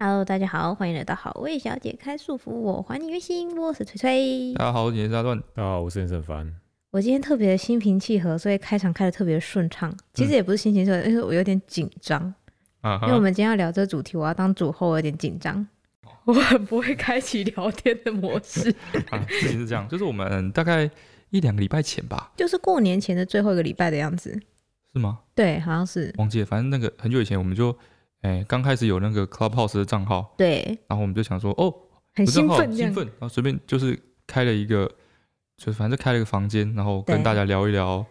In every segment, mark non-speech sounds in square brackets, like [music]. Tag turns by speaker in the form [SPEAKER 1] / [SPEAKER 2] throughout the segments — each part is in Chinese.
[SPEAKER 1] Hello，大家好，欢迎来到好味小姐开束缚，我还你原形，我是崔崔。
[SPEAKER 2] 大家好，我是阿段。
[SPEAKER 3] 大家好，我是任胜凡。
[SPEAKER 1] 我今天特别的心平气和，所以开场开的特别顺畅。其实也不是心情顺，因为我有点紧张，
[SPEAKER 2] 啊
[SPEAKER 1] 因为我们今天要聊这主题，我要当主后，我有点紧张。 [laughs] 我很不会开启聊天的模式，
[SPEAKER 2] [laughs] 啊，事情是这样，就是我们大概一两个礼拜前吧，
[SPEAKER 1] [laughs] 就是过年前的最后一个礼拜的样子。
[SPEAKER 2] 是吗？
[SPEAKER 1] 对，好像是
[SPEAKER 2] 忘记了，反正那个很久以前我们就，哎、刚开始有那个 Clubhouse 的账号，
[SPEAKER 1] 对，
[SPEAKER 2] 然后我们就想说，哦，
[SPEAKER 1] 很
[SPEAKER 2] 有账
[SPEAKER 1] 兴
[SPEAKER 2] 号
[SPEAKER 1] 奋这
[SPEAKER 2] 兴
[SPEAKER 1] 样。
[SPEAKER 2] 奋，然后随便就是开了一个，就是反正开了一个房间，然后跟
[SPEAKER 1] 对
[SPEAKER 2] 大家聊一聊，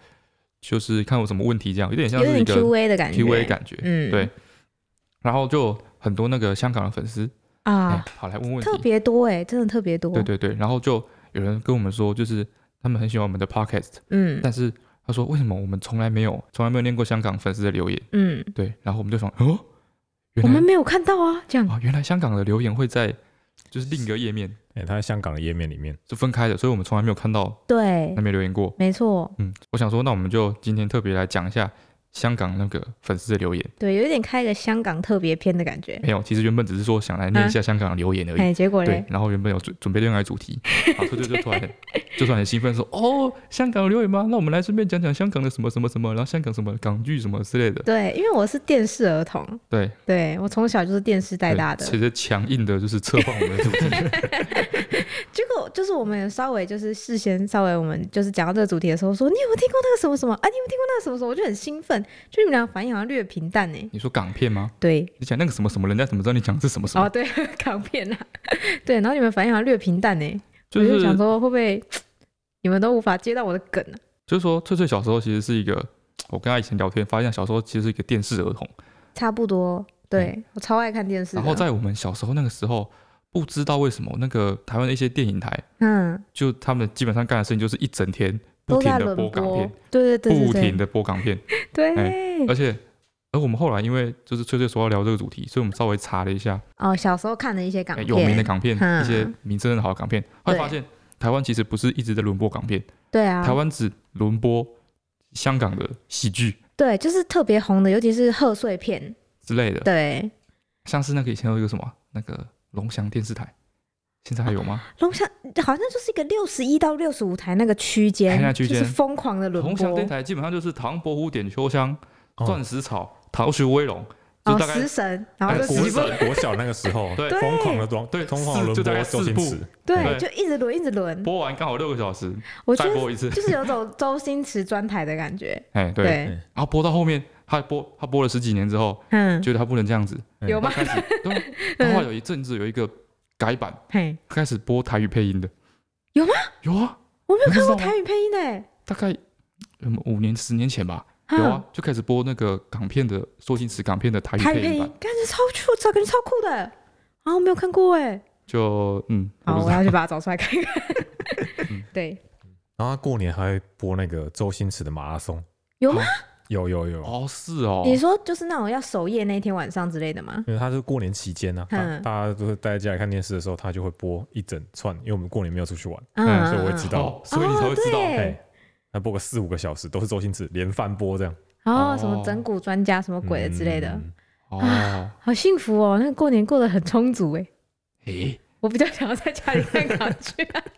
[SPEAKER 2] 就是看有什么问题，这样有点像
[SPEAKER 1] 有
[SPEAKER 2] 是一
[SPEAKER 1] 点
[SPEAKER 2] 个
[SPEAKER 1] Q A 的感觉
[SPEAKER 2] Q A 感觉，
[SPEAKER 1] 嗯
[SPEAKER 2] 对。然后就很多那个香港的粉丝，哎、
[SPEAKER 1] 啊，
[SPEAKER 2] 跑来问问
[SPEAKER 1] 特
[SPEAKER 2] 题，
[SPEAKER 1] 别多哎、真的特别多。
[SPEAKER 2] 对对对，然后就有人跟我们说，就是他们很喜欢我们的 Podcast。
[SPEAKER 1] 嗯
[SPEAKER 2] 但是他说为什么我们从来没有从来没有念过香港粉丝的留言？
[SPEAKER 1] 嗯，
[SPEAKER 2] 对，然后我们就想，哦，
[SPEAKER 1] 我
[SPEAKER 2] 原
[SPEAKER 1] 们
[SPEAKER 2] 来
[SPEAKER 1] 没有看到啊，这样
[SPEAKER 2] 啊、原来香港的留言会在就是另一个页面
[SPEAKER 3] 哎、他在香港的页面里面，
[SPEAKER 2] 是分开的，所以我们从来没有看到
[SPEAKER 1] 对
[SPEAKER 2] 那，边留言过。
[SPEAKER 1] 没错，
[SPEAKER 2] 嗯，我想说，那我们就今天特别来讲一下香港那个粉丝的留言。
[SPEAKER 1] 对，有一点开个香港特别篇的感觉。
[SPEAKER 2] 没有，其实原本只是说想来念一下香港的留言而已。
[SPEAKER 1] 哎哎，结果
[SPEAKER 2] 对
[SPEAKER 1] 嘞，，
[SPEAKER 2] 然后原本有准准备另外一个
[SPEAKER 1] [laughs]
[SPEAKER 2] 主题，然后就就就突然很就突然很兴奋说，哦，香港有留言吗？那我们来顺便讲讲香港的什么什么什么，然后香港什么港剧什么之类的。
[SPEAKER 1] 对，因为我是电视儿童，
[SPEAKER 2] 对，
[SPEAKER 1] 对我从小就是电视带
[SPEAKER 2] 对
[SPEAKER 1] 大的，
[SPEAKER 2] 其实强硬的就是策划我们的主
[SPEAKER 1] [laughs]
[SPEAKER 2] 题。
[SPEAKER 1] 结果就是我们有稍微就是事先稍微我们就是讲到这个主题的时候说，你有没有听过那个什么什么啊？你有没有听过那个什么什么？我就很兴奋，就你们俩反应好像略平淡呢。
[SPEAKER 2] 你说港片吗？
[SPEAKER 1] 对，
[SPEAKER 2] 你讲那个什么什么，人家怎么知道你讲的是什么什么？
[SPEAKER 1] 哦对， [laughs] 港片啊，对，然后你们反应好像略平淡呢，
[SPEAKER 2] 就
[SPEAKER 1] 我就是想说会不会你们都无法接到我的梗啊？
[SPEAKER 2] 就是说，翠翠小时候其实是一个，我跟她以前聊天发现，小时候其实是一个电视儿童。
[SPEAKER 1] 差不多，对、我超爱看电视的。
[SPEAKER 2] 嗯然后在我们小时候那个时候，不知道为什么那个台湾的一些电影台，
[SPEAKER 1] 嗯，
[SPEAKER 2] 就他们基本上干的事情就是一整天不
[SPEAKER 1] 都
[SPEAKER 2] 停
[SPEAKER 1] 在
[SPEAKER 2] 的
[SPEAKER 1] 轮
[SPEAKER 2] 播港片，
[SPEAKER 1] 对对对嗯
[SPEAKER 2] 不
[SPEAKER 1] 对
[SPEAKER 2] 停哎呃
[SPEAKER 1] 对，
[SPEAKER 2] 的播港片，
[SPEAKER 1] 对、
[SPEAKER 2] 而且。而我们后来因为就是翠翠说要聊这个主题，所以我们稍微查了一下，
[SPEAKER 1] 哦，小时候看的一些港
[SPEAKER 2] 哎
[SPEAKER 1] 片，
[SPEAKER 2] 有名的港片，
[SPEAKER 1] 嗯
[SPEAKER 2] 一些名声很好的港片，会
[SPEAKER 1] 对
[SPEAKER 2] 发现台湾其实不是一直在轮播港片，
[SPEAKER 1] 对啊，
[SPEAKER 2] 台湾只轮播香港的喜剧
[SPEAKER 1] 对，就是特别红的，尤其是贺岁片，
[SPEAKER 2] 之类的，
[SPEAKER 1] 对，
[SPEAKER 2] 像是那个以前有一个什么那个龙翔电视台，现在还有吗？
[SPEAKER 1] 龙翔好像就是一个六十一到六十五台那个区间，
[SPEAKER 2] 哎那区间
[SPEAKER 1] 就是疯狂的轮
[SPEAKER 2] 龙翔
[SPEAKER 1] 播
[SPEAKER 2] 电，台基本上就是唐伯虎点秋香、
[SPEAKER 3] 哦
[SPEAKER 2] 钻石草、逃学威龙，就
[SPEAKER 1] 哦，
[SPEAKER 2] 大
[SPEAKER 1] 食
[SPEAKER 2] 概
[SPEAKER 1] 神，然后
[SPEAKER 2] 哎
[SPEAKER 1] 就
[SPEAKER 3] 国
[SPEAKER 2] 国
[SPEAKER 1] 十
[SPEAKER 2] 小
[SPEAKER 1] 部，
[SPEAKER 3] 小国小那个时候，
[SPEAKER 2] 对
[SPEAKER 3] 疯狂的装，
[SPEAKER 2] 对
[SPEAKER 3] 疯狂地
[SPEAKER 2] 四
[SPEAKER 3] 轮
[SPEAKER 2] 就大
[SPEAKER 3] 播
[SPEAKER 2] 概
[SPEAKER 3] 周星
[SPEAKER 2] 四部
[SPEAKER 3] 驰，
[SPEAKER 1] 对，
[SPEAKER 2] 对
[SPEAKER 1] 就一直轮一直轮，
[SPEAKER 2] 播完刚好六个小时，
[SPEAKER 1] 我觉
[SPEAKER 2] 再
[SPEAKER 1] 得
[SPEAKER 2] 播一次。
[SPEAKER 1] 就是有种 [laughs] 周星驰专台的感觉，
[SPEAKER 2] 哎，对，
[SPEAKER 1] 对，
[SPEAKER 2] 然后播到后面，他播他播了十几年之后，
[SPEAKER 1] 嗯，
[SPEAKER 2] 觉得他不能这样子，
[SPEAKER 1] 有吗？
[SPEAKER 2] 开始
[SPEAKER 1] [laughs]
[SPEAKER 2] 对啊，然后有一阵子有一个改版，
[SPEAKER 1] 嘿，
[SPEAKER 2] 开始播台语配音的，
[SPEAKER 1] 有吗？
[SPEAKER 2] 有啊，
[SPEAKER 1] 我没有
[SPEAKER 2] 你不
[SPEAKER 1] 看
[SPEAKER 2] 知
[SPEAKER 1] 过
[SPEAKER 2] 道
[SPEAKER 1] 台语配音的，
[SPEAKER 2] 大概嗯五年十年前吧，
[SPEAKER 1] 哈
[SPEAKER 2] 有啊，就开始播那个港片的周星驰港片的台语
[SPEAKER 1] 台语
[SPEAKER 2] 配
[SPEAKER 1] 配
[SPEAKER 2] 音
[SPEAKER 1] 音
[SPEAKER 2] 版，，
[SPEAKER 1] 感觉超酷，超感觉超酷的，啊，我没有看过哎，
[SPEAKER 2] 就嗯，我
[SPEAKER 1] 好，
[SPEAKER 2] 不知
[SPEAKER 1] 我
[SPEAKER 2] 道
[SPEAKER 1] 要去把它找出来看一看
[SPEAKER 2] 嗯。
[SPEAKER 1] [laughs] 对，
[SPEAKER 3] 然后他过年还会播那个周星驰的马拉松，
[SPEAKER 1] 有吗？
[SPEAKER 3] 有有有，
[SPEAKER 2] 哦，是哦，
[SPEAKER 1] 啊你说就是那种要守夜那天晚上之类的吗？
[SPEAKER 3] 因为他是过年期间呢、啊，大
[SPEAKER 1] 嗯
[SPEAKER 3] 大家都是待在家里看电视的时候，他就会播一整串，因为我们过年没有出去玩，
[SPEAKER 1] 嗯，
[SPEAKER 2] 嗯
[SPEAKER 3] 所以我会知
[SPEAKER 1] 嗯
[SPEAKER 3] 道
[SPEAKER 2] 哦，所以你才会知道，
[SPEAKER 1] 对
[SPEAKER 3] 哎，他播个四五个小时都是周星驰连番播这样，
[SPEAKER 1] 嗯哦，
[SPEAKER 2] 哦
[SPEAKER 1] 什么整蛊专家什么鬼的之类的，
[SPEAKER 3] 嗯
[SPEAKER 2] 哦，
[SPEAKER 1] 好幸福哦！那过年过得很充足哎，
[SPEAKER 2] 诶，
[SPEAKER 1] 我比较想要在
[SPEAKER 2] [laughs]
[SPEAKER 1] 家里看港剧。啊 [laughs]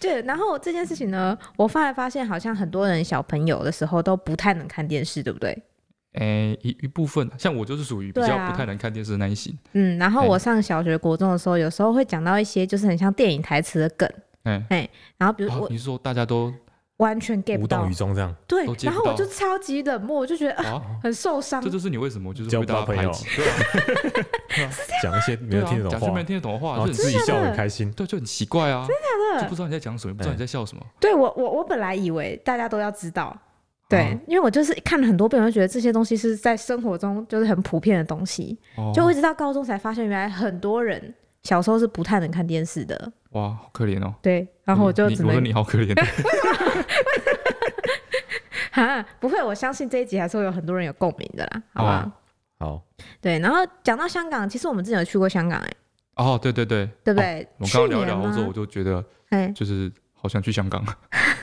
[SPEAKER 1] 对，然后这件事情呢，我后来发现好像很多人小朋友的时候都不太能看电视，对不对？
[SPEAKER 2] 诶，一一部分，像我就是属于比
[SPEAKER 1] 对
[SPEAKER 2] 较
[SPEAKER 1] 啊
[SPEAKER 2] 不太能看电视的那一型，
[SPEAKER 1] 嗯，然后
[SPEAKER 2] 哎
[SPEAKER 1] 我上小学、国中的时候，有时候会讲到一些就是很像电影台词的梗，
[SPEAKER 2] 哎，
[SPEAKER 1] 然后比如
[SPEAKER 2] 哦
[SPEAKER 1] 我
[SPEAKER 2] 你是说大
[SPEAKER 1] [laughs]
[SPEAKER 2] 家都
[SPEAKER 1] 完全 get 不
[SPEAKER 3] 无
[SPEAKER 1] 到
[SPEAKER 3] 动于，衷这样，
[SPEAKER 1] 对
[SPEAKER 2] 都，接
[SPEAKER 1] 然
[SPEAKER 2] 不
[SPEAKER 1] 后我
[SPEAKER 2] 到
[SPEAKER 1] 就超级冷漠，我就觉得、啊、
[SPEAKER 2] 啊，
[SPEAKER 1] 很受伤
[SPEAKER 2] 这。就是你为什么就是
[SPEAKER 3] 交
[SPEAKER 2] 会
[SPEAKER 3] 不
[SPEAKER 2] 被大
[SPEAKER 3] 到
[SPEAKER 2] 家
[SPEAKER 3] 朋
[SPEAKER 2] 排
[SPEAKER 3] 友
[SPEAKER 2] 挤，对啊，
[SPEAKER 3] 讲一些没
[SPEAKER 2] 对
[SPEAKER 3] 有
[SPEAKER 2] 啊
[SPEAKER 3] 听得懂
[SPEAKER 2] 讲出
[SPEAKER 3] 话
[SPEAKER 2] 没，听得懂的
[SPEAKER 3] 然
[SPEAKER 2] 话，
[SPEAKER 3] 后
[SPEAKER 2] 就很
[SPEAKER 3] 自己
[SPEAKER 1] 真的
[SPEAKER 3] 笑得很开心，
[SPEAKER 2] 对，就很奇怪啊，
[SPEAKER 1] 的
[SPEAKER 2] 就不知道你在讲什么，也不知道你在笑什么，
[SPEAKER 1] 对我，我我本来以为大家都要知道，对，
[SPEAKER 2] 啊
[SPEAKER 1] 因为我就是看了很多遍，我就觉得这些东西是在生活中就是很普遍的东西，
[SPEAKER 2] 哦
[SPEAKER 1] 就我一直到高中才发现，原来很多人小时候是不太能看电视的，
[SPEAKER 2] 哇，好可怜哦。
[SPEAKER 1] 对，然后我就
[SPEAKER 2] 你
[SPEAKER 1] 只
[SPEAKER 2] 我说
[SPEAKER 1] 能
[SPEAKER 2] 你好可怜，
[SPEAKER 1] [laughs] 哈，不会，我相信这一集还是会有很多人有共鸣的啦，好吧？
[SPEAKER 2] 啊
[SPEAKER 3] 好，
[SPEAKER 1] 对，然后讲到香港，其实我们之前有去过香港、哎，
[SPEAKER 2] 哦，对对对，
[SPEAKER 1] 对不对？
[SPEAKER 2] 我
[SPEAKER 1] 去
[SPEAKER 2] 刚刚
[SPEAKER 1] 年
[SPEAKER 2] 聊一聊
[SPEAKER 1] 吗
[SPEAKER 2] 之后，我就觉得
[SPEAKER 1] 哎， [laughs]
[SPEAKER 2] 就是好想去香港，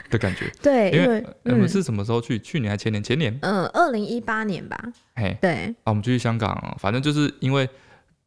[SPEAKER 2] 的感觉。
[SPEAKER 1] 对，
[SPEAKER 2] 因
[SPEAKER 1] 因
[SPEAKER 2] 为
[SPEAKER 1] 为
[SPEAKER 2] 呃我们
[SPEAKER 1] 嗯
[SPEAKER 2] 是什么时候去？去年还前年？前年，
[SPEAKER 1] 嗯，二零一八年吧，
[SPEAKER 2] 嘿，
[SPEAKER 1] 对
[SPEAKER 2] 啊，我们就去香港，反正就是因为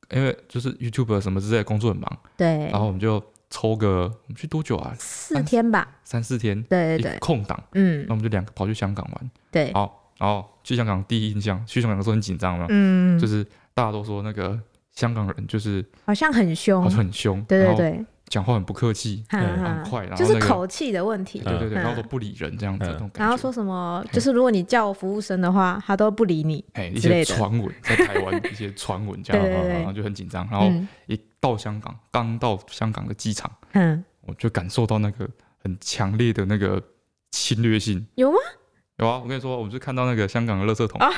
[SPEAKER 2] 因为就是 YouTube 什么之类的工作很忙，
[SPEAKER 1] 对
[SPEAKER 2] 然，后我们就抽个我们去多久啊？
[SPEAKER 1] 四天吧，
[SPEAKER 2] 三四天，
[SPEAKER 1] 对对
[SPEAKER 2] 一个哦
[SPEAKER 1] 对，
[SPEAKER 2] 空档，
[SPEAKER 1] 嗯
[SPEAKER 2] 那我们就两个跑去香港玩。
[SPEAKER 1] 对，
[SPEAKER 2] 好，然后去香港第一印象，去香港的时候很紧张嘛，
[SPEAKER 1] 嗯
[SPEAKER 2] 就，是大家都说那个香港人就是
[SPEAKER 1] 好像很凶
[SPEAKER 2] 好，像很凶，
[SPEAKER 1] 哦对对
[SPEAKER 2] 然后
[SPEAKER 1] 对，
[SPEAKER 2] 讲话很不客气，
[SPEAKER 1] 哈
[SPEAKER 3] 嗯
[SPEAKER 1] 哈
[SPEAKER 2] 很快然后
[SPEAKER 1] 就是
[SPEAKER 2] 那个
[SPEAKER 1] 口气的问题，
[SPEAKER 2] 对对对，
[SPEAKER 1] 嗯
[SPEAKER 2] 然后都不理人这样子
[SPEAKER 3] 嗯
[SPEAKER 2] 那种感觉。
[SPEAKER 1] 然后说什么，就是如果你叫服务生的话，他都不理你，
[SPEAKER 2] 哎，一
[SPEAKER 1] 之类
[SPEAKER 2] 些
[SPEAKER 1] 的
[SPEAKER 2] 传闻在台湾一些传
[SPEAKER 1] [laughs]
[SPEAKER 2] 闻这
[SPEAKER 1] 对
[SPEAKER 2] 样，
[SPEAKER 1] 对
[SPEAKER 2] 然后
[SPEAKER 1] 对，
[SPEAKER 2] 就很紧张，然后
[SPEAKER 1] 嗯
[SPEAKER 2] 一到香港，刚到香港的机场。
[SPEAKER 1] 嗯，
[SPEAKER 2] 我就感受到那个很强烈的那个侵略性。
[SPEAKER 1] 有吗？
[SPEAKER 2] 有啊，我跟你说，我们就看到那个香港的垃圾桶，
[SPEAKER 1] 啊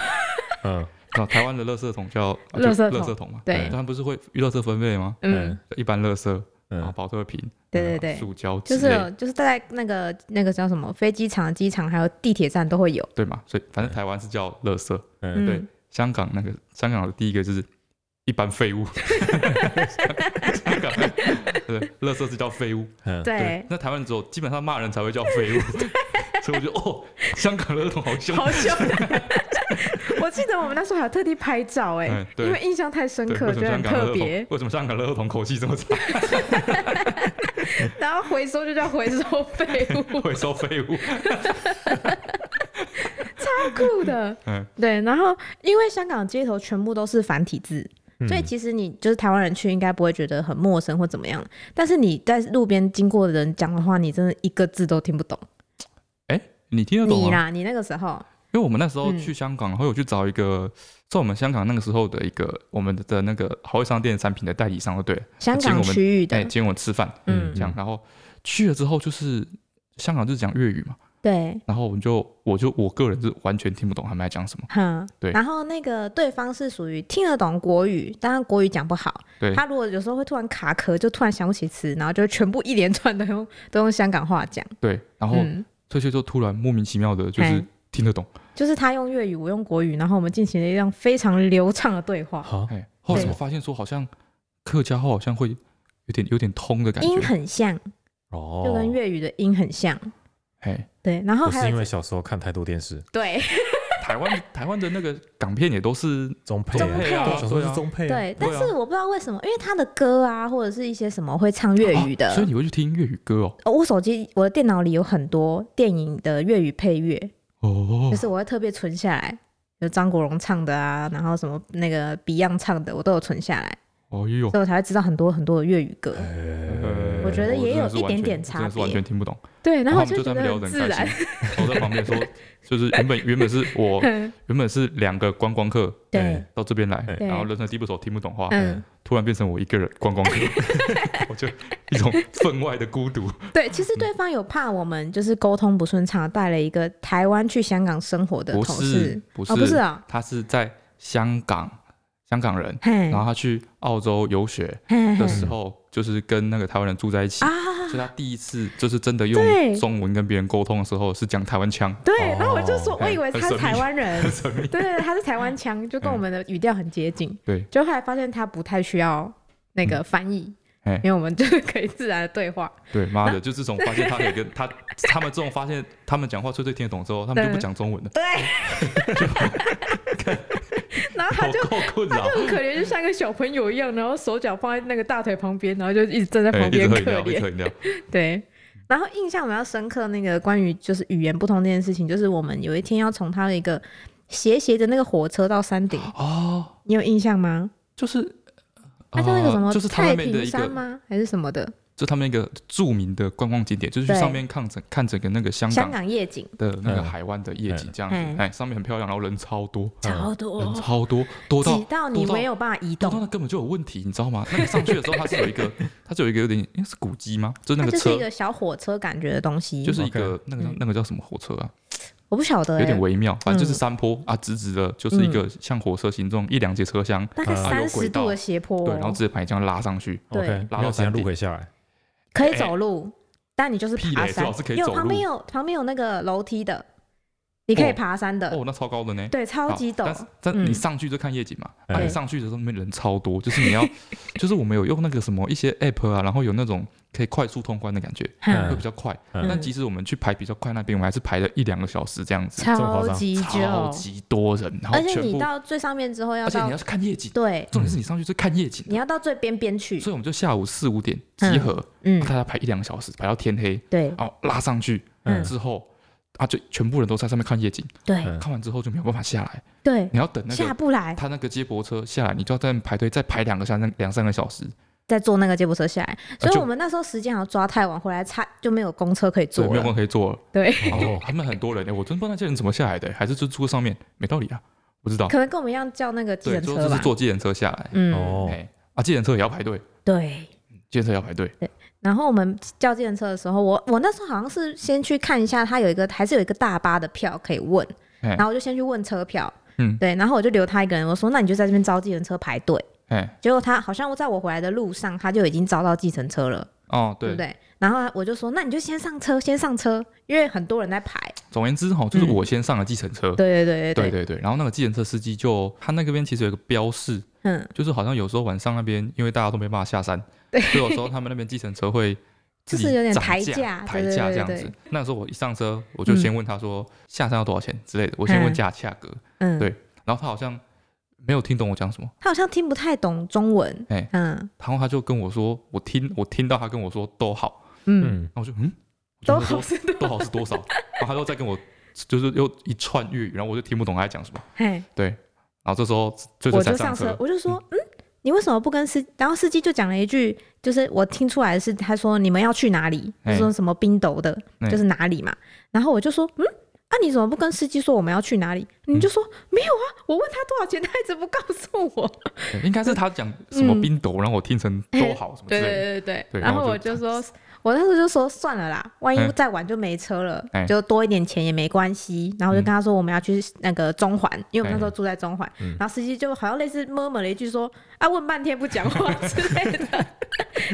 [SPEAKER 3] 嗯
[SPEAKER 2] 啊，台湾的垃圾桶叫啊就
[SPEAKER 1] 垃圾桶
[SPEAKER 2] 垃圾桶嘛，哎
[SPEAKER 1] 对
[SPEAKER 2] 他们不是会垃圾分类吗？
[SPEAKER 1] 嗯
[SPEAKER 3] 嗯，
[SPEAKER 2] 一般垃圾，然后
[SPEAKER 3] 嗯
[SPEAKER 2] 保特瓶，
[SPEAKER 1] 对对
[SPEAKER 2] 然后
[SPEAKER 1] 对。
[SPEAKER 2] 塑胶之
[SPEAKER 1] 就
[SPEAKER 2] 类
[SPEAKER 1] 是
[SPEAKER 2] 的，
[SPEAKER 1] 有就是在那个那个叫什么飞机场、机场还有地铁站都会有，
[SPEAKER 2] 对嘛？所以反正台湾是叫垃圾，
[SPEAKER 3] 嗯，
[SPEAKER 1] 嗯，
[SPEAKER 2] 香港那个香港的第一个就是一般废物， [laughs] 香港对，垃圾是叫废物，
[SPEAKER 3] 嗯，
[SPEAKER 1] 对，
[SPEAKER 2] 那台湾只有基本上骂人才会叫废物，所以我就哦，香港垃圾桶好凶，
[SPEAKER 1] 好凶！ [laughs] 我记得我们那时候还有特地拍照、哎、
[SPEAKER 2] 嗯对
[SPEAKER 1] 因为印象太深
[SPEAKER 2] 对，
[SPEAKER 1] 刻，
[SPEAKER 2] 为什
[SPEAKER 1] 觉
[SPEAKER 2] 么
[SPEAKER 1] 得很
[SPEAKER 2] 香港乐
[SPEAKER 1] 特
[SPEAKER 2] 童
[SPEAKER 1] 别？。
[SPEAKER 2] 为什么香港乐童口气这么差，
[SPEAKER 1] 然后回收就叫回收废物，
[SPEAKER 2] 会收废物？
[SPEAKER 1] 超酷的。
[SPEAKER 2] [laughs] 嗯
[SPEAKER 1] 对，然后因为香港街头全部都是繁体字，
[SPEAKER 3] 嗯
[SPEAKER 1] 所以其实你就是台湾人去应该不会觉得很陌生或怎么样，但是你在路边经过的人讲的话，你真的一个字都听不懂。
[SPEAKER 2] 你听得懂啊
[SPEAKER 1] 你
[SPEAKER 2] 吗？
[SPEAKER 1] 啦，你那个时候，
[SPEAKER 2] 因为我们那时候
[SPEAKER 1] 嗯
[SPEAKER 2] 去香港，然后有去找一个，在我们香港那个时候的一个我们的那个好味商店产品的代理商，对了，
[SPEAKER 1] 香
[SPEAKER 2] 请
[SPEAKER 1] 港
[SPEAKER 2] 我们
[SPEAKER 1] 区域的，
[SPEAKER 2] 哎，请我吃饭
[SPEAKER 1] 嗯
[SPEAKER 3] 嗯，
[SPEAKER 2] 这样，然后去了之后就是香港就是讲粤语嘛，
[SPEAKER 1] 对，
[SPEAKER 2] 然后我们就我就我个人是完全听不懂他们在讲什么，
[SPEAKER 1] 哼，
[SPEAKER 2] 对
[SPEAKER 1] 然后那个对方是属于听得懂国语，但他国语讲不好，
[SPEAKER 2] 对
[SPEAKER 1] 他如果有时候会突然卡壳，就突然想不起词，然后就全部一连串都用都用香港话讲，
[SPEAKER 2] 对，然后
[SPEAKER 1] 嗯，
[SPEAKER 2] 这些就突然莫名其妙的，就是
[SPEAKER 1] 哎
[SPEAKER 2] 听得懂，
[SPEAKER 1] 就是他用粤语，我用国语，然后我们进行了一段非常流畅的对话，
[SPEAKER 3] 嗯好，
[SPEAKER 2] 哎，后来
[SPEAKER 1] 对
[SPEAKER 2] 我发现说好像客家话好像会有点有点通的感
[SPEAKER 1] 音
[SPEAKER 2] 觉，
[SPEAKER 1] 很像，
[SPEAKER 3] 哦，
[SPEAKER 1] 就跟粤语的音很像，
[SPEAKER 2] 哎，
[SPEAKER 1] 对，然后
[SPEAKER 3] 我是
[SPEAKER 1] 哦还
[SPEAKER 3] 因
[SPEAKER 1] 有
[SPEAKER 3] 为小时候看太多电视，
[SPEAKER 1] 对
[SPEAKER 2] 啊台湾台湾的那个港片也都是
[SPEAKER 3] 中配
[SPEAKER 1] 中配
[SPEAKER 3] 啊，
[SPEAKER 1] 啊
[SPEAKER 3] 小时候是中配啊，
[SPEAKER 1] 对，但
[SPEAKER 2] 啊
[SPEAKER 1] 是我不知道为什么，因为他的歌啊，或者是一些什么会唱粤语的
[SPEAKER 2] 啊，所以你会去听粤语歌哦。
[SPEAKER 1] 哦我手机我的电脑里有很多电影的粤语配乐，就
[SPEAKER 2] 哦，
[SPEAKER 1] 是我会特别存下来，有张国荣唱的啊，然后什么那个 Beyond 唱的，我都有存下来，
[SPEAKER 2] 哦哟，
[SPEAKER 1] 所以我才会知道很多很多的粤语歌。
[SPEAKER 3] 呃
[SPEAKER 1] 我觉得也有一点点
[SPEAKER 2] 我真
[SPEAKER 1] 差别
[SPEAKER 2] 的是完全听不懂。
[SPEAKER 1] 对，然后我
[SPEAKER 2] 后我们就
[SPEAKER 1] 觉
[SPEAKER 2] 在
[SPEAKER 1] 得
[SPEAKER 2] 那边聊得
[SPEAKER 1] 很自
[SPEAKER 2] 很开
[SPEAKER 1] 然。嗯
[SPEAKER 2] 心，我在旁边
[SPEAKER 1] [laughs]
[SPEAKER 2] 说，就是原本原本是我原本是两个观光客
[SPEAKER 1] 对
[SPEAKER 3] 哎，
[SPEAKER 2] 到这边来，
[SPEAKER 3] 对
[SPEAKER 2] 然后人生地不熟听不懂话，
[SPEAKER 1] 嗯，
[SPEAKER 2] 突然变成我一个人
[SPEAKER 1] [laughs]
[SPEAKER 2] 观光客，我就一种分外的孤独。
[SPEAKER 1] 对，其实对方有怕我们就是沟通不顺畅，带了一个台湾去香港生活的
[SPEAKER 2] 不
[SPEAKER 1] 同
[SPEAKER 2] 是
[SPEAKER 1] 事，
[SPEAKER 2] 不是
[SPEAKER 1] 哦，不是啊，
[SPEAKER 2] 他是在香港香港人，
[SPEAKER 1] 嘿
[SPEAKER 2] 然后他去澳洲游学
[SPEAKER 1] 嘿嘿
[SPEAKER 2] 的时候，啊就是跟那个台湾人住在一起，
[SPEAKER 1] 嗯啊，
[SPEAKER 2] 所以他第一次就是真的
[SPEAKER 1] 对
[SPEAKER 2] 用中文跟别人沟通的时候是讲台湾
[SPEAKER 1] [laughs]
[SPEAKER 2] 腔，
[SPEAKER 1] 对，
[SPEAKER 3] 哦
[SPEAKER 1] 然后我就说，
[SPEAKER 2] 哎
[SPEAKER 1] 我以为他是台湾人
[SPEAKER 2] 很，神秘。
[SPEAKER 1] [laughs] 对对，对他是台湾腔，就跟我们的语调很接近。
[SPEAKER 2] 嗯对，
[SPEAKER 1] 就后来发现他不太需要那个翻译，
[SPEAKER 2] 哎
[SPEAKER 1] 因为我们就是可以自然的对
[SPEAKER 2] [laughs]
[SPEAKER 1] 话。
[SPEAKER 2] 对，妈的，就自从发现他可以跟他他们这种发现他们讲话翠翠听得懂之后，他们就不讲中文了，
[SPEAKER 1] 对，然后他
[SPEAKER 2] 好
[SPEAKER 1] 就
[SPEAKER 2] 够困
[SPEAKER 1] 他
[SPEAKER 2] 扰
[SPEAKER 1] 就。很可怜，就像个小朋友一样，然后手脚放在那个大腿旁边，然后就一直站在
[SPEAKER 2] 哎，
[SPEAKER 1] 旁
[SPEAKER 2] 一直
[SPEAKER 1] 边可
[SPEAKER 2] 喝饮料，一直
[SPEAKER 1] 怜。
[SPEAKER 2] 喝饮料。
[SPEAKER 1] 对。然后印象比较深刻那个关于就是语言不通这件事情，就是我们有一天要从他的一个斜斜的那个火车到山顶，
[SPEAKER 2] 哦，
[SPEAKER 1] 你有印象吗？
[SPEAKER 2] 就是
[SPEAKER 1] 它叫那个什么
[SPEAKER 2] 呃就是他
[SPEAKER 1] 太
[SPEAKER 2] 们那边的
[SPEAKER 1] 平
[SPEAKER 2] 一
[SPEAKER 1] 山
[SPEAKER 2] 个，
[SPEAKER 1] 吗？还是什么的？
[SPEAKER 2] 就他们一个著名的观光景点，就是去
[SPEAKER 1] 对
[SPEAKER 2] 上面看整看整个那个香
[SPEAKER 1] 香
[SPEAKER 2] 港
[SPEAKER 1] 港夜景
[SPEAKER 2] 的那个
[SPEAKER 3] 嗯
[SPEAKER 2] 海湾的夜景这样
[SPEAKER 1] 嗯
[SPEAKER 2] 子，哎，上面很漂亮，然后人超多，
[SPEAKER 1] 超多
[SPEAKER 2] 人超多，多到
[SPEAKER 1] 挤到你
[SPEAKER 2] 多到
[SPEAKER 1] 没有办法移
[SPEAKER 2] 多到
[SPEAKER 1] 动，
[SPEAKER 2] 那根本就有问题，你知道吗？那个上去的
[SPEAKER 1] [laughs]
[SPEAKER 2] 时候，它是有一个，它是有一个有点诶是古迹吗？就是
[SPEAKER 1] 它
[SPEAKER 2] 那个
[SPEAKER 1] 就是
[SPEAKER 2] 车
[SPEAKER 1] 一，个小火车感觉的东西，
[SPEAKER 2] 就是一个那个叫
[SPEAKER 1] 嗯
[SPEAKER 2] 那个叫什么火车啊，
[SPEAKER 1] 我不晓得、欸，
[SPEAKER 2] 有点微妙，反正就是山坡啊，直直的，就是一个
[SPEAKER 1] 嗯
[SPEAKER 2] 像火车形状，一两节车厢，
[SPEAKER 1] 大概
[SPEAKER 3] 呃
[SPEAKER 1] 三
[SPEAKER 2] 啊有
[SPEAKER 1] 十
[SPEAKER 2] 轨
[SPEAKER 1] 度
[SPEAKER 2] 道
[SPEAKER 1] 的斜坡哦，
[SPEAKER 2] 对，然后直接把你这样拉上去，
[SPEAKER 1] 对
[SPEAKER 3] OK，
[SPEAKER 2] 拉到
[SPEAKER 3] 没有其他
[SPEAKER 2] 山
[SPEAKER 3] 路
[SPEAKER 2] 顶
[SPEAKER 3] 可以下来，
[SPEAKER 1] 可以走路，但你就是
[SPEAKER 2] 哎屁
[SPEAKER 1] 爬
[SPEAKER 2] 嘞
[SPEAKER 1] 山
[SPEAKER 2] 最好是可，以
[SPEAKER 1] 因为
[SPEAKER 2] 走
[SPEAKER 1] 旁边
[SPEAKER 2] 路
[SPEAKER 1] 有旁边有那个楼梯的，你可以爬山的，
[SPEAKER 2] 哦，那超高的呢。
[SPEAKER 1] 对，超级陡
[SPEAKER 2] 好但是，但你
[SPEAKER 1] 嗯
[SPEAKER 2] 上去就看夜景嘛，
[SPEAKER 3] 嗯
[SPEAKER 2] 啊，你
[SPEAKER 1] 对
[SPEAKER 2] 上去的时候那边人超多，就是
[SPEAKER 1] [laughs]
[SPEAKER 2] 你要，就是我们有用那个什么一些 app 啊，然后有那种可以快速通关的感觉，
[SPEAKER 1] 哼
[SPEAKER 2] 会比较快。
[SPEAKER 3] 嗯
[SPEAKER 2] 但即使我们去排比较快那边，我们还是排了一两个小时这样子，
[SPEAKER 3] 么夸
[SPEAKER 1] 超
[SPEAKER 3] 张
[SPEAKER 1] 级
[SPEAKER 2] 超
[SPEAKER 1] 久，
[SPEAKER 2] 级多人，然后
[SPEAKER 1] 而且
[SPEAKER 2] 全
[SPEAKER 1] 你
[SPEAKER 2] 部，
[SPEAKER 1] 到最上面之后要
[SPEAKER 2] 而且
[SPEAKER 1] 到
[SPEAKER 2] 你要去看夜景，
[SPEAKER 1] 对，
[SPEAKER 2] 重点是你上去是看夜景
[SPEAKER 1] 你，要到最边边去
[SPEAKER 2] 所，以我们就下午四五点集合，
[SPEAKER 1] 嗯，
[SPEAKER 2] 大家排一两个小时，排到天黑，
[SPEAKER 1] 对
[SPEAKER 2] 然后拉上去
[SPEAKER 1] 嗯
[SPEAKER 2] 之后。啊，就全部人都在上面看夜景，
[SPEAKER 1] 对
[SPEAKER 3] 嗯
[SPEAKER 2] 看完之后就没有办法下来，
[SPEAKER 1] 对，
[SPEAKER 2] 你要等那个
[SPEAKER 1] 下不来，
[SPEAKER 2] 他那个接驳车下来，你就要在那边排队再排两个三两三个小时，
[SPEAKER 1] 再坐那个接驳车下来，所以
[SPEAKER 2] 啊就
[SPEAKER 1] 我们那时候时间好像抓太晚，回来差就没有公车可以坐
[SPEAKER 2] 所以没
[SPEAKER 1] 了
[SPEAKER 2] 有
[SPEAKER 1] 哦
[SPEAKER 2] 人，可以坐了。
[SPEAKER 1] 对，
[SPEAKER 2] 然后
[SPEAKER 3] 哦
[SPEAKER 2] 他们很多人，欸我真不知道那些人怎么下来的，还是就住上面，没道理啊，不知道。
[SPEAKER 1] 可能跟我们一样叫那个计
[SPEAKER 2] 对，
[SPEAKER 1] 程
[SPEAKER 2] 最
[SPEAKER 1] 车
[SPEAKER 2] 后就是
[SPEAKER 1] 吧，
[SPEAKER 2] 坐计程车下来，
[SPEAKER 1] 嗯，
[SPEAKER 3] 哦，
[SPEAKER 2] 哎，啊，计程车也要排队，
[SPEAKER 1] 对。
[SPEAKER 2] 计程车也要排队，
[SPEAKER 1] 然后我们叫计程车的时候，我我那时候好像是先去看一下，他有一个还是有一个大巴的票可以问，
[SPEAKER 2] 嘿
[SPEAKER 1] 然后我就先去问车票，
[SPEAKER 2] 嗯
[SPEAKER 1] 对，然后我就留他一个人，我说那你就在这边招计程车排队。
[SPEAKER 2] 哎，
[SPEAKER 1] 结果他好像在我回来的路上，他就已经招到计程车了，
[SPEAKER 2] 哦，
[SPEAKER 1] 对不
[SPEAKER 2] 对，
[SPEAKER 1] 嗯对？然后我就说那你就先上车，先上车，因为很多人在排。
[SPEAKER 2] 总而言之哈，就是
[SPEAKER 1] 嗯
[SPEAKER 2] 我先上了计程车，
[SPEAKER 1] 对对对
[SPEAKER 2] 对
[SPEAKER 1] 对，
[SPEAKER 2] 对对，然后那个计程车司机就他那个边其实有一个标示，
[SPEAKER 1] 嗯，
[SPEAKER 2] 就是好像有时候晚上那边因为大家都没办法下山，所以有时候他们那边计程车会自己
[SPEAKER 1] 就是有点
[SPEAKER 2] 涨
[SPEAKER 1] 抬
[SPEAKER 2] 价、
[SPEAKER 1] 价
[SPEAKER 2] 抬
[SPEAKER 1] 对
[SPEAKER 2] 价
[SPEAKER 1] 对
[SPEAKER 2] 这样
[SPEAKER 1] 对
[SPEAKER 2] 子。那时候我一上车，我就先问他说下山要多少钱之类的，我先问
[SPEAKER 1] 嗯
[SPEAKER 2] 价价格，
[SPEAKER 1] 嗯，
[SPEAKER 2] 对然后他好像没有听懂我讲什么，
[SPEAKER 1] 他好像听不太懂中文，
[SPEAKER 2] 哎
[SPEAKER 1] 嗯
[SPEAKER 2] 然后他就跟我说，我听我听到他跟我说都好，
[SPEAKER 1] 嗯，
[SPEAKER 3] 嗯，
[SPEAKER 2] 然后我就嗯，我就
[SPEAKER 1] 都
[SPEAKER 2] 问他
[SPEAKER 1] 好
[SPEAKER 2] 说
[SPEAKER 1] 是
[SPEAKER 2] 都好是多
[SPEAKER 1] [laughs]
[SPEAKER 2] 少，然后他又再跟我就是又一串粤语，然后我就听不懂他在讲什么，
[SPEAKER 1] 嘿，
[SPEAKER 2] 然后这时候就
[SPEAKER 1] 我
[SPEAKER 2] 才
[SPEAKER 1] 就
[SPEAKER 2] 上
[SPEAKER 1] 上
[SPEAKER 2] 车
[SPEAKER 1] 车，，我就说嗯。你为什么不跟司？然后司机就讲了一句，就是我听出来是他说你们要去哪里，
[SPEAKER 2] 哎
[SPEAKER 1] 就说什么冰斗的，
[SPEAKER 2] 哎
[SPEAKER 1] 就是哪里嘛。然后我就说，嗯，啊你怎么不跟司机说我们要去哪里？你就说没有啊，我问他多少钱，他一直不告诉我。
[SPEAKER 2] 对应该是他讲什么冰斗，然后我听成都好什么之
[SPEAKER 1] 对
[SPEAKER 2] 类的，
[SPEAKER 1] 对对对
[SPEAKER 2] 对
[SPEAKER 1] 然
[SPEAKER 2] 然
[SPEAKER 1] 后
[SPEAKER 2] 后
[SPEAKER 1] 我
[SPEAKER 2] 就
[SPEAKER 1] 就说，我那时候就说算了啦，万
[SPEAKER 2] 哎
[SPEAKER 1] 一再晚就没车了，
[SPEAKER 2] 哎嗯
[SPEAKER 1] 就多一点钱也没关系。然后我就跟他说我们要去那个中环，因为我们那时
[SPEAKER 2] 哎
[SPEAKER 1] 候住在中
[SPEAKER 2] 嗯
[SPEAKER 1] 环。然后司机就好像类似摸摸了一句说啊，问半天不讲话之类的， [laughs]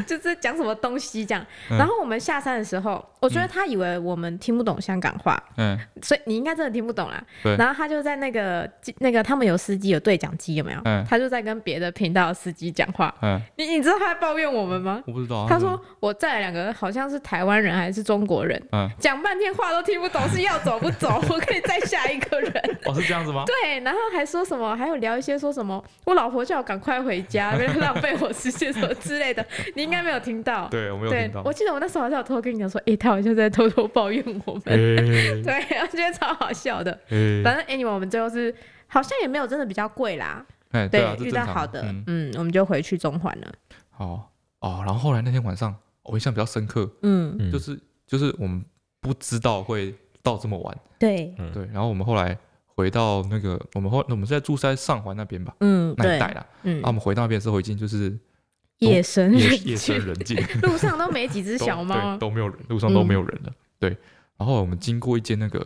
[SPEAKER 1] 就是讲什么东西这样。
[SPEAKER 2] 嗯
[SPEAKER 1] 然后我们下山的时候，我觉得他以为我们听不懂香港话，
[SPEAKER 2] 嗯，
[SPEAKER 1] 所以你应该真的听不懂啦
[SPEAKER 2] 对。
[SPEAKER 1] 然后他就在那个那个他们有司机有对讲机有没有？
[SPEAKER 2] 嗯
[SPEAKER 1] 他就在跟别的频道的司机讲话。
[SPEAKER 2] 嗯，
[SPEAKER 1] 你你知道他在抱怨我们吗？
[SPEAKER 2] 我不知道啊。
[SPEAKER 1] 他
[SPEAKER 2] 那个
[SPEAKER 1] 说我载了两个好像是台湾人还是中国人，
[SPEAKER 2] 嗯，
[SPEAKER 1] 讲半天话都听不懂，是要走不
[SPEAKER 2] [laughs]
[SPEAKER 1] 走？我可以再下一个人。
[SPEAKER 2] 哦，是这样子吗？
[SPEAKER 1] 对，然后还说什么，还有聊一些说什么，我老婆叫我赶快回家，不要浪费我时间什么之
[SPEAKER 2] [laughs]
[SPEAKER 1] 类的，你应该没有听到。
[SPEAKER 2] 对，我没
[SPEAKER 1] [laughs]
[SPEAKER 2] 有
[SPEAKER 1] 对
[SPEAKER 2] 听到，
[SPEAKER 1] 我。记得我那时候好像有偷跟你讲说，诶、他好像在偷偷抱怨我们。[laughs]
[SPEAKER 2] 哎
[SPEAKER 1] 对，我觉得超好笑的。
[SPEAKER 2] 哎
[SPEAKER 1] 反正 anyway，我们最后是好像也没有真的比较贵啦，
[SPEAKER 2] 哎，
[SPEAKER 1] 对，
[SPEAKER 2] 对啊，这
[SPEAKER 1] 遇
[SPEAKER 2] 正
[SPEAKER 1] 到
[SPEAKER 2] 常
[SPEAKER 1] 好的，
[SPEAKER 2] 嗯，
[SPEAKER 1] 嗯，我们就回去中环了。
[SPEAKER 2] 好哦。然后后来那天晚上，我印象比较深刻，
[SPEAKER 1] 嗯，
[SPEAKER 3] 嗯
[SPEAKER 2] 就是就是我们不知道会到这么晚，
[SPEAKER 1] 对，
[SPEAKER 3] 嗯
[SPEAKER 2] 对。然后我们后来回到那个，我们后我们是在住在上环那边吧，
[SPEAKER 1] 嗯，
[SPEAKER 2] 那一
[SPEAKER 1] 对
[SPEAKER 2] 带，啦。
[SPEAKER 1] 嗯
[SPEAKER 2] 啊，我，们回到那边之后，已经就是
[SPEAKER 1] 夜深
[SPEAKER 2] 夜
[SPEAKER 1] 人
[SPEAKER 2] 夜
[SPEAKER 1] [laughs]
[SPEAKER 2] 深
[SPEAKER 1] 静，
[SPEAKER 2] 人静， [laughs]
[SPEAKER 1] 路上都没几只
[SPEAKER 2] 都
[SPEAKER 1] 小
[SPEAKER 2] 对
[SPEAKER 1] 猫。
[SPEAKER 2] 都没有人，路上都
[SPEAKER 1] 嗯
[SPEAKER 2] 没有人了。对，然后我们经过一间那个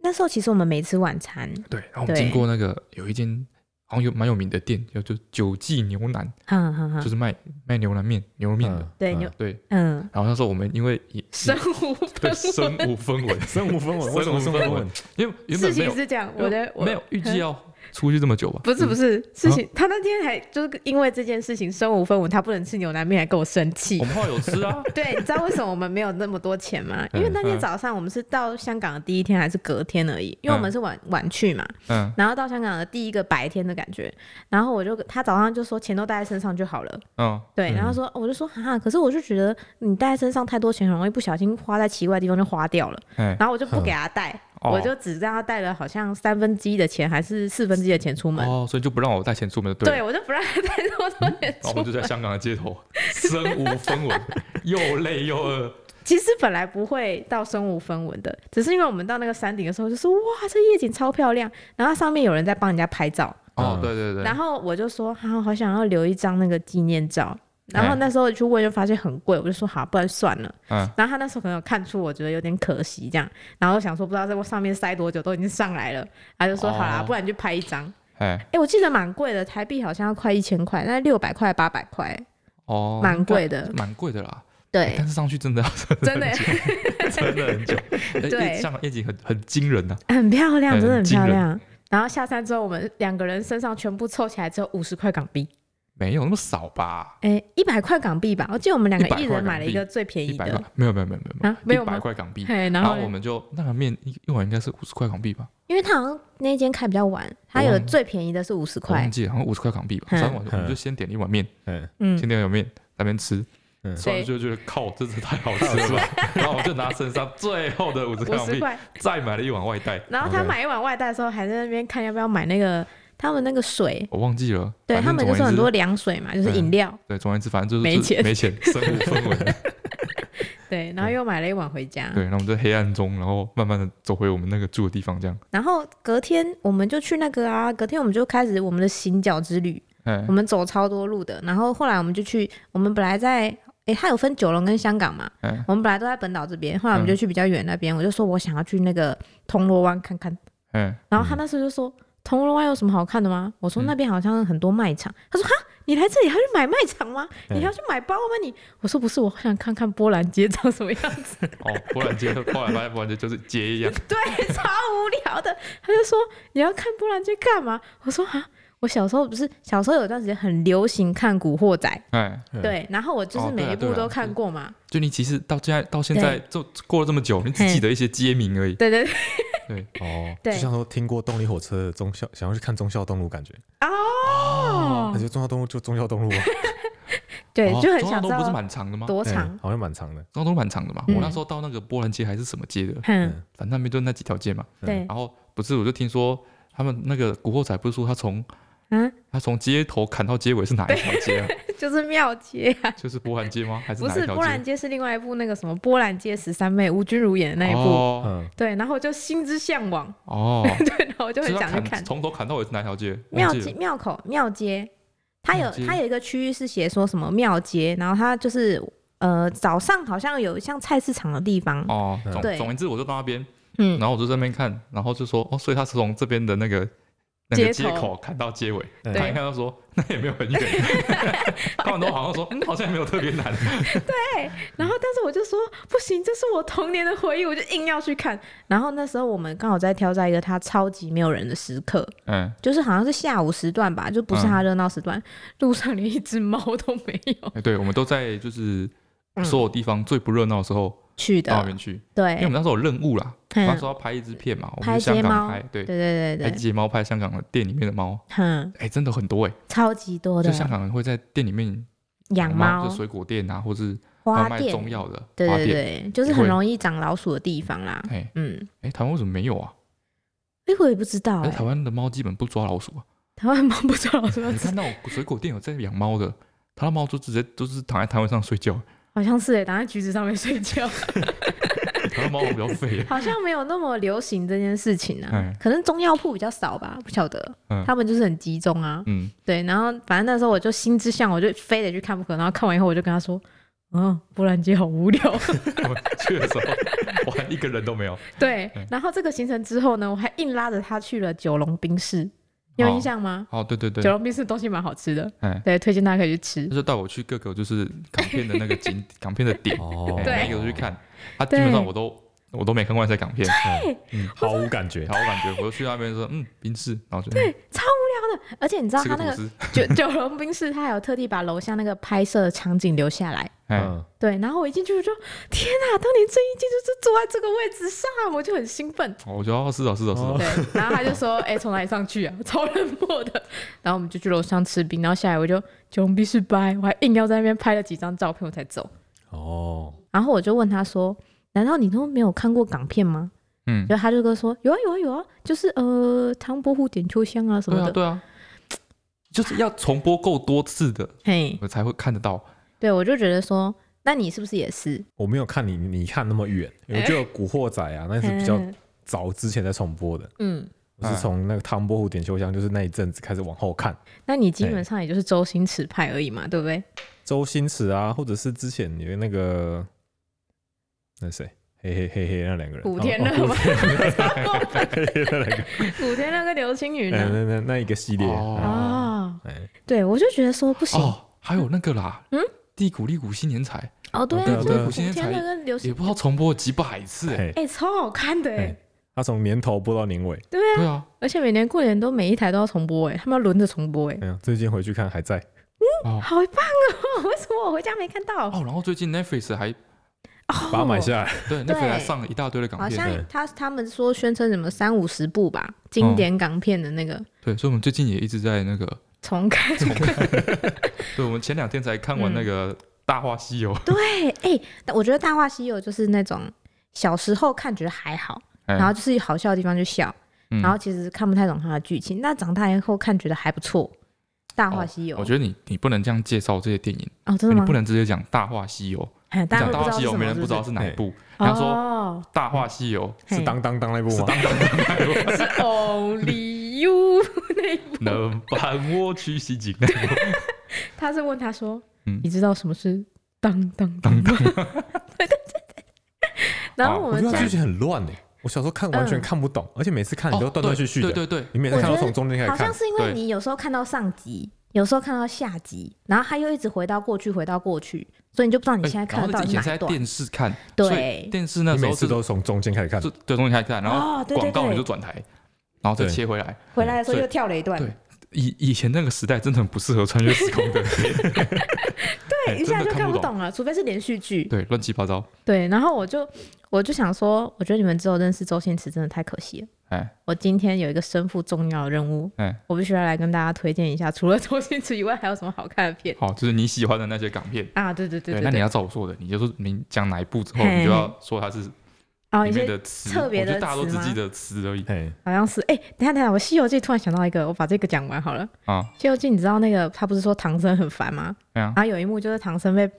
[SPEAKER 1] 那时候其实我们没吃晚餐，
[SPEAKER 2] 对，然后我们经过那个有一间好像有蛮有名的店，叫做九记牛腩，
[SPEAKER 1] 哈哈哈
[SPEAKER 2] 就。是卖卖牛腩面、牛肉面的。
[SPEAKER 1] 对
[SPEAKER 3] 嗯
[SPEAKER 1] 牛
[SPEAKER 2] 对，
[SPEAKER 1] 嗯，
[SPEAKER 2] 然后那时候我们因为
[SPEAKER 1] [laughs]
[SPEAKER 2] 也
[SPEAKER 1] 身无
[SPEAKER 2] 对
[SPEAKER 1] 分
[SPEAKER 2] 身无
[SPEAKER 1] [laughs]
[SPEAKER 2] 分文，
[SPEAKER 3] 身无分文，为什么
[SPEAKER 2] 身
[SPEAKER 3] [laughs] 身
[SPEAKER 2] 无
[SPEAKER 3] 无
[SPEAKER 2] 分文
[SPEAKER 3] 分文？
[SPEAKER 2] 因为原
[SPEAKER 1] 事
[SPEAKER 2] 本没
[SPEAKER 1] 情
[SPEAKER 2] 有
[SPEAKER 1] 是这样，我的我嗯
[SPEAKER 2] 没有预啊计要出去这么久吧？嗯
[SPEAKER 1] 不是不
[SPEAKER 2] 是，
[SPEAKER 1] 是事情，他那天还就是因为这件事情身无分文，他不能吃牛腩面，还跟我生气
[SPEAKER 2] 我。们后来有吃
[SPEAKER 1] [laughs]
[SPEAKER 2] 啊，
[SPEAKER 1] 对，你知道为什么我们没有那么多钱吗？
[SPEAKER 2] 嗯
[SPEAKER 1] 因为那天早上我们是到香港的第一天还是隔天而已，因为我们是晚晚去嘛，
[SPEAKER 2] 嗯
[SPEAKER 1] 然后到香港的第一个白天的感觉，然后我就他早上就说钱都带在身上就好了，
[SPEAKER 2] 嗯，
[SPEAKER 1] 对，然后说，我就说哈，可是我就觉得你带在身上太多钱，很容易不小心花在奇怪的地方就花掉了，
[SPEAKER 2] 哎，
[SPEAKER 1] 然后我就不给他带，
[SPEAKER 2] 哦
[SPEAKER 1] 我就只让他带了好像三分之一的钱还是四分之一的钱出门，
[SPEAKER 2] 哦，所以就不让我带钱出门，
[SPEAKER 1] 对
[SPEAKER 2] 了。
[SPEAKER 1] 我就不让他带那么多钱
[SPEAKER 2] 然后
[SPEAKER 1] 出
[SPEAKER 2] 哦我
[SPEAKER 1] 门。
[SPEAKER 2] 们就在香港的街头
[SPEAKER 1] [laughs]
[SPEAKER 2] 身无分文，又累又饿。
[SPEAKER 1] 其实本来不会到身无分文的，只是因为我们到那个山顶的时候就说哇，这夜景超漂亮，然后上面有人在帮人家拍照，
[SPEAKER 2] 哦，
[SPEAKER 3] 嗯
[SPEAKER 2] 对对对，
[SPEAKER 1] 然后我就说哈、好想要留一张那个纪念照。然后
[SPEAKER 2] 嗯
[SPEAKER 1] 那时候去问，就发现很贵，我就说好，不然算了。
[SPEAKER 2] 嗯
[SPEAKER 1] 然后他那时候可能有看出我觉得有点可惜这样，然后想说不知道在上面塞多久，都已经上来了，他就说
[SPEAKER 2] 哦
[SPEAKER 1] 好啦，不然你去拍一张。
[SPEAKER 2] 哎，
[SPEAKER 1] 哎，我记得蛮贵的，台币好像要快一千块，那六百块八百块，
[SPEAKER 2] 哦，
[SPEAKER 1] 蛮贵的
[SPEAKER 2] 蛮贵的啦。欸
[SPEAKER 1] 对
[SPEAKER 2] 但，是上去真的要 [laughs]
[SPEAKER 1] 真的
[SPEAKER 2] 真的很久，欸
[SPEAKER 1] [laughs] 对
[SPEAKER 2] 业上业绩很很惊人呐、
[SPEAKER 1] [laughs] 很漂亮，
[SPEAKER 2] 哎
[SPEAKER 1] 真的很
[SPEAKER 2] 很惊
[SPEAKER 1] 漂
[SPEAKER 2] 人
[SPEAKER 1] 亮。然后下山之后，我们两个人身上全部凑起来只有五十块港币，
[SPEAKER 2] 没有那么少吧？
[SPEAKER 1] 哎，一百块港币吧。我记得我们两个
[SPEAKER 2] 100
[SPEAKER 1] 一
[SPEAKER 2] 块
[SPEAKER 1] 人
[SPEAKER 2] 港
[SPEAKER 1] 买了一
[SPEAKER 2] 币
[SPEAKER 1] 个最便
[SPEAKER 2] 一
[SPEAKER 1] 宜
[SPEAKER 2] 百
[SPEAKER 1] 的
[SPEAKER 2] 块，没有没有没有没有
[SPEAKER 1] 啊，没有
[SPEAKER 2] 一百
[SPEAKER 1] 吗？
[SPEAKER 2] 块港币。
[SPEAKER 1] 嘿， [laughs] 然
[SPEAKER 2] 然
[SPEAKER 1] 后
[SPEAKER 2] 后我们就那个面一一碗应该是五十块港币吧，
[SPEAKER 1] 因为他好像那间开比较晚，他
[SPEAKER 2] 我
[SPEAKER 1] 有
[SPEAKER 2] 忘了
[SPEAKER 1] 最便宜的是五十
[SPEAKER 2] 我
[SPEAKER 1] 块
[SPEAKER 2] 忘，记了好像五十块港币吧。
[SPEAKER 1] 嗯
[SPEAKER 2] 三碗我们就先点了一碗面，
[SPEAKER 3] 嗯，
[SPEAKER 1] 嗯
[SPEAKER 2] 先，点一碗面在那边吃，
[SPEAKER 3] 嗯
[SPEAKER 2] 吃完就觉得靠，真是太好吃了吧。
[SPEAKER 1] [laughs]
[SPEAKER 2] 然后我就拿身上最后的五十
[SPEAKER 1] 五
[SPEAKER 2] 块港
[SPEAKER 1] 十
[SPEAKER 2] 币
[SPEAKER 1] 块。
[SPEAKER 2] 再买了一碗外带，
[SPEAKER 1] 然后他
[SPEAKER 3] OK
[SPEAKER 1] 买一碗外带的时候，还在那边看要不要买那个 [laughs] 他们那个水，
[SPEAKER 2] 我忘记了。
[SPEAKER 1] 对
[SPEAKER 2] 反
[SPEAKER 1] 他
[SPEAKER 2] 正
[SPEAKER 1] 们就
[SPEAKER 2] 总
[SPEAKER 1] 是
[SPEAKER 2] 而
[SPEAKER 1] 很
[SPEAKER 2] 言之
[SPEAKER 1] 多凉水嘛，就是饮料，
[SPEAKER 2] 对，总而言之，反正就是
[SPEAKER 1] 没钱
[SPEAKER 2] 没
[SPEAKER 1] [laughs]
[SPEAKER 2] 钱，身无分文。
[SPEAKER 1] 对，然后又买了一碗回家。
[SPEAKER 2] 对，然后我们在黑暗中，然后慢慢的走回我们那个住的地方，这样。
[SPEAKER 1] 然后隔天我们就去那个啊，隔天我们就开始我们的行脚之旅，
[SPEAKER 2] 哎
[SPEAKER 1] 我们走超多路的。然后后来我们就去，我们本来在。诶，它有分九龙跟香港嘛？
[SPEAKER 2] 哎
[SPEAKER 1] 我们本来都在本岛这边，后来我们
[SPEAKER 2] 嗯
[SPEAKER 1] 就去比较远那边。我就说我想要去那个铜锣湾看看，
[SPEAKER 2] 哎，
[SPEAKER 1] 然后他那时候就说：“铜锣湾有什么好看的吗？”我说：“
[SPEAKER 2] 嗯
[SPEAKER 1] 那边好像很多卖场。他说：“哈，你来这里还要去买卖场吗？你
[SPEAKER 2] 哎
[SPEAKER 3] 嗯
[SPEAKER 1] 还要去买包吗？你？”我说：“不是，我想看看波兰街长什么样子。 [laughs]
[SPEAKER 2] 哦，波兰街，后来发现波兰街就是街一样，”
[SPEAKER 1] 对，超无聊的。他就说：“你要看波兰街干嘛？”我说：“啊，我小时候不是小时候有段时间很流行看《古惑仔》
[SPEAKER 2] 哎，
[SPEAKER 3] 嗯
[SPEAKER 1] 对，然后我就是
[SPEAKER 2] 哦对啊
[SPEAKER 1] 每一
[SPEAKER 2] 对
[SPEAKER 1] 部
[SPEAKER 2] 啊
[SPEAKER 1] 都看过嘛。
[SPEAKER 2] 就你其实到现在到现在就过了这么久，你只记得一些街名而已。
[SPEAKER 1] 对对对，
[SPEAKER 2] 对，
[SPEAKER 3] 哦，就
[SPEAKER 1] 对
[SPEAKER 3] 像说听过动力火车的忠孝，想要去看忠孝东路，感觉
[SPEAKER 1] 哦
[SPEAKER 3] 那，就忠孝东路就忠孝东路啊，
[SPEAKER 1] 对，就很
[SPEAKER 2] 哦
[SPEAKER 1] 想
[SPEAKER 2] 中央
[SPEAKER 1] 知
[SPEAKER 2] 东不是
[SPEAKER 1] 道
[SPEAKER 2] 蛮长的吗？
[SPEAKER 1] [laughs]
[SPEAKER 2] 中
[SPEAKER 1] 多长
[SPEAKER 3] 嗯。好像蛮长的。
[SPEAKER 2] 央东蛮长的嘛。
[SPEAKER 1] 嗯
[SPEAKER 2] 我那时候到那个波兰街还是什么街的，
[SPEAKER 1] 哼，
[SPEAKER 3] 嗯，
[SPEAKER 2] 反正那边就那几条街嘛。
[SPEAKER 1] 对，
[SPEAKER 2] 然后不是，我就听说他们那个古惑仔不是说他从
[SPEAKER 1] 嗯， [laughs]
[SPEAKER 2] 他从街头砍到街尾是哪一条街啊？
[SPEAKER 1] 就是庙街啊。
[SPEAKER 2] 就是波兰街吗？还是
[SPEAKER 1] 不
[SPEAKER 2] 哪
[SPEAKER 1] 是
[SPEAKER 2] 一条
[SPEAKER 1] 波兰
[SPEAKER 2] 街？
[SPEAKER 1] 街是另外一部那个什么波兰街十三妹吴君如演的那一部，
[SPEAKER 2] 哦
[SPEAKER 3] 嗯，
[SPEAKER 1] 对，然后我就心之向往， [laughs]
[SPEAKER 2] 哦，
[SPEAKER 1] 对，然后我就
[SPEAKER 2] 所以
[SPEAKER 1] 很
[SPEAKER 2] 他
[SPEAKER 1] 想去看
[SPEAKER 2] 从头砍到尾是哪一条街？
[SPEAKER 1] 庙
[SPEAKER 2] 忘记
[SPEAKER 1] 街
[SPEAKER 2] 了
[SPEAKER 1] 庙口庙街，它有
[SPEAKER 2] 庙街
[SPEAKER 1] 它有一个区域是写说什么庙街，然后它就是呃早上好像有像菜市场的地方，
[SPEAKER 2] 哦，
[SPEAKER 3] 嗯
[SPEAKER 2] 总
[SPEAKER 1] 对
[SPEAKER 2] 总而言之，我就到那边，
[SPEAKER 1] 嗯，
[SPEAKER 2] 然后我就在那边看，然后就说哦，所以他是从这边的那个那个
[SPEAKER 1] 街
[SPEAKER 2] 街
[SPEAKER 1] 头
[SPEAKER 2] 口砍到街尾，
[SPEAKER 3] 对
[SPEAKER 2] 看一看就说那也没有
[SPEAKER 1] [laughs]
[SPEAKER 2] 很远， [laughs] 看完之后好像说嗯，好像也没有特别难，
[SPEAKER 3] [laughs]
[SPEAKER 1] 然后但是我就说不行，这是我童年的回忆，我就硬要去看。然后那时候我们刚好在挑在一个它超级没有人的时刻，
[SPEAKER 2] 嗯，
[SPEAKER 1] 就是好像是下午时段吧，就不是它热闹时段，路上连一只猫都没有
[SPEAKER 2] 哎对，我们都在就是
[SPEAKER 1] 嗯
[SPEAKER 2] 所有地方最不热闹的时候
[SPEAKER 1] 去的
[SPEAKER 2] 到，那边去，
[SPEAKER 1] 对，
[SPEAKER 2] 因为我们那时候有任务啦，
[SPEAKER 1] 嗯
[SPEAKER 2] 那时候要拍一支片嘛，我
[SPEAKER 1] 拍
[SPEAKER 2] 们去香
[SPEAKER 1] 街
[SPEAKER 2] 港
[SPEAKER 1] 猫
[SPEAKER 2] 拍，对，
[SPEAKER 1] 对对
[SPEAKER 2] 拍
[SPEAKER 1] 对对，
[SPEAKER 2] 街猫拍香港的店里面的猫，
[SPEAKER 1] 哼，
[SPEAKER 2] 哎，真的很多哎，
[SPEAKER 1] 超级多的
[SPEAKER 2] 就香港人会在店里面
[SPEAKER 1] 哦养猫
[SPEAKER 2] 就、水果店啊，或是
[SPEAKER 1] 花
[SPEAKER 2] 他卖
[SPEAKER 1] 店，
[SPEAKER 2] 中药的
[SPEAKER 1] 对
[SPEAKER 2] 花
[SPEAKER 1] 对
[SPEAKER 2] 店，
[SPEAKER 1] 对，就是很容易长老鼠的地方啦。
[SPEAKER 2] 哎
[SPEAKER 1] 嗯，
[SPEAKER 2] 哎，台湾为什么没有啊？
[SPEAKER 1] 哎，我也不知道
[SPEAKER 2] 哎，台
[SPEAKER 1] 哎，
[SPEAKER 2] 湾的猫基本不抓老鼠啊。
[SPEAKER 1] 台湾猫 [laughs] 不知道什么
[SPEAKER 2] 你，看那种水果店有在养猫的，他的猫就直接都是躺在摊位上睡觉， [laughs]
[SPEAKER 1] 好像是哎，躺在橘子上面睡觉，。
[SPEAKER 2] 台湾猫比较废
[SPEAKER 1] [laughs] 好像没有那么流行这件事情啊
[SPEAKER 2] 哎。
[SPEAKER 1] 可能中药铺比较少吧，不晓得
[SPEAKER 2] 嗯。
[SPEAKER 1] 他们就是很集中啊。
[SPEAKER 2] 嗯，
[SPEAKER 1] 对，然后反正那时候我就心之向往，我就非得去看不可。然后看完以后，我就跟他说。嗯，波兰街好无聊。
[SPEAKER 2] 我们去的时候玩一个人都没有。
[SPEAKER 1] 对
[SPEAKER 2] 嗯，
[SPEAKER 1] 然后这个行程之后呢，我还硬拉着他去了九龙冰室，你有印象吗？
[SPEAKER 2] 哦，对对对
[SPEAKER 1] 九，龙冰室东西蛮好吃的，
[SPEAKER 2] 哎，
[SPEAKER 1] 对，推荐大家可以去吃
[SPEAKER 2] 他。就带我去各个就是港片的那个
[SPEAKER 1] [laughs]
[SPEAKER 2] 景，港片的点，
[SPEAKER 3] 哦
[SPEAKER 2] [laughs] 哎
[SPEAKER 1] 对
[SPEAKER 2] 每一个都去，看。他基本上我都我都没看过那些
[SPEAKER 1] [laughs]
[SPEAKER 2] 港片，
[SPEAKER 3] 毫无感觉
[SPEAKER 2] 然。后我感觉我就去那边说，嗯，冰室，然后就
[SPEAKER 1] 对
[SPEAKER 2] 嗯
[SPEAKER 1] 而且你知道
[SPEAKER 2] 吃
[SPEAKER 1] 他
[SPEAKER 2] 个
[SPEAKER 1] 那
[SPEAKER 2] 吐
[SPEAKER 1] 个
[SPEAKER 2] 司，
[SPEAKER 1] [laughs] 九九龙冰室，他还有特地把楼下那个拍摄的场景留下来。
[SPEAKER 2] 哎，
[SPEAKER 3] 嗯，
[SPEAKER 1] 对，然后我一进去我就天哪、当年这一进就是坐在这个位置上，啊我就很兴奋。
[SPEAKER 2] 我觉得哦是哦是哦是哦
[SPEAKER 3] 哦，
[SPEAKER 2] [laughs]
[SPEAKER 1] 对，然后他就说：“哎、从哪里上去啊？ [laughs] 超冷漠的。”然后我们就去楼上吃冰，然后下来我就九龙冰室拜，我还硬要在那边拍了几张照片我才走。
[SPEAKER 3] 哦，
[SPEAKER 1] 然后我就问他说：“难道你都没有看过港片吗？”
[SPEAKER 2] 嗯，
[SPEAKER 1] 然后他就跟我说：“有啊有啊有啊，就是呃唐伯虎点秋香啊什么
[SPEAKER 2] 对啊
[SPEAKER 1] 的。
[SPEAKER 2] 对啊，就是要重播够多次的，
[SPEAKER 1] 嘿，
[SPEAKER 2] 我才会看得到。
[SPEAKER 1] 对我就觉得说，那你是不是也是？
[SPEAKER 3] 我没有看你，你看那么远，我
[SPEAKER 1] 哎
[SPEAKER 3] 就有《古惑仔》啊，那是比较
[SPEAKER 1] 嗯
[SPEAKER 3] 早之前在重播的。
[SPEAKER 1] 嗯，
[SPEAKER 3] 我是从那个汤波湖点秋香，就是那一阵子开始往后看，
[SPEAKER 1] 那你基本上也就是周星驰派而已嘛，对不
[SPEAKER 3] 哦
[SPEAKER 1] 对？
[SPEAKER 3] 周星驰啊，或者是之前有那个那谁，嘿嘿嘿嘿，那两个人，
[SPEAKER 1] 古天
[SPEAKER 3] 哦
[SPEAKER 1] 乐
[SPEAKER 3] 哦
[SPEAKER 1] 嘛，
[SPEAKER 3] 古天乐那两个，
[SPEAKER 1] [laughs] 古天乐跟刘青云
[SPEAKER 3] 哎
[SPEAKER 1] 啊。
[SPEAKER 3] 那那那一个系列，
[SPEAKER 2] 哦
[SPEAKER 3] 啊
[SPEAKER 1] 哦，
[SPEAKER 3] [laughs] 哎，哦
[SPEAKER 1] 对，我就觉得说不行，
[SPEAKER 2] 哦，还有那个啦，
[SPEAKER 1] 嗯，
[SPEAKER 2] 地谷利谷新年彩
[SPEAKER 1] 哦，对啊，
[SPEAKER 3] 对啊
[SPEAKER 1] 就是
[SPEAKER 3] 对啊
[SPEAKER 1] 古
[SPEAKER 2] 新年
[SPEAKER 1] 天
[SPEAKER 2] 才
[SPEAKER 1] 乐跟刘
[SPEAKER 2] 也
[SPEAKER 1] 星，
[SPEAKER 2] 不知道重播了几百次哎、
[SPEAKER 3] 嘿，
[SPEAKER 1] 哎，超好看的哎
[SPEAKER 3] 嘿，他从年头播到年尾，
[SPEAKER 1] 对啊，
[SPEAKER 2] [laughs] 对啊，
[SPEAKER 1] 而且每年过年都每一台都要重播哎，他们要轮着重播哎，
[SPEAKER 3] 哎呀，最近回去看还在，
[SPEAKER 2] 哦
[SPEAKER 1] 好棒哦！ [laughs] 为什么我回家没看到？哦
[SPEAKER 2] 哦，然后最近 Netflix 还
[SPEAKER 3] 把它买下来。
[SPEAKER 2] 对 Netflix 还上了一大堆的港
[SPEAKER 1] 好
[SPEAKER 2] 片，
[SPEAKER 1] 像
[SPEAKER 3] 对
[SPEAKER 1] 他他们说宣称什么三五十部吧，
[SPEAKER 2] 哦
[SPEAKER 1] 经典港片的那个
[SPEAKER 2] 对，所以我们最近也一直在那个，
[SPEAKER 1] 重看。
[SPEAKER 2] 对我们前两天才看完那个《大话西游》
[SPEAKER 1] 嗯对， [laughs] 哎、但我觉得《大话西游》就是那种小时候看觉得还好，
[SPEAKER 2] [laughs] 哎，
[SPEAKER 1] 然后就是好笑的地方就笑，
[SPEAKER 2] 嗯
[SPEAKER 1] 然后其实看不太懂它的剧情，但长大以后看觉得还不错，《大话西游》
[SPEAKER 2] 哦我觉得你你不能这样介绍这些电影，
[SPEAKER 1] 哦，真的
[SPEAKER 2] 你
[SPEAKER 1] 吗
[SPEAKER 2] 不？能直接讲《大话西游》，
[SPEAKER 1] 哎
[SPEAKER 2] 你
[SPEAKER 1] 大家
[SPEAKER 2] 讲
[SPEAKER 1] 会
[SPEAKER 2] 《大
[SPEAKER 1] 不知
[SPEAKER 2] 话
[SPEAKER 1] 道是
[SPEAKER 2] 西游
[SPEAKER 1] 什》，
[SPEAKER 2] 没人
[SPEAKER 1] 么，
[SPEAKER 2] 不知道是哪一
[SPEAKER 3] 嘿
[SPEAKER 2] 部，
[SPEAKER 1] 哦，
[SPEAKER 2] 他说《大话西游
[SPEAKER 3] [laughs]
[SPEAKER 2] [laughs]
[SPEAKER 3] 是
[SPEAKER 1] 嘿
[SPEAKER 3] 当当当那部
[SPEAKER 2] 是
[SPEAKER 3] 吗？
[SPEAKER 2] 当当当当
[SPEAKER 1] [laughs]
[SPEAKER 2] 当》
[SPEAKER 1] 是哦
[SPEAKER 2] [laughs]
[SPEAKER 1] Only You 那一部，
[SPEAKER 2] 能伴我去
[SPEAKER 1] [laughs]
[SPEAKER 2] 西京，
[SPEAKER 1] 哦他是问他说，
[SPEAKER 2] 嗯
[SPEAKER 1] 你知道什么是当当当当？对 [laughs] 对对对。 [laughs] 然后
[SPEAKER 2] 哦
[SPEAKER 1] 我
[SPEAKER 3] 我
[SPEAKER 1] 们
[SPEAKER 3] 觉得
[SPEAKER 1] 家
[SPEAKER 3] 它剧情很乱诶，我小时候看完全
[SPEAKER 1] 嗯
[SPEAKER 3] 看不懂，而且每次看你都断断续
[SPEAKER 1] 哦
[SPEAKER 3] 续
[SPEAKER 2] 对
[SPEAKER 3] 的，
[SPEAKER 2] 对对，
[SPEAKER 3] 你每次看都从中间开
[SPEAKER 1] 好
[SPEAKER 3] 始
[SPEAKER 1] 像
[SPEAKER 3] 看。
[SPEAKER 1] 是因为
[SPEAKER 2] 对
[SPEAKER 1] 你有时候看到上集，有时候看到下集，然后他又一直回到过去，回到过去，所以你就不知道你
[SPEAKER 2] 哎
[SPEAKER 1] 现在
[SPEAKER 2] 然
[SPEAKER 1] 看
[SPEAKER 2] 后
[SPEAKER 1] 得到
[SPEAKER 2] 以
[SPEAKER 1] 底
[SPEAKER 2] 前
[SPEAKER 1] 哪
[SPEAKER 2] 是在
[SPEAKER 1] 一段。
[SPEAKER 2] 电视看，
[SPEAKER 1] 对
[SPEAKER 2] 所以电视那
[SPEAKER 3] 你
[SPEAKER 2] 时
[SPEAKER 3] 每
[SPEAKER 2] 候
[SPEAKER 3] 次
[SPEAKER 2] 是
[SPEAKER 3] 都从中间开始看
[SPEAKER 2] 就，对中间开始看，然后
[SPEAKER 1] 哦，对对
[SPEAKER 2] 广告你就
[SPEAKER 1] 对，
[SPEAKER 2] 转台，然后再
[SPEAKER 3] 对
[SPEAKER 2] 切回来。
[SPEAKER 1] 回来的时候
[SPEAKER 2] 所以
[SPEAKER 1] 又跳了一段，
[SPEAKER 2] 对以以前那个时代真的很不适合穿越时空的，
[SPEAKER 1] [laughs]
[SPEAKER 2] [laughs]
[SPEAKER 1] 对，
[SPEAKER 2] 哎
[SPEAKER 1] 一下就
[SPEAKER 2] 真的
[SPEAKER 1] 看
[SPEAKER 2] 看
[SPEAKER 1] 不
[SPEAKER 2] 不
[SPEAKER 1] 懂了，除非是连续剧。
[SPEAKER 2] 对，乱七八糟。
[SPEAKER 1] 对，然后我就我就想说，我觉得你们只有认识周星驰真的太可惜了。
[SPEAKER 2] 哎，
[SPEAKER 1] 我今天有一个身负重要的任务，
[SPEAKER 2] 哎
[SPEAKER 1] 我必须要来跟大家推荐一下，除了周星驰以外，还有什么好看的片
[SPEAKER 2] 好，就是你喜欢的那些港片。
[SPEAKER 1] 啊？对对对
[SPEAKER 2] 哎那
[SPEAKER 1] 对
[SPEAKER 2] 你
[SPEAKER 1] 对，
[SPEAKER 2] 要照我说的，你就说你讲哪一部之后，
[SPEAKER 1] 嘿
[SPEAKER 2] 你就要说它是里
[SPEAKER 1] 哦，一些
[SPEAKER 2] 面的词。
[SPEAKER 1] 特别
[SPEAKER 2] 我觉
[SPEAKER 1] 的
[SPEAKER 2] 得大家都
[SPEAKER 1] 词
[SPEAKER 2] 只记
[SPEAKER 1] 吗
[SPEAKER 2] 得词而已
[SPEAKER 3] 嘿，
[SPEAKER 1] 好像是哎，等一下等一下，我《西游记》突然想到一个，我把这个讲完好了。
[SPEAKER 2] 啊。
[SPEAKER 1] 《西游记》，你知道那个他不是说唐僧很烦吗？
[SPEAKER 2] 对啊，
[SPEAKER 1] 然后有一幕就是唐僧被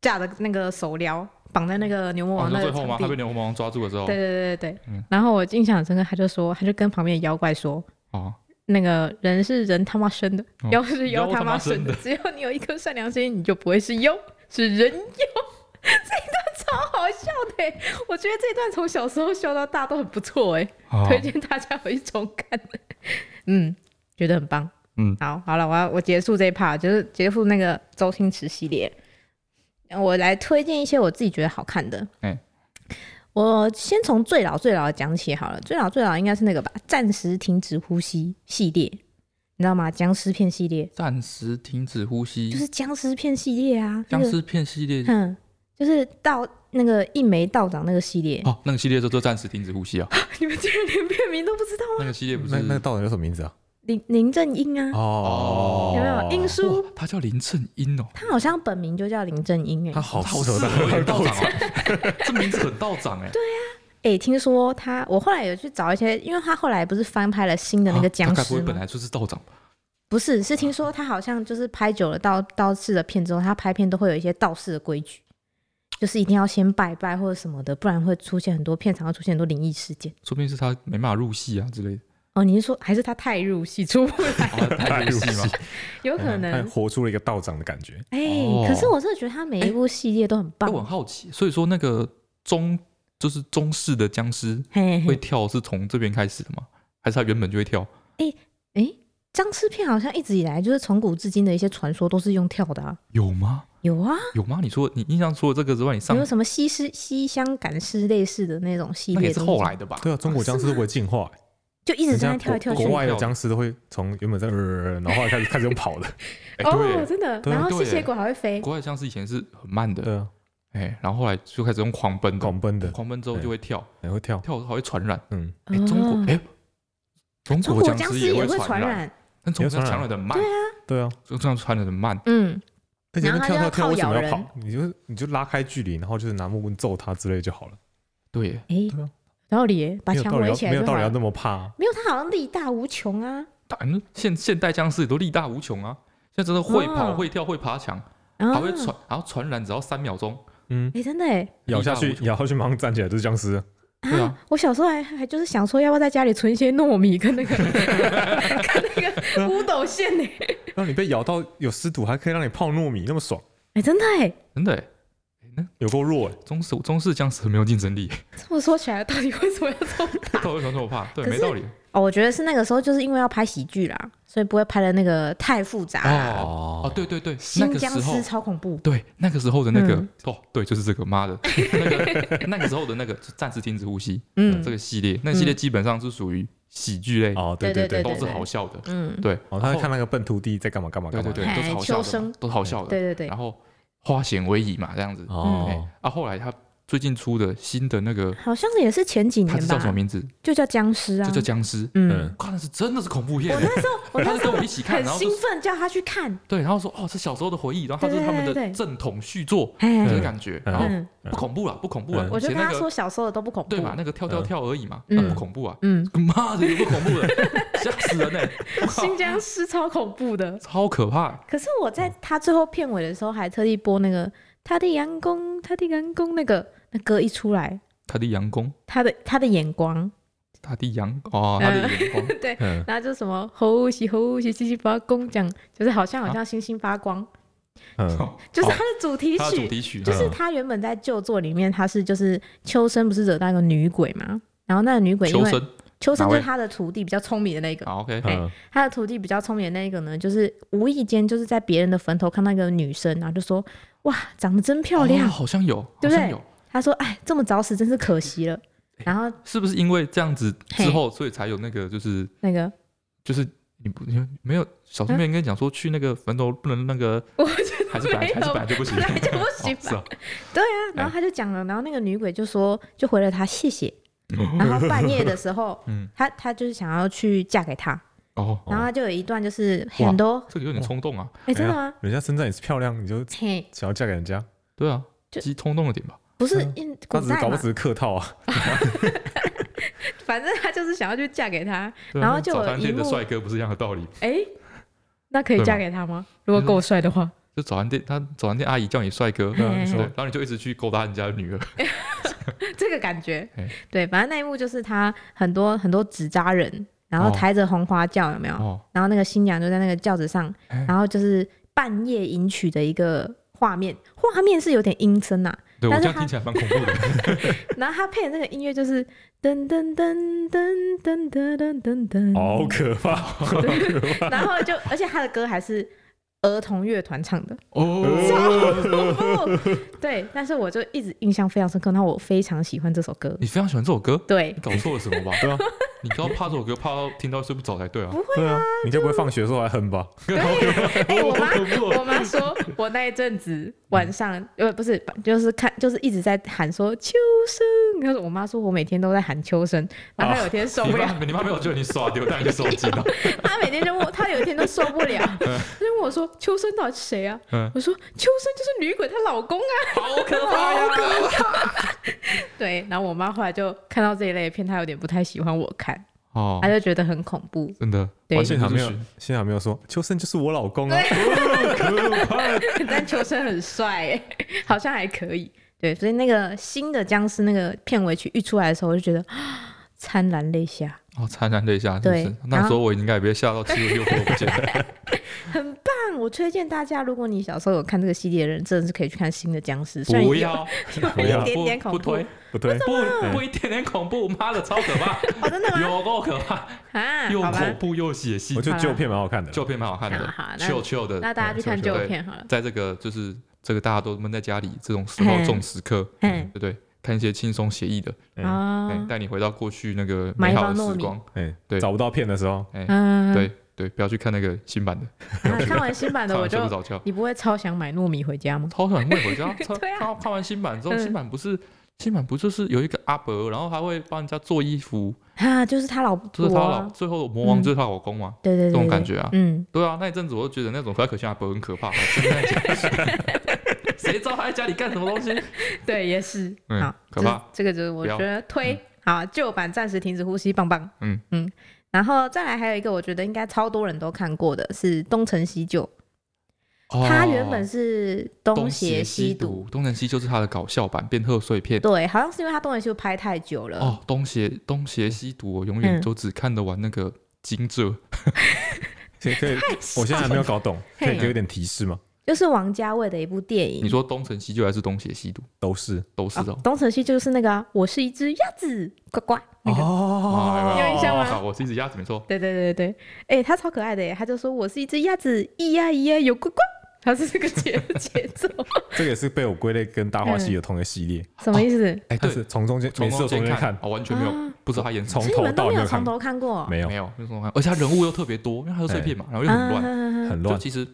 [SPEAKER 1] 架的那个手镣绑在那个牛魔
[SPEAKER 2] 哦
[SPEAKER 1] 王
[SPEAKER 2] 你
[SPEAKER 1] 那
[SPEAKER 2] 说
[SPEAKER 1] 个
[SPEAKER 2] 最后
[SPEAKER 1] 场
[SPEAKER 2] 吗？
[SPEAKER 1] 地。
[SPEAKER 2] 他被牛魔王抓住的时候
[SPEAKER 1] 对，对对对对。
[SPEAKER 2] 嗯
[SPEAKER 1] 然后我印象很深刻，他就说，他就跟旁边的妖怪说，
[SPEAKER 2] 哦，
[SPEAKER 1] 那个人是人他妈生的，
[SPEAKER 2] 哦
[SPEAKER 1] [laughs] 妖是妖他妈生
[SPEAKER 2] 妖他妈生的
[SPEAKER 1] 只要你有一颗善良心，你就不会是妖，是人妖。 [laughs] 这一段超好笑的欸，我觉得这一段从小时候笑到大都很不错哎。
[SPEAKER 2] 哦
[SPEAKER 1] 推荐大家回去重看。 [laughs] 嗯，觉得很棒。
[SPEAKER 2] 嗯
[SPEAKER 1] 好，好了，我要我结束这一 part，就是结束那个周星驰系列。我来推荐一些我自己觉得好看的。
[SPEAKER 2] 哎
[SPEAKER 1] 我先从最老最老的讲起好了。最老最老应该是那个吧，《暂时停止呼吸》系列，你知道吗？僵尸片系列
[SPEAKER 2] 暂时停止呼吸
[SPEAKER 1] 就，是僵尸片系列啊，
[SPEAKER 2] 僵尸片系列
[SPEAKER 1] 那个，嗯，就是道那个一眉道长那个系列，
[SPEAKER 2] 哦，那个系列叫做暂时停止呼吸啊，
[SPEAKER 1] 你们竟然连片名都不知道？
[SPEAKER 2] [laughs] 那个系列不是
[SPEAKER 3] 那那个到底叫什么名字啊？
[SPEAKER 1] 林林正英 [laughs] 啊，
[SPEAKER 3] 哦，
[SPEAKER 1] 有没有？英叔
[SPEAKER 2] 哇，他叫林正英哦，
[SPEAKER 1] 他好像本名就叫林正英哎、
[SPEAKER 3] 他
[SPEAKER 2] [laughs]
[SPEAKER 3] 好
[SPEAKER 2] 好
[SPEAKER 3] 适
[SPEAKER 2] 适
[SPEAKER 3] 合
[SPEAKER 2] 合演
[SPEAKER 3] 当
[SPEAKER 2] 道长啊， [laughs] 这名字很道长
[SPEAKER 1] [laughs]
[SPEAKER 2] 哎，对，
[SPEAKER 1] 哎、听说他，我后来有去找一些，因为他后来不是翻拍了新的那个僵
[SPEAKER 2] 啊他该
[SPEAKER 1] 尸
[SPEAKER 2] 不会本
[SPEAKER 1] 吗？
[SPEAKER 2] 来啊就是道长吧？
[SPEAKER 1] 不是，是听说他好像就是拍久了道道士的片之后，他拍片都会有一些道士的规矩，就是一定要先拜拜或者什么的，不然会出现很多片场会出现很多灵异事件。
[SPEAKER 2] 说不定是他没办法入戏啊之 [laughs] 类的，
[SPEAKER 1] 哦，你是说还是他太入戏出不来？ [laughs]
[SPEAKER 2] 哦，他太入戏嘛，
[SPEAKER 1] 有可
[SPEAKER 3] 他
[SPEAKER 1] 能。
[SPEAKER 3] 活出了一个道长的感觉。
[SPEAKER 1] 哎、
[SPEAKER 2] 嗯哦
[SPEAKER 1] 可是我真的觉得他每一部系列都很
[SPEAKER 2] 哎
[SPEAKER 1] 棒。
[SPEAKER 2] 我很好奇，所以说那个中就是中式的僵尸
[SPEAKER 1] 嘿嘿
[SPEAKER 2] 会
[SPEAKER 1] 嘿，
[SPEAKER 2] 跳是从这边开始的吗？还是他原本就会跳？
[SPEAKER 1] 哎、僵尸片好像一直以来就是从古至今的一些传说都是用跳的啊。
[SPEAKER 2] 有吗？
[SPEAKER 1] 有啊，
[SPEAKER 2] 有吗？你说你印象除了这个之外，你上
[SPEAKER 1] 有没有什么西施、西厢赶尸类似的那种系
[SPEAKER 2] 那个
[SPEAKER 1] 列
[SPEAKER 2] 也
[SPEAKER 1] 东西？
[SPEAKER 2] 是后来的吧？
[SPEAKER 3] 对啊，中国僵尸都不会进化欸，
[SPEAKER 1] 就一直
[SPEAKER 3] 人
[SPEAKER 1] 在哦
[SPEAKER 3] 家
[SPEAKER 1] 那跳来跳
[SPEAKER 3] 国
[SPEAKER 1] 去。
[SPEAKER 3] 国外的僵尸都会从原本在呃，然后后来
[SPEAKER 1] [laughs]
[SPEAKER 3] 开始开始用跑的。
[SPEAKER 2] 哎，
[SPEAKER 1] 哦，
[SPEAKER 2] 对，
[SPEAKER 1] 真的，
[SPEAKER 3] 对
[SPEAKER 1] 然后
[SPEAKER 2] 对
[SPEAKER 1] 吸血鬼还会飞。
[SPEAKER 2] 国外僵尸以前是很慢的，
[SPEAKER 3] 对啊，
[SPEAKER 2] 哎，然后后来就开始用狂奔的，
[SPEAKER 3] 狂奔的，
[SPEAKER 2] 狂奔之后就会跳，
[SPEAKER 3] 然后跳，
[SPEAKER 2] 跳还会传染。
[SPEAKER 3] 嗯，
[SPEAKER 2] 哎，中国
[SPEAKER 1] 哦
[SPEAKER 2] 哎，中
[SPEAKER 1] 中
[SPEAKER 2] 国
[SPEAKER 1] 国
[SPEAKER 2] 僵
[SPEAKER 1] 僵
[SPEAKER 2] 尸
[SPEAKER 1] 也
[SPEAKER 2] 会
[SPEAKER 1] 传
[SPEAKER 2] 染，
[SPEAKER 1] 染，
[SPEAKER 2] 但中国
[SPEAKER 3] 也
[SPEAKER 2] 僵
[SPEAKER 3] 会传
[SPEAKER 2] 尸
[SPEAKER 3] 染
[SPEAKER 2] 传染的慢，
[SPEAKER 3] 对啊，
[SPEAKER 2] 就这样传染的慢。
[SPEAKER 1] 嗯，
[SPEAKER 3] 而且
[SPEAKER 1] 然
[SPEAKER 3] 那
[SPEAKER 1] 后
[SPEAKER 3] 跳
[SPEAKER 1] 他
[SPEAKER 3] 跳
[SPEAKER 1] 就要靠
[SPEAKER 3] 跳为什么
[SPEAKER 1] 咬
[SPEAKER 3] 要跑？你就你就拉开距离，然后就是拿木棍揍他之类就好了，
[SPEAKER 2] 对耶，
[SPEAKER 1] 哎
[SPEAKER 3] 对啊，
[SPEAKER 1] 有道理耶，把
[SPEAKER 3] 没有
[SPEAKER 1] 墙
[SPEAKER 3] 道理
[SPEAKER 1] 围
[SPEAKER 3] 要
[SPEAKER 1] 起来
[SPEAKER 3] 没有
[SPEAKER 1] 就
[SPEAKER 3] 道
[SPEAKER 1] 好
[SPEAKER 3] 理要
[SPEAKER 1] 了。
[SPEAKER 3] 那么怕啊。
[SPEAKER 1] 没有，他好像力大无穷啊。
[SPEAKER 2] 但现现代僵尸也都力大无穷啊，现在真的会跑、
[SPEAKER 1] 哦
[SPEAKER 2] 会跳、会爬墙，
[SPEAKER 1] 啊
[SPEAKER 2] 还会传，然后传染只要三秒钟。
[SPEAKER 3] 嗯，
[SPEAKER 1] 哎，真的哎，
[SPEAKER 3] 咬下去
[SPEAKER 2] 力大无，穷
[SPEAKER 3] 咬下去，马上站起来就是僵尸。
[SPEAKER 2] 对啊，
[SPEAKER 1] 我小时候还还就是想说，要不要在家里存一些糯米跟那个跟那个五斗线呢？
[SPEAKER 3] 让你被咬到有尸毒，还可以让你泡糯米，那么爽。
[SPEAKER 1] 哎，真的哎，
[SPEAKER 2] 真的耶。哎那
[SPEAKER 3] 有够弱哎、
[SPEAKER 2] 中式中式僵尸很没有竞争力， [laughs]
[SPEAKER 1] 这么说起来，到底为什么要这么打？
[SPEAKER 2] 到底为什么这么怕？对，
[SPEAKER 1] 可是
[SPEAKER 2] 没道理。
[SPEAKER 1] 哦，我觉得是那个时候就是因为要拍喜剧啦，所以不会拍的那个太复杂啦。
[SPEAKER 2] 哦哦，对对对，那
[SPEAKER 1] 新
[SPEAKER 2] 个
[SPEAKER 1] 僵
[SPEAKER 2] 时候
[SPEAKER 1] 尸超恐怖，
[SPEAKER 2] 对，那个时候的那个、
[SPEAKER 1] 嗯
[SPEAKER 2] 哦，对，就是这个，妈的， [laughs] 那个那个时候的那个暂时停止呼吸，
[SPEAKER 1] 嗯
[SPEAKER 2] 这个系列，那个系列基本上是属于喜剧类，
[SPEAKER 3] 哦，
[SPEAKER 1] 对
[SPEAKER 3] 对
[SPEAKER 1] 对
[SPEAKER 2] 都
[SPEAKER 3] 对，
[SPEAKER 2] 是好笑的，
[SPEAKER 1] 嗯，
[SPEAKER 2] 对，
[SPEAKER 3] 哦，他
[SPEAKER 2] 然
[SPEAKER 3] 在
[SPEAKER 2] 后
[SPEAKER 3] 看那个笨徒弟在干嘛干嘛
[SPEAKER 2] 对
[SPEAKER 3] 干嘛，
[SPEAKER 2] 对对，
[SPEAKER 1] 干嘛
[SPEAKER 2] 都是好
[SPEAKER 1] 哎秋
[SPEAKER 2] 笑
[SPEAKER 1] 生
[SPEAKER 2] 的，都是好笑的，
[SPEAKER 1] 对对对
[SPEAKER 2] 然，后化险为夷嘛，这样子，
[SPEAKER 3] 哦
[SPEAKER 2] 哎，啊，后来他最近出的新的那个，
[SPEAKER 1] 好像也是前几
[SPEAKER 2] 他是
[SPEAKER 1] 年
[SPEAKER 2] 叫什
[SPEAKER 1] 吧，
[SPEAKER 2] 么名字？
[SPEAKER 1] 就叫僵尸啊
[SPEAKER 2] 就，叫僵尸，
[SPEAKER 1] 嗯
[SPEAKER 3] 嗯，
[SPEAKER 2] 看的是真的是恐怖片
[SPEAKER 1] 我，那时候我
[SPEAKER 2] [laughs]
[SPEAKER 1] 那
[SPEAKER 2] 他是
[SPEAKER 1] 时
[SPEAKER 2] 跟
[SPEAKER 1] 候
[SPEAKER 2] 我一起看，
[SPEAKER 1] 很
[SPEAKER 2] 然后
[SPEAKER 1] 兴
[SPEAKER 2] 就
[SPEAKER 1] 奋，叫他去看，
[SPEAKER 2] 对，然后说哦，是小时候的回忆，然后他是他们
[SPEAKER 1] 对对对对
[SPEAKER 2] 的正统续作，
[SPEAKER 1] 哎
[SPEAKER 2] 这
[SPEAKER 3] 对
[SPEAKER 2] 个
[SPEAKER 3] 嗯
[SPEAKER 2] 感觉，然后
[SPEAKER 1] 嗯，
[SPEAKER 2] 不恐怖了，啊不恐怖了，
[SPEAKER 3] 嗯
[SPEAKER 1] 我就
[SPEAKER 2] 以前
[SPEAKER 1] 跟
[SPEAKER 2] 那
[SPEAKER 1] 他
[SPEAKER 2] 个
[SPEAKER 1] 说小时候的都不恐怖
[SPEAKER 2] 对，嘛？那个跳跳
[SPEAKER 3] 嗯
[SPEAKER 2] 跳而已嘛，
[SPEAKER 1] 嗯
[SPEAKER 2] 那不恐怖啊！ [laughs]
[SPEAKER 1] 嗯，
[SPEAKER 2] 妈的，有多恐怖的， [laughs] 吓死人
[SPEAKER 1] [laughs]
[SPEAKER 2] 嘞！我靠
[SPEAKER 1] 新僵尸超恐怖的。
[SPEAKER 2] 超可怕欸！
[SPEAKER 1] 可是我在他最后片尾的时候，还特地播那个他的阳光，他的阳光那个那歌一出来，
[SPEAKER 2] 他的阳光，
[SPEAKER 1] 他的他的眼光，
[SPEAKER 2] 他的阳哦，他的阳光，
[SPEAKER 1] 对，
[SPEAKER 3] 嗯，
[SPEAKER 1] 然后就什么吼喜吼喜，星星发光，讲就是好像好
[SPEAKER 2] 啊
[SPEAKER 1] 像星星发光，
[SPEAKER 2] [laughs]
[SPEAKER 3] 嗯
[SPEAKER 1] 就是他的主题
[SPEAKER 2] 哦他的主
[SPEAKER 1] 曲，
[SPEAKER 2] 题曲
[SPEAKER 1] 就是
[SPEAKER 3] 嗯
[SPEAKER 1] 他原本在旧作里面，他是就是秋生不是惹到一个女鬼嘛，然后那个女鬼因
[SPEAKER 2] 求
[SPEAKER 1] 为
[SPEAKER 2] 生。
[SPEAKER 1] 秋生
[SPEAKER 2] 哪
[SPEAKER 1] 就
[SPEAKER 2] 位
[SPEAKER 1] 是他的徒弟比较聪明的那个，
[SPEAKER 2] 好，OK，
[SPEAKER 3] 嗯
[SPEAKER 1] 他的徒弟比较聪明的那一个呢，就是无意间就是在别人的坟头看到一个女生，然后就说：“哇，长得真漂亮。
[SPEAKER 2] 哦好像有，
[SPEAKER 1] 对不
[SPEAKER 2] 好
[SPEAKER 1] 对
[SPEAKER 2] 像有，
[SPEAKER 1] 他说：“哎，这么早死真是可惜了。”
[SPEAKER 2] 哎
[SPEAKER 1] 然后
[SPEAKER 2] 是不是因为这样子
[SPEAKER 1] 嘿
[SPEAKER 2] 之后，所以才有那个就是
[SPEAKER 1] 那个
[SPEAKER 2] 哎就是你不你没有小时候没有人跟你讲说去那个坟头不能那个，
[SPEAKER 1] [laughs] 我觉得
[SPEAKER 2] 还是本来
[SPEAKER 1] 没有
[SPEAKER 2] 还是本来就不行，
[SPEAKER 1] 本来就不行
[SPEAKER 2] 哦是啊，
[SPEAKER 1] 然后他就讲了，然后那个女鬼就说，就回了他谢谢。然后半夜的时候，
[SPEAKER 2] 哦 [laughs] 嗯，
[SPEAKER 1] 他他就是想要去嫁给他，
[SPEAKER 2] 哦，
[SPEAKER 1] 然后他就有一段就是
[SPEAKER 2] 哇
[SPEAKER 1] 很多，
[SPEAKER 2] 这个有点冲动啊，
[SPEAKER 1] 哎，真的
[SPEAKER 3] 哎
[SPEAKER 1] 吗？
[SPEAKER 3] 人家称赞你是漂亮，你就
[SPEAKER 1] 嘿，
[SPEAKER 3] 想要嫁给人家，
[SPEAKER 2] 对啊，
[SPEAKER 1] 就
[SPEAKER 2] 激冲动了点吧，
[SPEAKER 1] 不是
[SPEAKER 3] 嗯，
[SPEAKER 1] 因古
[SPEAKER 3] 他只是
[SPEAKER 1] 代
[SPEAKER 3] 搞不
[SPEAKER 1] 嘛
[SPEAKER 3] 只，是客套啊，
[SPEAKER 1] 反正他就是想要去嫁给他。
[SPEAKER 2] 对啊
[SPEAKER 1] 然后就有
[SPEAKER 2] 早餐店的
[SPEAKER 1] 一幕
[SPEAKER 2] 帅哥不是一样的道理，
[SPEAKER 1] 哎，那可以
[SPEAKER 2] 对嗯
[SPEAKER 1] 嫁
[SPEAKER 2] 嘛
[SPEAKER 1] 给他吗？如果够帅的话， [laughs]
[SPEAKER 2] 就早餐店，他早餐店阿姨叫你帅哥，
[SPEAKER 1] 对啊
[SPEAKER 2] 对
[SPEAKER 3] 嗯
[SPEAKER 1] 你说
[SPEAKER 2] 然后你就一直去勾搭人家的女儿，
[SPEAKER 1] 这个感觉
[SPEAKER 2] 哎。
[SPEAKER 1] 对，反正那一幕就是他很多很多纸扎人，然后
[SPEAKER 2] 哦
[SPEAKER 1] 抬着红花轿，有没有？
[SPEAKER 2] 哦，
[SPEAKER 1] 然后那个新娘就在那个轿子上，
[SPEAKER 2] 哎
[SPEAKER 1] 然后就是半夜迎娶的一个画面，画面是有点阴森呐、
[SPEAKER 2] 对我
[SPEAKER 1] 但
[SPEAKER 2] 这
[SPEAKER 1] 是
[SPEAKER 2] 样
[SPEAKER 1] 他
[SPEAKER 2] 听起来蛮恐
[SPEAKER 1] [laughs]
[SPEAKER 2] 怖的，
[SPEAKER 1] 然后他配的那个音乐就是噔噔噔噔噔噔噔噔噔，
[SPEAKER 3] 好可怕，好可怕，
[SPEAKER 1] 然后就而且他的歌还是儿童乐团唱的，
[SPEAKER 2] 哦，
[SPEAKER 1] [laughs] 对，但是我就一直印象非常深刻，然后我非常喜欢这首歌，
[SPEAKER 2] 你非常喜欢这首歌，
[SPEAKER 1] 对
[SPEAKER 2] [laughs] 你，搞错了什么吧？
[SPEAKER 3] 对啊，
[SPEAKER 2] [laughs] 你刚刚怕这首歌，怕到听到睡不着才对啊，
[SPEAKER 3] 对啊，你该不会放学的时候来哼吧？
[SPEAKER 1] 哎、我妈，我妈说，我那一阵子晚上，呃，不是，就是看，就是一直在喊说秋生。然后我妈说，我每天都在喊秋生，然后她有一天受
[SPEAKER 2] 你
[SPEAKER 1] 不了，
[SPEAKER 2] 妈你妈没有觉得你耍丢，但你手机了，
[SPEAKER 1] [laughs] 她每天就问我，她有一天都受不
[SPEAKER 2] [laughs]
[SPEAKER 1] 了，她就问我说，秋生到底是谁啊？
[SPEAKER 2] 嗯，
[SPEAKER 1] 我说，秋生就是女鬼她老公
[SPEAKER 2] [laughs]
[SPEAKER 1] 啊，
[SPEAKER 2] 好可怕哎呀！
[SPEAKER 1] [laughs] 对。然后我妈后来就看到这一类的片，她有点不太喜欢我看，
[SPEAKER 2] 哦
[SPEAKER 1] 她，就觉得很恐怖。
[SPEAKER 2] 真的，
[SPEAKER 1] 对
[SPEAKER 2] 完
[SPEAKER 3] 现
[SPEAKER 2] 全
[SPEAKER 3] 场
[SPEAKER 2] 就
[SPEAKER 3] 没
[SPEAKER 2] 是
[SPEAKER 3] 有，现场没有说秋生就是我老公啊，
[SPEAKER 1] [laughs]
[SPEAKER 3] [laughs]
[SPEAKER 1] 但秋生很帅、欸， [laughs] 好像还可以。对，所以那个新的僵尸那个片尾曲一出来的时候，我就觉得啊潸然泪下，
[SPEAKER 2] 哦，惨然泪下，是不
[SPEAKER 1] 对
[SPEAKER 2] 是？那
[SPEAKER 1] 然后
[SPEAKER 2] 时候我应该也被吓到七魂六魄不见
[SPEAKER 1] [laughs]
[SPEAKER 2] 了，
[SPEAKER 1] 很棒。我推荐大家，如果你小时候有看这个系列的人，真的是可以去看新的僵尸，虽然
[SPEAKER 2] 不
[SPEAKER 1] 有 [laughs]
[SPEAKER 2] 要，
[SPEAKER 1] 有
[SPEAKER 2] 不要
[SPEAKER 1] 一点点
[SPEAKER 2] 不
[SPEAKER 1] 恐
[SPEAKER 2] 不
[SPEAKER 1] 怖 [laughs]
[SPEAKER 2] 推，
[SPEAKER 3] 不对，
[SPEAKER 2] 不不一点点恐怖，妈的超可怕，
[SPEAKER 1] 哦，真的
[SPEAKER 2] [laughs]
[SPEAKER 1] 吗？
[SPEAKER 2] 有够可
[SPEAKER 1] [laughs]
[SPEAKER 2] 怕，
[SPEAKER 1] 啊，
[SPEAKER 2] 又
[SPEAKER 1] 好吧，
[SPEAKER 2] 恐怖又血腥
[SPEAKER 3] 我，觉得旧片蛮好看的，
[SPEAKER 2] 旧片蛮好看
[SPEAKER 1] 好好
[SPEAKER 2] 的
[SPEAKER 1] 那
[SPEAKER 2] ，chill chill 的。
[SPEAKER 1] 那大家去看旧片好了。
[SPEAKER 2] 在这个就是这个大家都闷在家里这种时候，这种时刻，
[SPEAKER 1] 嗯
[SPEAKER 2] 对不对？看一些轻松写意的，
[SPEAKER 3] 对
[SPEAKER 2] 哎
[SPEAKER 1] 啊，
[SPEAKER 2] 带你回到过去那个
[SPEAKER 1] 买
[SPEAKER 2] 美
[SPEAKER 1] 一
[SPEAKER 2] 好
[SPEAKER 1] 包
[SPEAKER 2] 的
[SPEAKER 1] 糯
[SPEAKER 2] 时
[SPEAKER 1] 米
[SPEAKER 2] 光。
[SPEAKER 3] 哎
[SPEAKER 2] 对，
[SPEAKER 3] 找不到片的时候，
[SPEAKER 2] 哎，
[SPEAKER 1] 嗯，
[SPEAKER 2] 对对，不要去看那个新 [laughs] 版的，
[SPEAKER 1] 啊。看完新
[SPEAKER 2] [laughs]
[SPEAKER 1] 版的
[SPEAKER 2] 看
[SPEAKER 1] 我
[SPEAKER 2] 完睡
[SPEAKER 1] 就
[SPEAKER 2] 不，着觉。
[SPEAKER 1] 你不会超想买糯米回家吗？
[SPEAKER 2] 超想会回家， [laughs] 超
[SPEAKER 1] 对啊
[SPEAKER 2] 看看完新版之后，
[SPEAKER 1] 嗯
[SPEAKER 2] 新版不是新版不就是有一个阿伯，然后他会帮人家做衣服，
[SPEAKER 1] 啊，就是他老
[SPEAKER 2] 就
[SPEAKER 1] 婆
[SPEAKER 2] 是他老
[SPEAKER 1] 啊，
[SPEAKER 2] 最后魔王
[SPEAKER 1] 嗯
[SPEAKER 2] 就是他老公嘛，
[SPEAKER 1] 对对对，
[SPEAKER 2] 这种
[SPEAKER 1] 对
[SPEAKER 2] 感。觉啊。
[SPEAKER 1] 嗯，
[SPEAKER 2] 对啊，那一阵子我就觉得那种不太可信阿伯很可 [laughs] 怕，真的假的 [laughs] 谁知道他在家里干什么 [laughs] 东西？
[SPEAKER 1] [laughs] 对，也是。
[SPEAKER 2] 嗯
[SPEAKER 1] 好，
[SPEAKER 2] 可
[SPEAKER 1] 这
[SPEAKER 2] 怕
[SPEAKER 1] 这个就是我
[SPEAKER 2] 不要
[SPEAKER 1] 觉得推好旧版暂时停止呼吸，棒棒。
[SPEAKER 2] 嗯
[SPEAKER 1] 嗯，然后再来还有一个，我觉得应该超多人都看过的是《东成西就》，它原本是东邪西毒，，
[SPEAKER 2] 东哦成西就是他的搞笑版，变贺岁片。
[SPEAKER 1] 对，好像是因为它东邪西毒拍太久了。
[SPEAKER 2] 哦，东邪东邪西毒，我永
[SPEAKER 1] 嗯
[SPEAKER 2] 远都只看得完那个惊蛰。
[SPEAKER 3] 可以可以，我现在还没有搞懂，可以
[SPEAKER 1] 嘿
[SPEAKER 3] 给我点提示吗？
[SPEAKER 1] 就是王家卫的一部电影。
[SPEAKER 2] 你说东成西就还是东邪西毒，
[SPEAKER 3] 都是
[SPEAKER 2] 都是
[SPEAKER 1] 哦
[SPEAKER 2] 哦。
[SPEAKER 1] 东成西就是那个啊、我是一只鸭子，呱呱，那个
[SPEAKER 2] 啊
[SPEAKER 3] 哦
[SPEAKER 1] 啊有印象吗
[SPEAKER 2] 好，我是一只鸭子，没错。
[SPEAKER 1] 对对对对，哎、他超可爱的耶，他就说我是一只鸭子，咿呀咿呀有呱呱， [laughs] 他是这个节节奏，
[SPEAKER 3] 这个也是被我归类跟大话
[SPEAKER 1] 嗯
[SPEAKER 3] 西有同一个系列。
[SPEAKER 1] 什么意思？
[SPEAKER 3] 哎，
[SPEAKER 2] 对
[SPEAKER 3] 是从中间每
[SPEAKER 2] 从
[SPEAKER 3] 次
[SPEAKER 2] 中
[SPEAKER 3] 都从中
[SPEAKER 2] 间
[SPEAKER 3] 间看，
[SPEAKER 2] 哦，完全没有
[SPEAKER 1] 啊，
[SPEAKER 2] 不知道他演什
[SPEAKER 3] 从
[SPEAKER 2] 么
[SPEAKER 1] 所以你
[SPEAKER 3] 头
[SPEAKER 1] 们都
[SPEAKER 3] 到
[SPEAKER 1] 没
[SPEAKER 3] 尾
[SPEAKER 1] 有
[SPEAKER 3] 没有
[SPEAKER 1] 从
[SPEAKER 3] 看
[SPEAKER 1] 头看过？哦
[SPEAKER 3] 没有哎
[SPEAKER 2] 没有，没有什么看，而且他人物又特别多，因为他是碎片嘛，然后又很乱，
[SPEAKER 1] 啊
[SPEAKER 3] 很
[SPEAKER 2] 就
[SPEAKER 3] 乱。
[SPEAKER 2] 其实。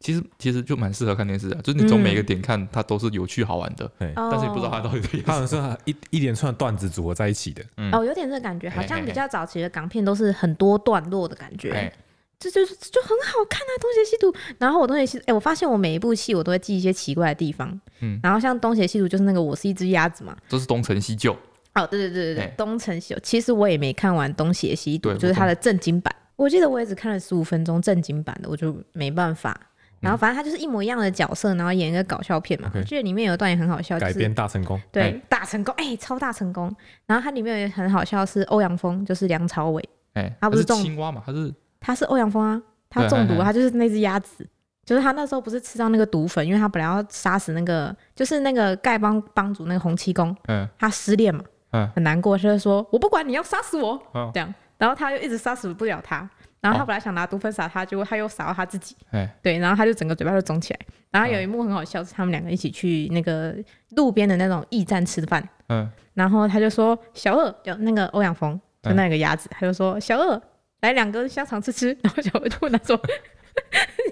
[SPEAKER 2] 其实其实就蛮适合看电视的，就是你从每个点看，它都是有趣好玩的，但是你不知道它
[SPEAKER 1] 嗯哦
[SPEAKER 2] 到底是演什
[SPEAKER 3] 他
[SPEAKER 2] 么
[SPEAKER 3] 们是一一连串段子组合在一起的，
[SPEAKER 2] 嗯
[SPEAKER 1] 哦，有点这个感觉，好
[SPEAKER 2] 嘿
[SPEAKER 1] 像
[SPEAKER 2] 嘿
[SPEAKER 1] 比
[SPEAKER 2] 嘿
[SPEAKER 1] 较早期的港片都是很多段落的感觉
[SPEAKER 2] 哎，，
[SPEAKER 1] 这就是就很好看啊，《东邪西毒》。然后我《东邪西毒》，哎，我发现我每一部戏我都会记一些奇怪的地方，
[SPEAKER 2] 嗯
[SPEAKER 1] 然后像《东邪西毒》就是那个我是一只鸭子嘛，
[SPEAKER 2] 这是东成西就，
[SPEAKER 1] 哦，对对对对对
[SPEAKER 2] 哎，
[SPEAKER 1] 东成西就。其实我也没看完《东邪西毒
[SPEAKER 2] 对》，
[SPEAKER 1] 就是
[SPEAKER 2] 我
[SPEAKER 1] 它的正经版。我记得我也只看了十五分钟正经版的，我就没办法。然
[SPEAKER 2] 嗯
[SPEAKER 1] 后反正他就是一模一样的角色，然后演一个搞笑片嘛。
[SPEAKER 3] OK
[SPEAKER 1] 我记得里面有一段也很好笑，啊就
[SPEAKER 3] 改
[SPEAKER 1] 是
[SPEAKER 3] 编
[SPEAKER 1] [laughs]
[SPEAKER 3] 大成功。
[SPEAKER 1] 对
[SPEAKER 2] 哎
[SPEAKER 1] 大成功，哎，超大成功。然后它里面有一个很好笑是欧阳锋，就是梁朝伟，
[SPEAKER 2] 哎，
[SPEAKER 1] 它不
[SPEAKER 2] 是
[SPEAKER 1] 是动
[SPEAKER 2] 青蛙嘛，它是
[SPEAKER 1] 他是欧阳锋啊，他
[SPEAKER 2] 对
[SPEAKER 1] 中毒
[SPEAKER 2] 嘿
[SPEAKER 1] 啊，
[SPEAKER 2] 嘿
[SPEAKER 1] 他就是那只鸭子。就是他那时候不是吃到那个毒粉，因为他本来要杀死那个，就是那个丐帮帮主那个洪七公，
[SPEAKER 2] 嗯
[SPEAKER 1] 他失恋嘛，
[SPEAKER 2] 嗯
[SPEAKER 1] 很难过，他就说：“我不管，你要杀死我。
[SPEAKER 2] 嗯
[SPEAKER 1] 这样，然后他又一直杀死不了他。然后他
[SPEAKER 2] 哦
[SPEAKER 1] 本来想拿毒粉撒他，结果他又撒到他自己，
[SPEAKER 2] 哎
[SPEAKER 1] 对，然后他就整个嘴巴就肿起来。然
[SPEAKER 2] 哦
[SPEAKER 1] 后有一幕很好笑，是他们两个一起去那个路边的那种驿站吃饭，
[SPEAKER 2] 嗯，
[SPEAKER 1] 然后他就说：“小二，就那个欧阳锋，就
[SPEAKER 2] 嗯
[SPEAKER 1] 那个鸭子，他就说：小二，来两根香肠吃吃。” [laughs] 然后小二就问他说：“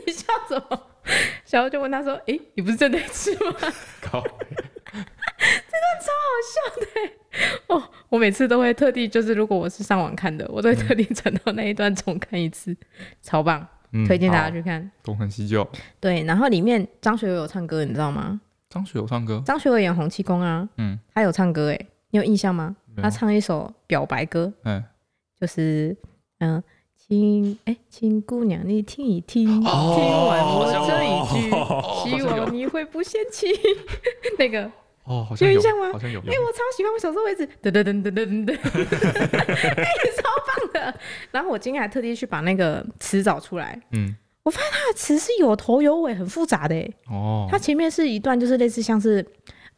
[SPEAKER 1] 你笑什么？”小二就问他说：“诶，你不是正在吃吗 [laughs]
[SPEAKER 2] 靠，
[SPEAKER 1] 哦，我每次都会特地，就是如果我是上网看的，我都会特地转到那一段重看一次， [laughs] 超棒，[laughs]
[SPEAKER 2] 嗯
[SPEAKER 1] 推荐大家
[SPEAKER 2] 好
[SPEAKER 1] 去看。
[SPEAKER 2] 东成西就。
[SPEAKER 1] 对，然后里面张学友有唱歌，你知道吗？
[SPEAKER 2] 张学友唱歌，
[SPEAKER 1] 张学友演洪七公啊，
[SPEAKER 2] 嗯，
[SPEAKER 1] 他有唱歌诶、你有印象吗？
[SPEAKER 2] 没有
[SPEAKER 1] 他唱一首表白歌，
[SPEAKER 2] 哎，
[SPEAKER 1] 就是嗯。亲，哎，亲姑娘，你听一听，
[SPEAKER 2] 哦
[SPEAKER 1] 听完我
[SPEAKER 2] 好像
[SPEAKER 1] 这一句，
[SPEAKER 2] 哦
[SPEAKER 1] 希
[SPEAKER 2] 好像有
[SPEAKER 1] 望你会不嫌弃。 [laughs] 那个，
[SPEAKER 2] 哦，好像
[SPEAKER 1] 有
[SPEAKER 2] 有
[SPEAKER 1] 印象吗
[SPEAKER 2] 好像有，
[SPEAKER 1] 哎、我超喜欢，我小时候一直噔噔噔噔噔噔， [laughs] 哎、超棒的。然后我今天还特地去把那个词找出来，
[SPEAKER 2] 嗯，
[SPEAKER 1] 它的词是有头有尾，很复杂的。哎，
[SPEAKER 2] 哦，
[SPEAKER 1] 它前面是一段就是类似像是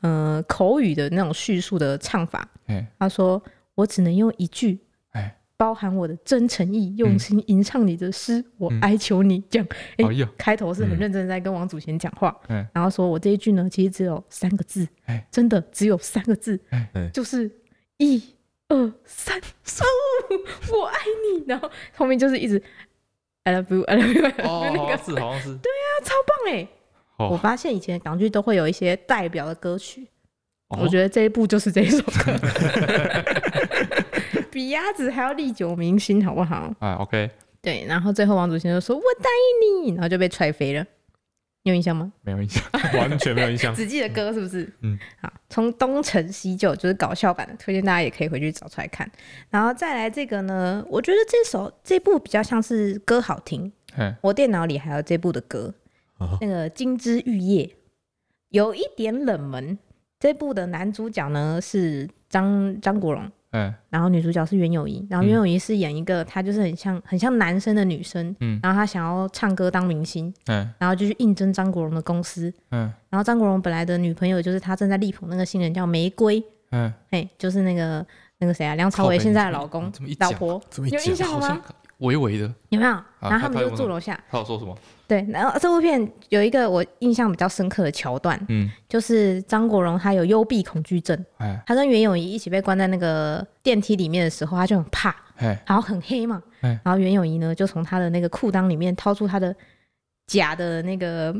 [SPEAKER 1] 嗯、呃口语的那种叙述的唱法。
[SPEAKER 2] 哎
[SPEAKER 1] 他说：“我只能用一句，
[SPEAKER 2] 哎，
[SPEAKER 1] 包含我的真诚意，
[SPEAKER 2] 嗯
[SPEAKER 1] 用心吟唱你的诗，我哀求你。”这样，哎、
[SPEAKER 2] 哎呀，
[SPEAKER 1] 开头是很
[SPEAKER 3] 嗯
[SPEAKER 1] 认真在跟王祖贤讲话，
[SPEAKER 2] 哎
[SPEAKER 1] 然后说我这一句呢，其实只有三个字，
[SPEAKER 2] 哎
[SPEAKER 1] 真的只有三个字，
[SPEAKER 2] 哎
[SPEAKER 3] 哎
[SPEAKER 1] 就是一二三，哦，我爱你。然后后面就是一直 I love you，I love you，I
[SPEAKER 2] 哦
[SPEAKER 1] love，you [laughs] 那
[SPEAKER 2] 好
[SPEAKER 1] 个啊
[SPEAKER 2] 像是好像是，对，
[SPEAKER 1] 棒哎！我
[SPEAKER 2] 哦，
[SPEAKER 1] 发现以前的港剧都会有一些代表的歌曲，
[SPEAKER 2] 哦
[SPEAKER 1] 我觉得这一部就是这一首歌， [laughs] 比鸭子还要历久弥新，好不好？
[SPEAKER 2] 哎，OK，
[SPEAKER 1] 对，然后最后王祖贤就说“我答应你”，然后就被踹飞了。你有印象吗？
[SPEAKER 2] 没有印象，
[SPEAKER 3] 完全没有印象。
[SPEAKER 1] 只记得歌是不是？
[SPEAKER 2] 嗯，
[SPEAKER 1] 好，从东成西就就是搞笑版的，推荐大家也可以回去找出来看。然后再来这个呢，我觉得这首这部比较像是歌好听，
[SPEAKER 2] 哎，
[SPEAKER 1] 我电脑里还有这部的歌，
[SPEAKER 3] 哦
[SPEAKER 1] 那个《金枝玉叶》，有一点冷门。这部的男主角呢是张张国荣，
[SPEAKER 2] 哎，
[SPEAKER 1] 然后女主角是袁咏仪，然后
[SPEAKER 2] 嗯
[SPEAKER 1] 袁咏仪是演一个她就是很像很像男生的女生，
[SPEAKER 2] 嗯
[SPEAKER 1] 然后她想要唱歌当明星，
[SPEAKER 2] 哎，
[SPEAKER 1] 然后就去应征张国荣的公司，
[SPEAKER 2] 哎，
[SPEAKER 1] 然后张国荣本来的女朋友就是他正在力捧那个新人叫玫瑰，
[SPEAKER 2] 哎，
[SPEAKER 1] 哎，就是那个那个谁啊，梁朝
[SPEAKER 2] 靠
[SPEAKER 1] 伟
[SPEAKER 2] 北
[SPEAKER 1] 现
[SPEAKER 2] 你
[SPEAKER 1] 在
[SPEAKER 2] 这
[SPEAKER 1] 的
[SPEAKER 2] 么
[SPEAKER 1] 老公
[SPEAKER 2] 你这么一
[SPEAKER 1] 老
[SPEAKER 2] 讲
[SPEAKER 1] 婆，
[SPEAKER 3] 这么一
[SPEAKER 1] 有印
[SPEAKER 3] 讲，
[SPEAKER 1] 象
[SPEAKER 2] 好
[SPEAKER 1] 了
[SPEAKER 2] 像
[SPEAKER 1] 吗？
[SPEAKER 2] 微微的，
[SPEAKER 1] 有没有？然后
[SPEAKER 2] 他
[SPEAKER 1] 他们
[SPEAKER 2] 他有
[SPEAKER 1] 就
[SPEAKER 2] 那
[SPEAKER 1] 住
[SPEAKER 2] 种
[SPEAKER 1] 楼下，
[SPEAKER 2] 他有说什么？
[SPEAKER 1] 对。然后这部片有一个我印象比较深刻的桥段，
[SPEAKER 2] 嗯，
[SPEAKER 1] 就是张国荣他有幽闭恐惧症，
[SPEAKER 2] 哎，
[SPEAKER 1] 他跟袁咏仪一起被关在那个电梯里面的时候，他就很怕，
[SPEAKER 2] 哎，
[SPEAKER 1] 然后很黑嘛，
[SPEAKER 2] 哎
[SPEAKER 1] 然后袁咏仪呢就从他的那个裤裆里面掏出他的假的那个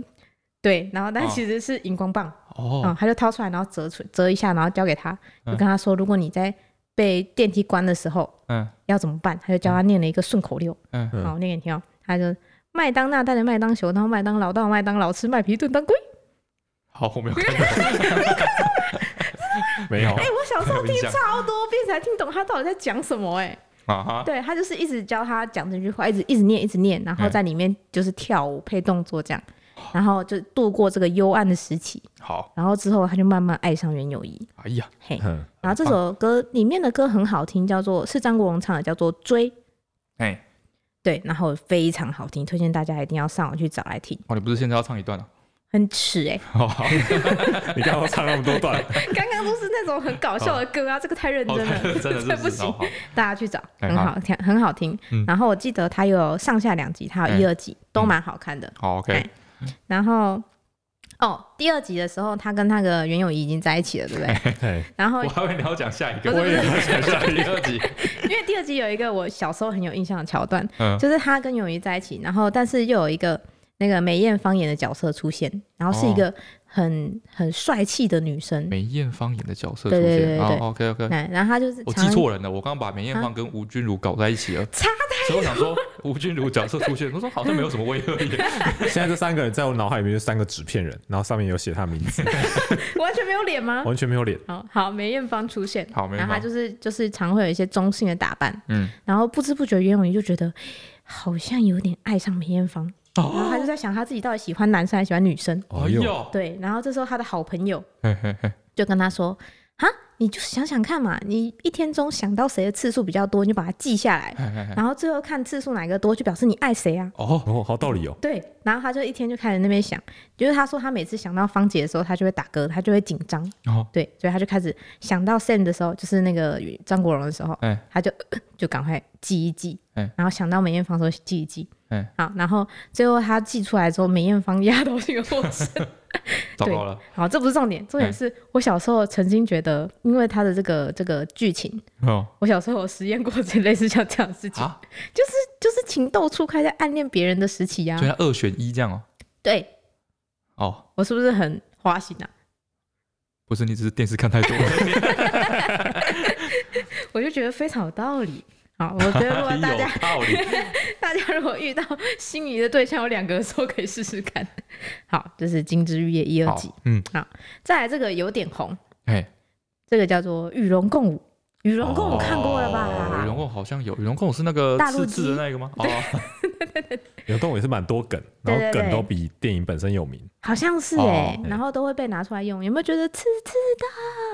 [SPEAKER 1] 对，然后但
[SPEAKER 2] 哦
[SPEAKER 1] 其实是荧光棒。嗯
[SPEAKER 2] 哦，，
[SPEAKER 1] 他就掏出来，然后折出折一下，然后交给他，就
[SPEAKER 2] 嗯
[SPEAKER 1] 跟他说，如果你在被电梯关的时候
[SPEAKER 2] 嗯，
[SPEAKER 1] 要怎么办，他就教他念了一个顺口溜，
[SPEAKER 2] 嗯
[SPEAKER 1] 好，我念给你听哦，他就麦当娜带着麦当熊当麦当劳到麦当劳吃麦皮炖当归，
[SPEAKER 2] 好，我没有看
[SPEAKER 1] [laughs]
[SPEAKER 2] 到，
[SPEAKER 3] 没有
[SPEAKER 2] 嗯
[SPEAKER 1] 哎、我小时候
[SPEAKER 2] 没
[SPEAKER 1] 听
[SPEAKER 2] 有印象
[SPEAKER 1] 超多遍才听懂他到底在讲什么、哎，
[SPEAKER 2] 啊哈，
[SPEAKER 1] 对他就是一直教他讲这句话，一直一直念，一直念，然后
[SPEAKER 2] 嗯
[SPEAKER 1] 在里面就是跳舞配动作这样，然后就度过这个幽暗的时期，
[SPEAKER 2] 好，
[SPEAKER 1] 然后之后他就慢慢爱上袁咏仪，
[SPEAKER 2] 哎呀，
[SPEAKER 1] 嘿。
[SPEAKER 3] 嗯，
[SPEAKER 1] 然后这首歌里面的歌很好听，叫做是张国荣唱的，叫做《追》。
[SPEAKER 2] 哎，
[SPEAKER 1] 对，然后非常好听，推荐大家一定要上网去找来听，
[SPEAKER 2] 哦，你不是现在要唱一段啊？
[SPEAKER 1] 很耻哎、
[SPEAKER 2] [laughs] 好好，
[SPEAKER 3] 你刚刚唱那么多段，
[SPEAKER 1] [laughs] 刚刚都是那种很搞笑的歌啊，这个太认真
[SPEAKER 2] 好
[SPEAKER 1] 了，
[SPEAKER 2] 真的
[SPEAKER 1] 这
[SPEAKER 2] 是
[SPEAKER 1] 不行
[SPEAKER 2] 好好，
[SPEAKER 1] 大家去找，
[SPEAKER 2] 哎
[SPEAKER 1] 很
[SPEAKER 2] 好
[SPEAKER 1] 好听，很好听
[SPEAKER 2] 嗯。
[SPEAKER 1] 然后我记得它有上下两集，它有一、
[SPEAKER 2] 哎
[SPEAKER 1] 二集都蛮好看的。
[SPEAKER 2] 好 OK，
[SPEAKER 1] 哎然后哦，第二集的时候，他跟那个袁咏仪已经在一起了，对不
[SPEAKER 2] [laughs]
[SPEAKER 1] 对？
[SPEAKER 3] 哎，
[SPEAKER 1] 然后
[SPEAKER 2] 我还以为你要讲下一个，
[SPEAKER 1] 不是不是
[SPEAKER 2] 要讲下一个集，
[SPEAKER 1] 因为第二集有一个我小时候很有印象的桥段， [laughs]
[SPEAKER 2] 嗯，
[SPEAKER 1] 就是他跟咏仪在一起，然后但是又有一个那个梅艳芳演的角色出现，然后是一个很、很帅气的女生，
[SPEAKER 2] 哦梅艳芳演的角色出
[SPEAKER 1] 对对
[SPEAKER 2] 现，
[SPEAKER 1] 对对
[SPEAKER 2] 啊
[SPEAKER 1] 对
[SPEAKER 2] OK OK，
[SPEAKER 1] 哎，然后她就是
[SPEAKER 2] 我
[SPEAKER 1] 常啊
[SPEAKER 2] 记错人了，我刚刚把梅艳芳跟吴君如搞在一起了，
[SPEAKER 1] 差
[SPEAKER 2] 所以我想说吴君如角色出现，我说好像没有
[SPEAKER 1] [laughs]
[SPEAKER 2] 什么威慑力，
[SPEAKER 3] 现在这三个人在我脑海里面就三个纸片人，然后上面有写他名字，
[SPEAKER 1] 完全没有脸吗？
[SPEAKER 3] 完全没有脸。
[SPEAKER 1] 好好，梅艳芳出现，
[SPEAKER 2] 好梅艳
[SPEAKER 1] 然后她
[SPEAKER 2] 芳
[SPEAKER 1] 就是就是常会有一些中性的打扮，
[SPEAKER 2] 嗯，
[SPEAKER 1] 然后不知不觉袁咏仪就觉得好像有点爱上梅艳芳，然后她就在想她自己到底喜欢男生还是喜欢女生，
[SPEAKER 2] 哎呦，
[SPEAKER 1] 对，然后这时候她的好朋友
[SPEAKER 2] 嘿嘿嘿，
[SPEAKER 1] 就跟他说：“啊，你就想想看嘛，你一天中想到谁的次数比较多，你就把它记下
[SPEAKER 2] [laughs]
[SPEAKER 1] 来，
[SPEAKER 2] 嘿嘿嘿
[SPEAKER 1] 然后最后看次数哪个多，就表示你爱谁啊。
[SPEAKER 2] 哦，
[SPEAKER 3] 哦，好道理哦”。
[SPEAKER 1] 对，然后他就一天就开始那边想，就是他说他每次想到芳姐的时候，他就会打嗝，他就会紧张，
[SPEAKER 2] 哦，
[SPEAKER 1] 对，所以他就开始想到 Sam 的时候，就是那个张国荣的时候，
[SPEAKER 2] 哎
[SPEAKER 1] 他就就赶快记一记，
[SPEAKER 2] 哎
[SPEAKER 1] 然后想到梅艳芳的时候记一记，
[SPEAKER 2] 哎
[SPEAKER 1] 好，然后最后他记出来之后，梅艳芳压倒性的获胜，
[SPEAKER 2] 糟糕了，
[SPEAKER 1] 好，这不是重点，重点是我小时候曾经觉得，因为他的这个这个剧情，
[SPEAKER 2] 哦
[SPEAKER 1] 我小时候有实验过 [laughs] 这类似像这样的事情，
[SPEAKER 2] 啊，
[SPEAKER 1] 就是情窦初开在暗恋别人的时期呀、
[SPEAKER 2] 所以
[SPEAKER 1] 啊。
[SPEAKER 2] 他二选一这样哦，
[SPEAKER 1] 对
[SPEAKER 2] 哦，
[SPEAKER 1] 我是不是很花心啊？ [laughs]
[SPEAKER 2] 不是你只是电视看太多 [laughs] 了，
[SPEAKER 1] 我就觉得非常有道理。好，我觉得如果大家
[SPEAKER 2] [laughs] 有道
[SPEAKER 1] [laughs]
[SPEAKER 2] 理，
[SPEAKER 1] 大家如果遇到心仪的对象有两个的时候，可以试试看。好，这是《金枝玉叶》一二
[SPEAKER 2] 好
[SPEAKER 1] 集，，
[SPEAKER 2] 嗯，
[SPEAKER 1] 再来这个有点红，
[SPEAKER 2] 哎，
[SPEAKER 1] 这个叫做《与龙共舞》。与龙共舞 [laughs] 看过了吧？
[SPEAKER 2] 哦羽绒控好像有，羽绒控是那个
[SPEAKER 1] 大陆
[SPEAKER 2] 刺
[SPEAKER 1] 鸡
[SPEAKER 2] 刺的那个吗？哦，
[SPEAKER 3] 有动也是蛮多梗，然
[SPEAKER 1] 对对
[SPEAKER 3] 后
[SPEAKER 1] 对
[SPEAKER 3] 梗都比电影本身有名。
[SPEAKER 1] 好像是哎、
[SPEAKER 2] 哦
[SPEAKER 1] 然后都会被拿出来用。有没有觉得刺刺的、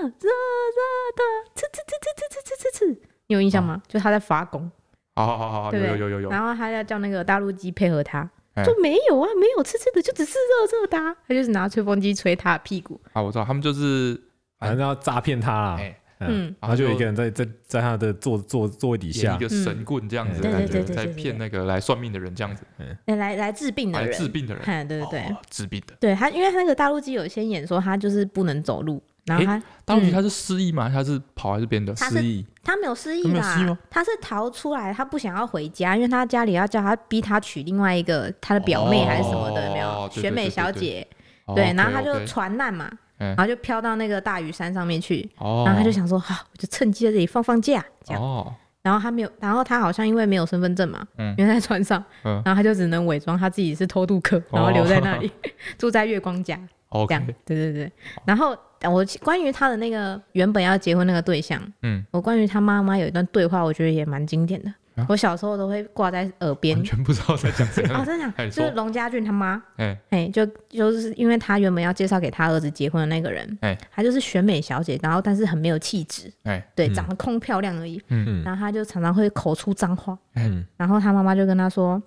[SPEAKER 1] 热热的、刺刺刺刺刺刺刺刺？你有印象吗？就他在发功，
[SPEAKER 2] 好好好好
[SPEAKER 1] [laughs]
[SPEAKER 2] 好，
[SPEAKER 1] 对啊
[SPEAKER 2] 有
[SPEAKER 1] 不对
[SPEAKER 2] 有有有有，
[SPEAKER 1] 然后他要叫那个大陆鸡配合他，
[SPEAKER 2] 哎
[SPEAKER 1] 说没有啊，没有刺刺的，就只是热热的、啊。他就是拿吹风机吹他的屁股，
[SPEAKER 2] 啊，我知道，他们就是
[SPEAKER 3] 反正要诈骗他啦，
[SPEAKER 2] 哎，
[SPEAKER 1] 嗯，
[SPEAKER 3] 然后就有一个人在在在他的座座座位底
[SPEAKER 2] 演
[SPEAKER 3] 下
[SPEAKER 2] 一，个神棍这样子的
[SPEAKER 3] 嗯
[SPEAKER 2] 感觉，
[SPEAKER 3] 对对
[SPEAKER 1] 对对
[SPEAKER 3] 对
[SPEAKER 2] 在
[SPEAKER 1] 对对
[SPEAKER 2] 骗那个来算命的人这样子，
[SPEAKER 1] 来来来治病的
[SPEAKER 2] 来
[SPEAKER 1] 人，
[SPEAKER 2] 治病的人，
[SPEAKER 1] 看对对对，
[SPEAKER 2] 哦治病的。
[SPEAKER 1] 对他，因为他那个大陆鸡有先演说他就是不能走路，然后他、
[SPEAKER 2] 大陆
[SPEAKER 1] 嗯
[SPEAKER 2] 鸡他是失忆吗？还是他是跑还是编的？
[SPEAKER 1] 他
[SPEAKER 3] 失忆，
[SPEAKER 1] 他没有失忆
[SPEAKER 3] 他没有失忆
[SPEAKER 1] 啦
[SPEAKER 3] 吗，
[SPEAKER 1] 他是逃出来，他不想要回家，因为他家里要叫他逼他娶另外一个他的表妹还是什么的，
[SPEAKER 2] 哦
[SPEAKER 1] 有没有
[SPEAKER 2] 对对
[SPEAKER 1] 选美
[SPEAKER 2] 对对
[SPEAKER 1] 小
[SPEAKER 2] 对
[SPEAKER 1] 姐，
[SPEAKER 2] 哦
[SPEAKER 1] 对，
[SPEAKER 2] ，OK，
[SPEAKER 1] 然后他就
[SPEAKER 2] OK
[SPEAKER 1] 船难嘛，
[SPEAKER 2] 嗯
[SPEAKER 1] 然后就飘到那个大屿山上面去，
[SPEAKER 2] 哦，
[SPEAKER 1] 然后他就想说，好，我就趁机在这里放放假，这样，
[SPEAKER 2] 哦，
[SPEAKER 1] 然后他没有，然后他好像因为没有身份证嘛
[SPEAKER 2] 嗯，
[SPEAKER 1] 因为在船上，
[SPEAKER 2] 嗯哦
[SPEAKER 1] 然后他就只能伪装他自己是偷渡客，然后留在那
[SPEAKER 2] [laughs]
[SPEAKER 1] 里住在月光家，这
[SPEAKER 2] OK，
[SPEAKER 1] 样，对对对，然后我关于他的那个原本要结婚那个对象。
[SPEAKER 2] 嗯，
[SPEAKER 1] 我关于他妈妈有一段对话，我觉得也蛮经典的。
[SPEAKER 2] 啊
[SPEAKER 1] 我小时候都会挂在耳边
[SPEAKER 2] 完。全不知道在讲谁。
[SPEAKER 1] 哦，真
[SPEAKER 2] [laughs]
[SPEAKER 1] 的
[SPEAKER 2] 哎
[SPEAKER 1] 假，
[SPEAKER 2] 你
[SPEAKER 1] 就是
[SPEAKER 2] 说
[SPEAKER 1] 龙家俊他妈，
[SPEAKER 2] 哎，
[SPEAKER 1] 哎，就就是因为他原本要介绍给他儿子结婚的那个人，
[SPEAKER 2] 哎
[SPEAKER 1] 他就是选美小姐，然后但是很没有气质，
[SPEAKER 2] 哎，
[SPEAKER 1] 对，
[SPEAKER 3] 嗯
[SPEAKER 1] 长得空漂亮而已。
[SPEAKER 2] 嗯
[SPEAKER 3] 嗯
[SPEAKER 1] 然后他就常常会口出脏话，
[SPEAKER 2] 哎
[SPEAKER 3] 嗯，
[SPEAKER 1] 然后他妈妈就跟他说：“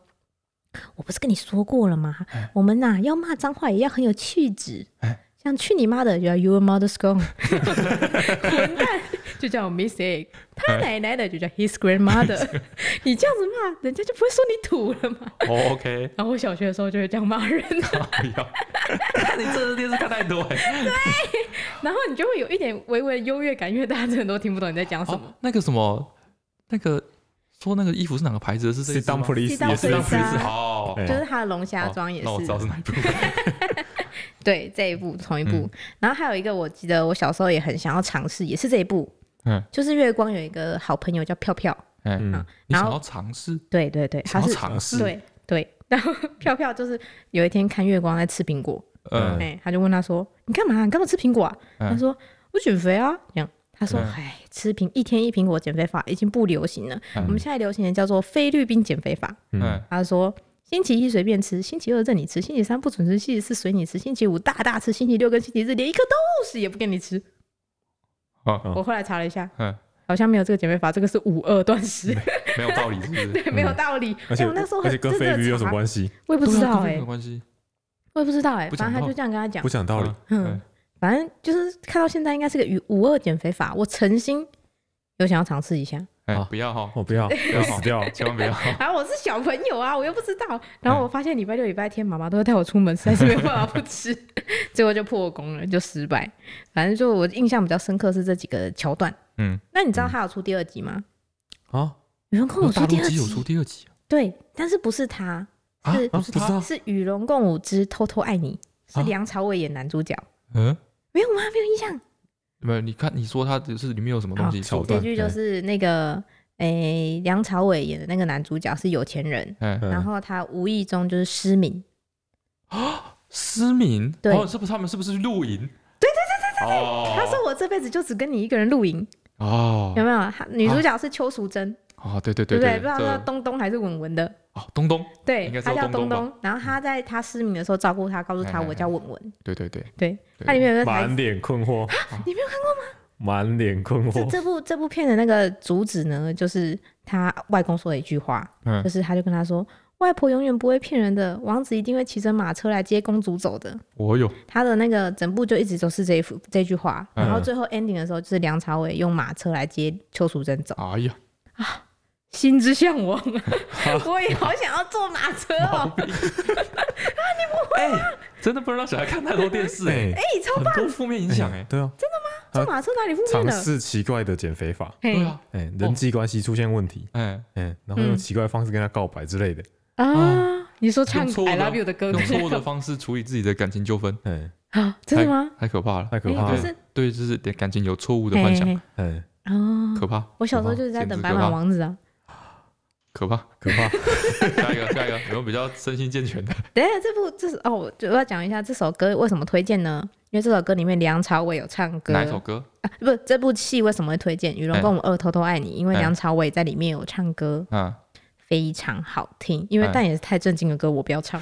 [SPEAKER 1] 我不是跟你说过了吗？我们呐、要骂脏话也要很有气质
[SPEAKER 2] 哎，
[SPEAKER 1] 像去你妈的，就要 Your mother's gone，混
[SPEAKER 2] 哎
[SPEAKER 1] 蛋，就叫 Miss A，他奶奶的就叫 His
[SPEAKER 2] [laughs]
[SPEAKER 1] grandmother，你这样子骂人家就不会说你土了嘛。
[SPEAKER 2] 哦 OK，
[SPEAKER 1] 然后我小学的时候就会这样骂人，
[SPEAKER 2] 哎
[SPEAKER 1] [laughs]
[SPEAKER 2] 呀，看你这电视看 [laughs] 太多哎。
[SPEAKER 1] 然后你就会有一点微微的优越感，因为大家真的都听不懂你在讲什么
[SPEAKER 2] 哦。，那个什么，那个说那个衣服是哪个牌子的？是这一
[SPEAKER 3] 是
[SPEAKER 2] 只
[SPEAKER 3] 当
[SPEAKER 2] 吗
[SPEAKER 3] police
[SPEAKER 1] 是
[SPEAKER 3] 也
[SPEAKER 2] 是
[SPEAKER 3] 是
[SPEAKER 1] 当
[SPEAKER 2] 当
[SPEAKER 1] police 啊
[SPEAKER 2] police 哦。
[SPEAKER 3] 哎
[SPEAKER 1] 就是他的龙虾庄也是，
[SPEAKER 2] 哦那我知道是哪
[SPEAKER 1] [laughs]
[SPEAKER 2] 一部。
[SPEAKER 1] 对这一部同一部，
[SPEAKER 2] 嗯
[SPEAKER 1] 然后还有一个我记得我小时候也很想要尝试，也是这一部，
[SPEAKER 2] 嗯
[SPEAKER 1] 就是月光有一个好朋友叫票票，
[SPEAKER 2] 哎，
[SPEAKER 3] 嗯
[SPEAKER 1] 啊，
[SPEAKER 2] 你
[SPEAKER 1] 然
[SPEAKER 2] 想
[SPEAKER 1] 后
[SPEAKER 2] 要尝试，
[SPEAKER 1] 对对对，他
[SPEAKER 2] 想要
[SPEAKER 1] 是
[SPEAKER 2] 尝试，
[SPEAKER 1] 对对， [laughs] 然后票票就是有一天看月光在吃苹果，
[SPEAKER 2] 嗯
[SPEAKER 1] 哎、，他就问他说：“你干嘛？你干嘛吃苹果啊？”
[SPEAKER 2] 嗯
[SPEAKER 1] 他说：“我减肥啊。”这样。他说
[SPEAKER 2] 嗯：“
[SPEAKER 1] 哎，吃苹一天一苹果减肥法已经不流行了，
[SPEAKER 2] 嗯
[SPEAKER 1] 我们现在流行的叫做菲律宾减肥法。
[SPEAKER 3] 嗯
[SPEAKER 2] 嗯，”
[SPEAKER 1] 他说：“星期一随便吃，星期二任你吃，星期三不准吃，星期四随你吃，星期五大大吃，星期六跟星期日连一颗豆豉也不给你吃。
[SPEAKER 2] 哦
[SPEAKER 1] 我后来查了一下，
[SPEAKER 2] 嗯，
[SPEAKER 1] 好好像没有这个减肥法，这个是五二断食，
[SPEAKER 2] 没有道理是不是？
[SPEAKER 1] [laughs] 对，没有道理。
[SPEAKER 3] 嗯而且
[SPEAKER 1] 哎我那时候
[SPEAKER 3] 而
[SPEAKER 1] 很
[SPEAKER 3] 且跟
[SPEAKER 1] 真的
[SPEAKER 3] 菲律有什么
[SPEAKER 1] 查
[SPEAKER 3] 关系？
[SPEAKER 1] 我也不知
[SPEAKER 2] 对啊
[SPEAKER 1] 道
[SPEAKER 2] 跟这
[SPEAKER 1] 哎、
[SPEAKER 2] 个有关系，
[SPEAKER 1] 我也不知道哎、
[SPEAKER 2] 不讲
[SPEAKER 1] 反正他
[SPEAKER 2] 道
[SPEAKER 1] 就这样跟他讲
[SPEAKER 3] 不，讲道哎理，
[SPEAKER 2] 哎
[SPEAKER 1] 嗯，反正就是看到现在应该是个五五二减肥法，我诚心有想要尝试一下。
[SPEAKER 2] 哎
[SPEAKER 3] 啊，
[SPEAKER 2] 不要哈，
[SPEAKER 3] 我不要，
[SPEAKER 2] 不
[SPEAKER 3] 要
[SPEAKER 2] 要
[SPEAKER 3] 死
[SPEAKER 2] 哈，
[SPEAKER 1] [laughs]
[SPEAKER 3] 掉。
[SPEAKER 2] 千万不要。
[SPEAKER 1] 然后我是小朋友啊，我又不知道。然后我发现礼拜六、礼拜天妈妈都会带我出门，实在是没有办法不吃， [laughs] 最后就破功了，就失败。反正就我印象比较深刻是这几个桥段。
[SPEAKER 2] 嗯，
[SPEAKER 1] 那你知道他有出第二集吗？
[SPEAKER 3] 啊，
[SPEAKER 1] 有人跟我说
[SPEAKER 2] 大陆
[SPEAKER 1] 哦第二
[SPEAKER 2] 机有出
[SPEAKER 1] 集，
[SPEAKER 2] 第二集
[SPEAKER 1] 对，但是不是他，
[SPEAKER 2] 啊
[SPEAKER 1] 是
[SPEAKER 2] 啊，
[SPEAKER 3] 不知道
[SPEAKER 1] 是《与龙共舞之偷偷爱你》，是
[SPEAKER 3] 啊
[SPEAKER 1] 梁朝伟演男主角，
[SPEAKER 2] 嗯，
[SPEAKER 1] 没有吗？没有印象。
[SPEAKER 2] 没有，你看你说它就是里面有什么东西
[SPEAKER 1] 好
[SPEAKER 2] 桥
[SPEAKER 1] 结
[SPEAKER 2] 段？
[SPEAKER 1] 局就是那个诶、梁朝伟演的那个男主角是有钱人，
[SPEAKER 2] 哎，
[SPEAKER 3] 嗯
[SPEAKER 1] 然后他无意中就是失明，
[SPEAKER 2] 失明，
[SPEAKER 1] 对
[SPEAKER 2] 哦，是不是他们是不是去露营？对对对对对，哦，
[SPEAKER 1] 他说我这辈子就只跟你一个人露营，
[SPEAKER 2] 哦
[SPEAKER 1] 有没有？他女主角是邱淑贞，
[SPEAKER 2] 哦，对对
[SPEAKER 1] 对
[SPEAKER 2] 对
[SPEAKER 1] 不对？不知道叫
[SPEAKER 2] 这
[SPEAKER 1] 东东还是文文的，
[SPEAKER 2] 哦东东，
[SPEAKER 1] 对
[SPEAKER 2] 应该，是
[SPEAKER 1] 她
[SPEAKER 2] 叫
[SPEAKER 1] 叫
[SPEAKER 2] 东
[SPEAKER 1] 东
[SPEAKER 2] 东
[SPEAKER 1] 东。然后他在他失明的时候照顾他，告诉他
[SPEAKER 2] 哎哎哎
[SPEAKER 1] 我叫文文。
[SPEAKER 2] 对对对，
[SPEAKER 1] 对，
[SPEAKER 2] 对
[SPEAKER 1] 它里面有个台
[SPEAKER 3] 满
[SPEAKER 1] 词，
[SPEAKER 3] 脸困惑，
[SPEAKER 1] 啊你没有看
[SPEAKER 3] 满脸困
[SPEAKER 1] 这
[SPEAKER 3] 惑。
[SPEAKER 1] 这部这部片的那个主旨呢，就是他外公说了一句话，
[SPEAKER 2] 嗯
[SPEAKER 1] 就，是他就跟他说。外婆永远不会骗人的，王子一定会骑着马车来接公主走的。
[SPEAKER 2] 我有，
[SPEAKER 1] 他的那个整部就一直都是这一幅这句话，
[SPEAKER 2] 嗯
[SPEAKER 1] 然后最后 ending 的时候就是梁朝伟用马车来接邱淑贞走，
[SPEAKER 2] 哎呀，
[SPEAKER 1] 心之向往，我也好想要坐马车哦、
[SPEAKER 2] 哎，真的不能让小孩看太多电视，哎，
[SPEAKER 3] 哎，
[SPEAKER 1] 哎、超
[SPEAKER 2] 很多负面影响，哎，
[SPEAKER 3] 对啊，
[SPEAKER 1] 坐马车哪里负面
[SPEAKER 3] 尝
[SPEAKER 1] 了？
[SPEAKER 3] 试奇怪的减肥法，
[SPEAKER 1] 嘿
[SPEAKER 2] 对啊，
[SPEAKER 3] 哎，
[SPEAKER 1] 哦
[SPEAKER 3] 人际关系出现问题，
[SPEAKER 2] 哎，
[SPEAKER 3] 哎，然后
[SPEAKER 1] 嗯
[SPEAKER 3] 用奇怪的方式跟他告白之类的，
[SPEAKER 1] 啊，你说唱
[SPEAKER 2] 嗯用错
[SPEAKER 1] I
[SPEAKER 2] 的
[SPEAKER 1] love you 的歌
[SPEAKER 2] 用错误
[SPEAKER 1] 的
[SPEAKER 2] 的方式处理自己的感情纠纷，
[SPEAKER 3] 哎，
[SPEAKER 1] 啊，真的吗？
[SPEAKER 2] 太可怕了。
[SPEAKER 3] 太可
[SPEAKER 1] 哎
[SPEAKER 3] 怕
[SPEAKER 1] 不
[SPEAKER 3] 了，
[SPEAKER 1] 是
[SPEAKER 2] 对，就是对感情有错误的幻想，
[SPEAKER 1] 嘿嘿
[SPEAKER 3] 哎，
[SPEAKER 1] 嘿哦，
[SPEAKER 2] 可怕，
[SPEAKER 1] 我小时候就是在
[SPEAKER 2] 简直
[SPEAKER 1] 等《
[SPEAKER 2] 可
[SPEAKER 1] 白马
[SPEAKER 2] 怕
[SPEAKER 1] 王子》啊。
[SPEAKER 2] 可怕。
[SPEAKER 3] 可怕。
[SPEAKER 2] [laughs] 下一个，下一个，有没有比较身心健全的？
[SPEAKER 1] 等一下这部这是哦，我就要讲一下这首歌为什么推荐呢？因为这首歌里面梁朝伟有唱歌，
[SPEAKER 2] 哪一首歌？
[SPEAKER 1] 啊，不，这部戏为什么会推荐《与龙共舞二：偷偷爱你》？因为
[SPEAKER 2] 哎
[SPEAKER 1] 梁朝伟在里面有唱歌，
[SPEAKER 2] 啊，
[SPEAKER 1] 非常好听。因为
[SPEAKER 2] 哎
[SPEAKER 1] 但也是太震惊的歌，我不要
[SPEAKER 2] [laughs]
[SPEAKER 1] 唱，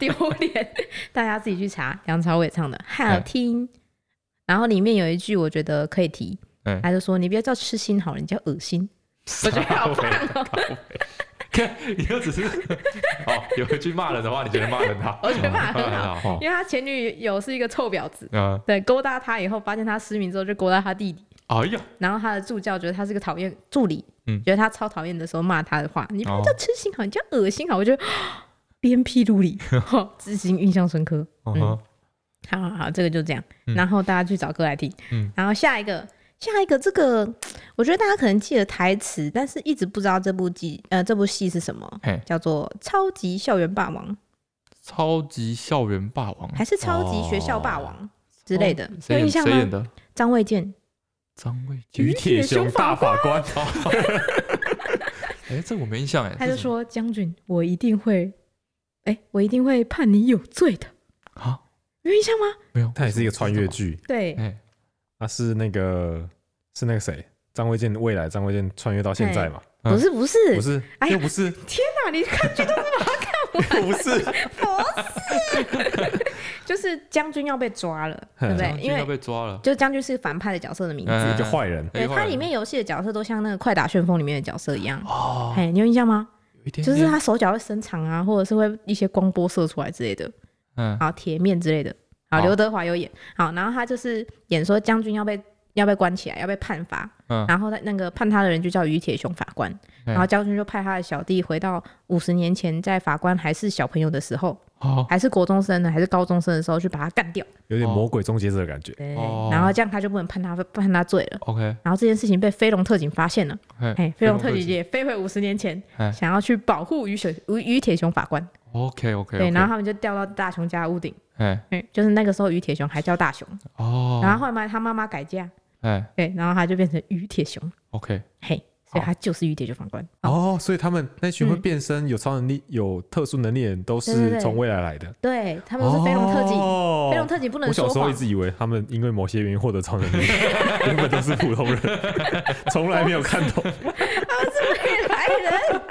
[SPEAKER 1] 丢脸。大家自己去查梁朝伟唱的，好
[SPEAKER 2] 哎
[SPEAKER 1] 听。然后里面有一句我觉得可以提
[SPEAKER 2] 哎，
[SPEAKER 1] 他就说：“你不要叫痴心好了，你叫恶心。”我觉得好棒哦，
[SPEAKER 2] 看，你又只是 [laughs] 哦，有一句骂人的话，你觉得骂人好？
[SPEAKER 1] [laughs]
[SPEAKER 2] 哦
[SPEAKER 1] 我觉得骂得很
[SPEAKER 2] [laughs] 好。
[SPEAKER 3] 哦
[SPEAKER 2] 好
[SPEAKER 1] 因为他前女友是一个臭婊子，
[SPEAKER 2] 嗯，
[SPEAKER 1] 对，勾搭他以后，发现他失明之后就勾搭他弟弟。
[SPEAKER 2] 哎呀，
[SPEAKER 1] 然后他的助教觉得他是个讨厌助理，
[SPEAKER 2] 嗯
[SPEAKER 1] 觉得他超讨厌的时候骂他的话，你不要
[SPEAKER 2] 哦
[SPEAKER 1] 叫痴心好，你叫恶心好，我觉得啊鞭辟入里，
[SPEAKER 2] [laughs]
[SPEAKER 1] 哦至今印象深刻。
[SPEAKER 2] 嗯哼，
[SPEAKER 1] 好好好，这个就这样，
[SPEAKER 2] 嗯
[SPEAKER 1] 然后大家去找歌来听。
[SPEAKER 2] 嗯
[SPEAKER 1] 然后下一个，下一个这个，我觉得大家可能记得台词，但是一直不知道这部剧呃这部戏是什么，
[SPEAKER 2] 嘿，
[SPEAKER 1] 叫做《超级校园霸王》
[SPEAKER 2] 嗯超级校园霸王
[SPEAKER 1] 还是《超级学校霸王》之类的，有
[SPEAKER 2] 谁
[SPEAKER 1] 印
[SPEAKER 2] 演
[SPEAKER 1] 象
[SPEAKER 2] 哦谁演
[SPEAKER 1] 吗？
[SPEAKER 2] 的？
[SPEAKER 1] 张卫健，
[SPEAKER 2] 张卫健。哦
[SPEAKER 1] 于
[SPEAKER 2] [laughs]
[SPEAKER 3] 于
[SPEAKER 1] 铁
[SPEAKER 3] 铁
[SPEAKER 1] 雄
[SPEAKER 3] 雄
[SPEAKER 1] 大
[SPEAKER 3] 大
[SPEAKER 1] 法
[SPEAKER 3] 法官，
[SPEAKER 2] 哎，这我没印象哎。
[SPEAKER 1] 他就
[SPEAKER 2] 这是什么
[SPEAKER 1] 说：“将军，我一定会，哎、我一定会判你有罪的。”
[SPEAKER 2] 啊，
[SPEAKER 1] 有印象吗？
[SPEAKER 2] 没有，
[SPEAKER 3] 他也是一个穿越剧，
[SPEAKER 1] 对
[SPEAKER 2] 这是什么。，哎，
[SPEAKER 3] 他是那个是那个谁，张卫健未来张卫健穿越到现在嘛？
[SPEAKER 2] 嗯
[SPEAKER 1] 不是不是，
[SPEAKER 3] 不是，
[SPEAKER 1] 哎呀
[SPEAKER 3] 又不是，
[SPEAKER 1] 天哪！你看 [laughs] 剧都是
[SPEAKER 3] 又不是，
[SPEAKER 1] 就是将军要被抓了，对
[SPEAKER 3] 嗯
[SPEAKER 1] 不对
[SPEAKER 2] 张？
[SPEAKER 1] 因
[SPEAKER 2] 军
[SPEAKER 1] 为
[SPEAKER 2] 要被抓了。
[SPEAKER 1] 就将军是反派的角色的名字。
[SPEAKER 2] 嗯
[SPEAKER 3] 一个坏人，
[SPEAKER 1] 对，
[SPEAKER 2] 哎
[SPEAKER 1] 它里面游戏的角色都像那个《快打旋风》里面的角色一样。
[SPEAKER 2] 哦，嗯
[SPEAKER 1] 哎，你有印象吗？
[SPEAKER 2] 有一点
[SPEAKER 1] 就是
[SPEAKER 2] 点
[SPEAKER 1] 他手脚会伸长啊，或者是会一些光波射出来之类的，
[SPEAKER 2] 嗯
[SPEAKER 1] 然后铁面之类的。好，
[SPEAKER 2] 好
[SPEAKER 1] 刘德华有演。好，然后他就是演说将军要被要被关起来，要被判罚，
[SPEAKER 2] 嗯
[SPEAKER 1] 然后他那个判他的人就叫于铁雄法官，
[SPEAKER 2] 嗯
[SPEAKER 1] 然后将军就派他的小弟回到五十年前，在法官还是小朋友的时候，
[SPEAKER 2] 哦
[SPEAKER 1] 还是国中生呢，还是高中生的时候去把他干掉，
[SPEAKER 3] 有点魔鬼终结者的感觉。
[SPEAKER 1] 对
[SPEAKER 2] 哦
[SPEAKER 1] 然后这样他就不能判他判他罪了。
[SPEAKER 2] ，OK，
[SPEAKER 1] 然后这件事情被飞龙特警发现了，哎
[SPEAKER 2] 哎，，
[SPEAKER 1] 飞龙特警也飞回五十年前，
[SPEAKER 2] 哎
[SPEAKER 1] 想要去保护于雪于于铁雄法官，
[SPEAKER 2] ，OK，OK，
[SPEAKER 1] 对，然后他们就掉到大雄家的屋顶，
[SPEAKER 2] 哎，
[SPEAKER 1] 哎，就是那个时候于铁雄还叫大雄，
[SPEAKER 2] 哦，
[SPEAKER 1] 然后后来他妈妈改嫁，
[SPEAKER 2] 哎
[SPEAKER 1] 对，然后他就变成于铁雄，
[SPEAKER 2] ，OK，
[SPEAKER 1] 嘿，所以
[SPEAKER 2] 好
[SPEAKER 1] 他就是于铁雄法官。
[SPEAKER 3] 哦，所以他们那群会
[SPEAKER 1] 啊嗯
[SPEAKER 3] 变身、有超能力、有特殊能力的人，都
[SPEAKER 1] 对对
[SPEAKER 3] 是
[SPEAKER 1] 对
[SPEAKER 3] 从未来来的。
[SPEAKER 1] 对他们都是飞龙特警，
[SPEAKER 3] 哦
[SPEAKER 1] 飞龙特警不能
[SPEAKER 3] 我
[SPEAKER 1] 说
[SPEAKER 3] 小时候
[SPEAKER 1] 谎
[SPEAKER 3] 一。直以为他们因为某些原因获得超能
[SPEAKER 1] [laughs]
[SPEAKER 3] 力，原本都是普通人， [laughs] 从来没有看懂。
[SPEAKER 1] 未来人，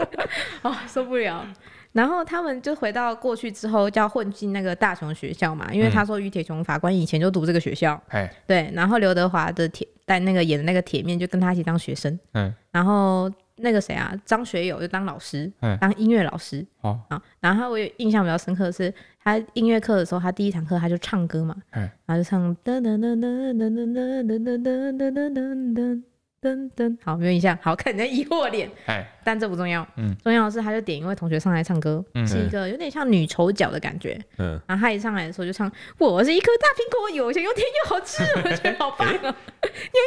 [SPEAKER 1] 哦，受不了。然后他们就回到过去之后，就要混进那个大雄学校嘛，因为他
[SPEAKER 3] 嗯
[SPEAKER 1] 说于铁雄法官以前就读这个学校，
[SPEAKER 2] 哎，
[SPEAKER 1] 对。然后刘德华的铁在那个演的那个铁面就跟他一起当学生，
[SPEAKER 2] 嗯，
[SPEAKER 1] 然后那个谁啊，张学友就当老师，
[SPEAKER 2] 嗯
[SPEAKER 1] 当音乐老师
[SPEAKER 2] 哦，
[SPEAKER 1] 啊。然后我有印象比较深刻的是，他音乐课的时候，他第一堂课他就唱歌嘛，
[SPEAKER 2] 嗯
[SPEAKER 1] 然后就唱噔噔噔噔噔噔噔噔噔噔噔噔噔噔噔，好没有印象，好看你的疑惑脸，
[SPEAKER 2] 哎，
[SPEAKER 1] [laughs] 但这不重要，
[SPEAKER 2] 嗯
[SPEAKER 1] 重要的是他就点一位同学上来唱歌，
[SPEAKER 2] 嗯
[SPEAKER 1] 是一个有点像女丑角的感觉。
[SPEAKER 3] 嗯，
[SPEAKER 1] 然后他一上来的时候就唱“我是一颗大苹果，有甜又甜又好吃”，我觉得好棒哦、
[SPEAKER 2] [laughs]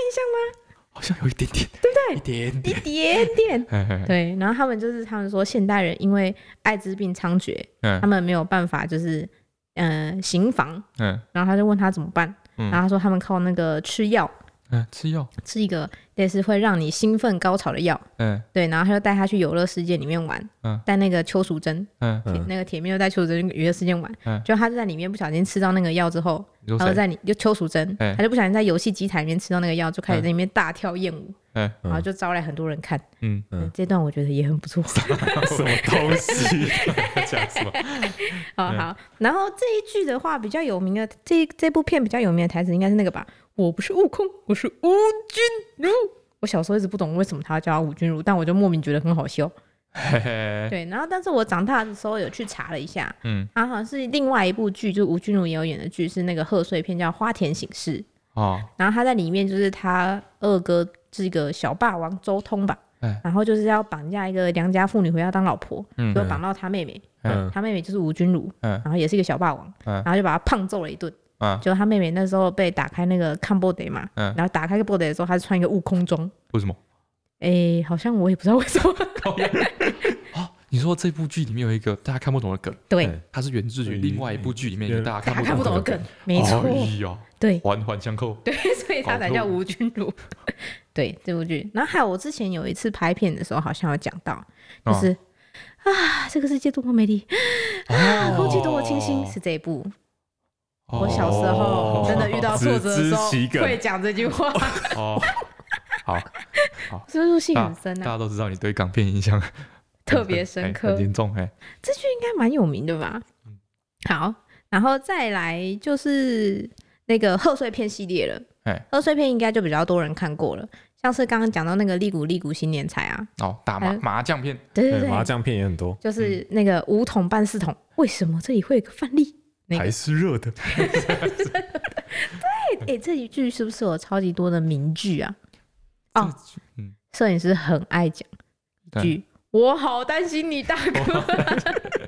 [SPEAKER 2] 好像有一点点，对不对？一点
[SPEAKER 1] 一
[SPEAKER 2] 点，
[SPEAKER 1] 点点。
[SPEAKER 2] 哎哎，哎
[SPEAKER 1] 对，然后他们就是他们说现代人因为艾滋病猖獗，他
[SPEAKER 2] 嗯
[SPEAKER 1] 们没有办法就是呃行房，
[SPEAKER 2] 嗯
[SPEAKER 1] 然后他就问他怎么办，
[SPEAKER 2] 嗯
[SPEAKER 1] 然后他说他们靠那个吃药，
[SPEAKER 2] 嗯，吃药，
[SPEAKER 1] 吃一个类似会让你兴奋高潮的药，
[SPEAKER 2] 嗯
[SPEAKER 1] 对，然后他就带他去游乐世界里面玩，
[SPEAKER 2] 嗯
[SPEAKER 1] 带那个邱淑贞，
[SPEAKER 2] 嗯，
[SPEAKER 1] [laughs]
[SPEAKER 3] 嗯
[SPEAKER 1] 那个铁面又带邱淑贞娱乐世界玩，
[SPEAKER 2] 嗯
[SPEAKER 1] 就他就在里面不小心吃到那个药之后，
[SPEAKER 2] 你说
[SPEAKER 1] 然后
[SPEAKER 2] 谁？
[SPEAKER 1] 在你就邱淑贞，
[SPEAKER 2] 哎嗯
[SPEAKER 1] 他就不小心在游戏机台里面吃到那个药，就开始在里面大跳艳舞，
[SPEAKER 2] 哎
[SPEAKER 1] 然后就招来很多人看。 [laughs]
[SPEAKER 2] 嗯，
[SPEAKER 3] 嗯
[SPEAKER 1] 这段我觉得也很不
[SPEAKER 2] [laughs]
[SPEAKER 1] 错。
[SPEAKER 3] 什么东西？讲什么？
[SPEAKER 1] 好好，然后这一句的话比较有名的，这这部片比较有名的台词应该是那个吧？我不是悟空，我是吴君如。我小时候一直不懂为什么他要叫他吴君如，但我就莫名觉得很好笑。
[SPEAKER 2] 嘿嘿，嘿
[SPEAKER 1] 对，然后但是我长大的时候有去查了一下，啊
[SPEAKER 2] 嗯，
[SPEAKER 1] 他好像是另外一部剧，就是吴君如也有演的剧，是那个贺岁片叫《花田醒事》。
[SPEAKER 2] 哦，
[SPEAKER 1] 然后他在里面就是他二哥这个小霸王周通吧，
[SPEAKER 2] 哎
[SPEAKER 1] 然后就是要绑架一个良家妇女回家当老婆，
[SPEAKER 2] 嗯
[SPEAKER 1] 就绑到他妹妹，
[SPEAKER 3] 嗯
[SPEAKER 1] 他妹妹就是吴君如，
[SPEAKER 2] 嗯
[SPEAKER 1] 然后也是一个小霸王，
[SPEAKER 2] 嗯
[SPEAKER 1] 然后就把他胖揍了一顿。
[SPEAKER 2] 啊，
[SPEAKER 1] 就他妹妹那时候被打开那个看 b o d 嘛，
[SPEAKER 2] 嗯
[SPEAKER 1] 然后打开 b o d 的时候，她是穿一个悟空装，
[SPEAKER 2] 为什么？
[SPEAKER 1] 诶，好像我也不知道为什么， [laughs]
[SPEAKER 2] 哦，你说这部剧里面有一个大家看不懂的梗，
[SPEAKER 1] 对
[SPEAKER 3] 嗯，
[SPEAKER 2] 它是源自于另外一部剧里面一个大家
[SPEAKER 1] 大家看
[SPEAKER 2] 看
[SPEAKER 1] 不懂
[SPEAKER 2] 懂
[SPEAKER 1] 的梗，没错，
[SPEAKER 2] 哎呀，
[SPEAKER 1] 对
[SPEAKER 2] 环环相扣，
[SPEAKER 1] 对，所以他才叫吴君如。 [laughs] 对这部剧，然后还有我之前有一次拍片的时候，好像有讲到，
[SPEAKER 2] 嗯
[SPEAKER 1] 就是、啊，这个世界多么美丽，
[SPEAKER 2] 哦
[SPEAKER 1] 空气多么清新，是这一部。
[SPEAKER 2] 哦
[SPEAKER 1] 我小时候真的遇到挫折的时候
[SPEAKER 3] 只知其梗
[SPEAKER 1] 会讲这句话，
[SPEAKER 2] 哦，好，
[SPEAKER 1] 是入戏
[SPEAKER 2] 大
[SPEAKER 1] 很深啊，
[SPEAKER 2] 大家都知道你对港片印象很
[SPEAKER 1] 特别深
[SPEAKER 2] 哎
[SPEAKER 1] 刻
[SPEAKER 2] 很，严重哎，
[SPEAKER 1] 这句应该蛮有名的吧？
[SPEAKER 3] 嗯
[SPEAKER 1] 好，然后再来就是那个贺岁片系列了
[SPEAKER 2] 哎，
[SPEAKER 1] 贺岁片应该就比较多人看过了，像是刚刚讲到那个利古利古新年财啊，
[SPEAKER 2] 哦，打麻
[SPEAKER 1] 还有
[SPEAKER 2] 麻将片，
[SPEAKER 1] 对对
[SPEAKER 3] 嗯
[SPEAKER 1] 对，
[SPEAKER 3] 麻将片嗯也很多，
[SPEAKER 1] 就是那个五桶半四桶，为什么这里会有个范
[SPEAKER 3] [laughs]
[SPEAKER 1] 例？那个
[SPEAKER 3] 还是热的。
[SPEAKER 1] 哎、哎这一句是不是有超级多的名句啊？哦
[SPEAKER 2] 这，嗯，
[SPEAKER 1] 摄影师很爱讲一句：“我好担心你大
[SPEAKER 3] [laughs]
[SPEAKER 1] 哥。”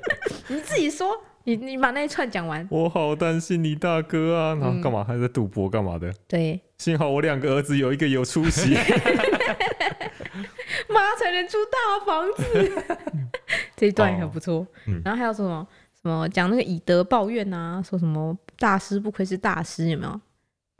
[SPEAKER 1] [laughs] 你自己说，你你把那一串讲完。
[SPEAKER 3] 我好担心你大哥啊，然
[SPEAKER 1] 嗯
[SPEAKER 3] 后干嘛？还在赌博干嘛的？
[SPEAKER 1] 对，
[SPEAKER 3] 幸好我两个儿子有一个有
[SPEAKER 1] [laughs]
[SPEAKER 3] 出息，
[SPEAKER 1] 妈才能住大房子。 [laughs] 这一段也很不错。
[SPEAKER 3] 嗯
[SPEAKER 1] 然后还有什么什么讲那个以德报怨啊，说什么大师不愧是大师，有没有？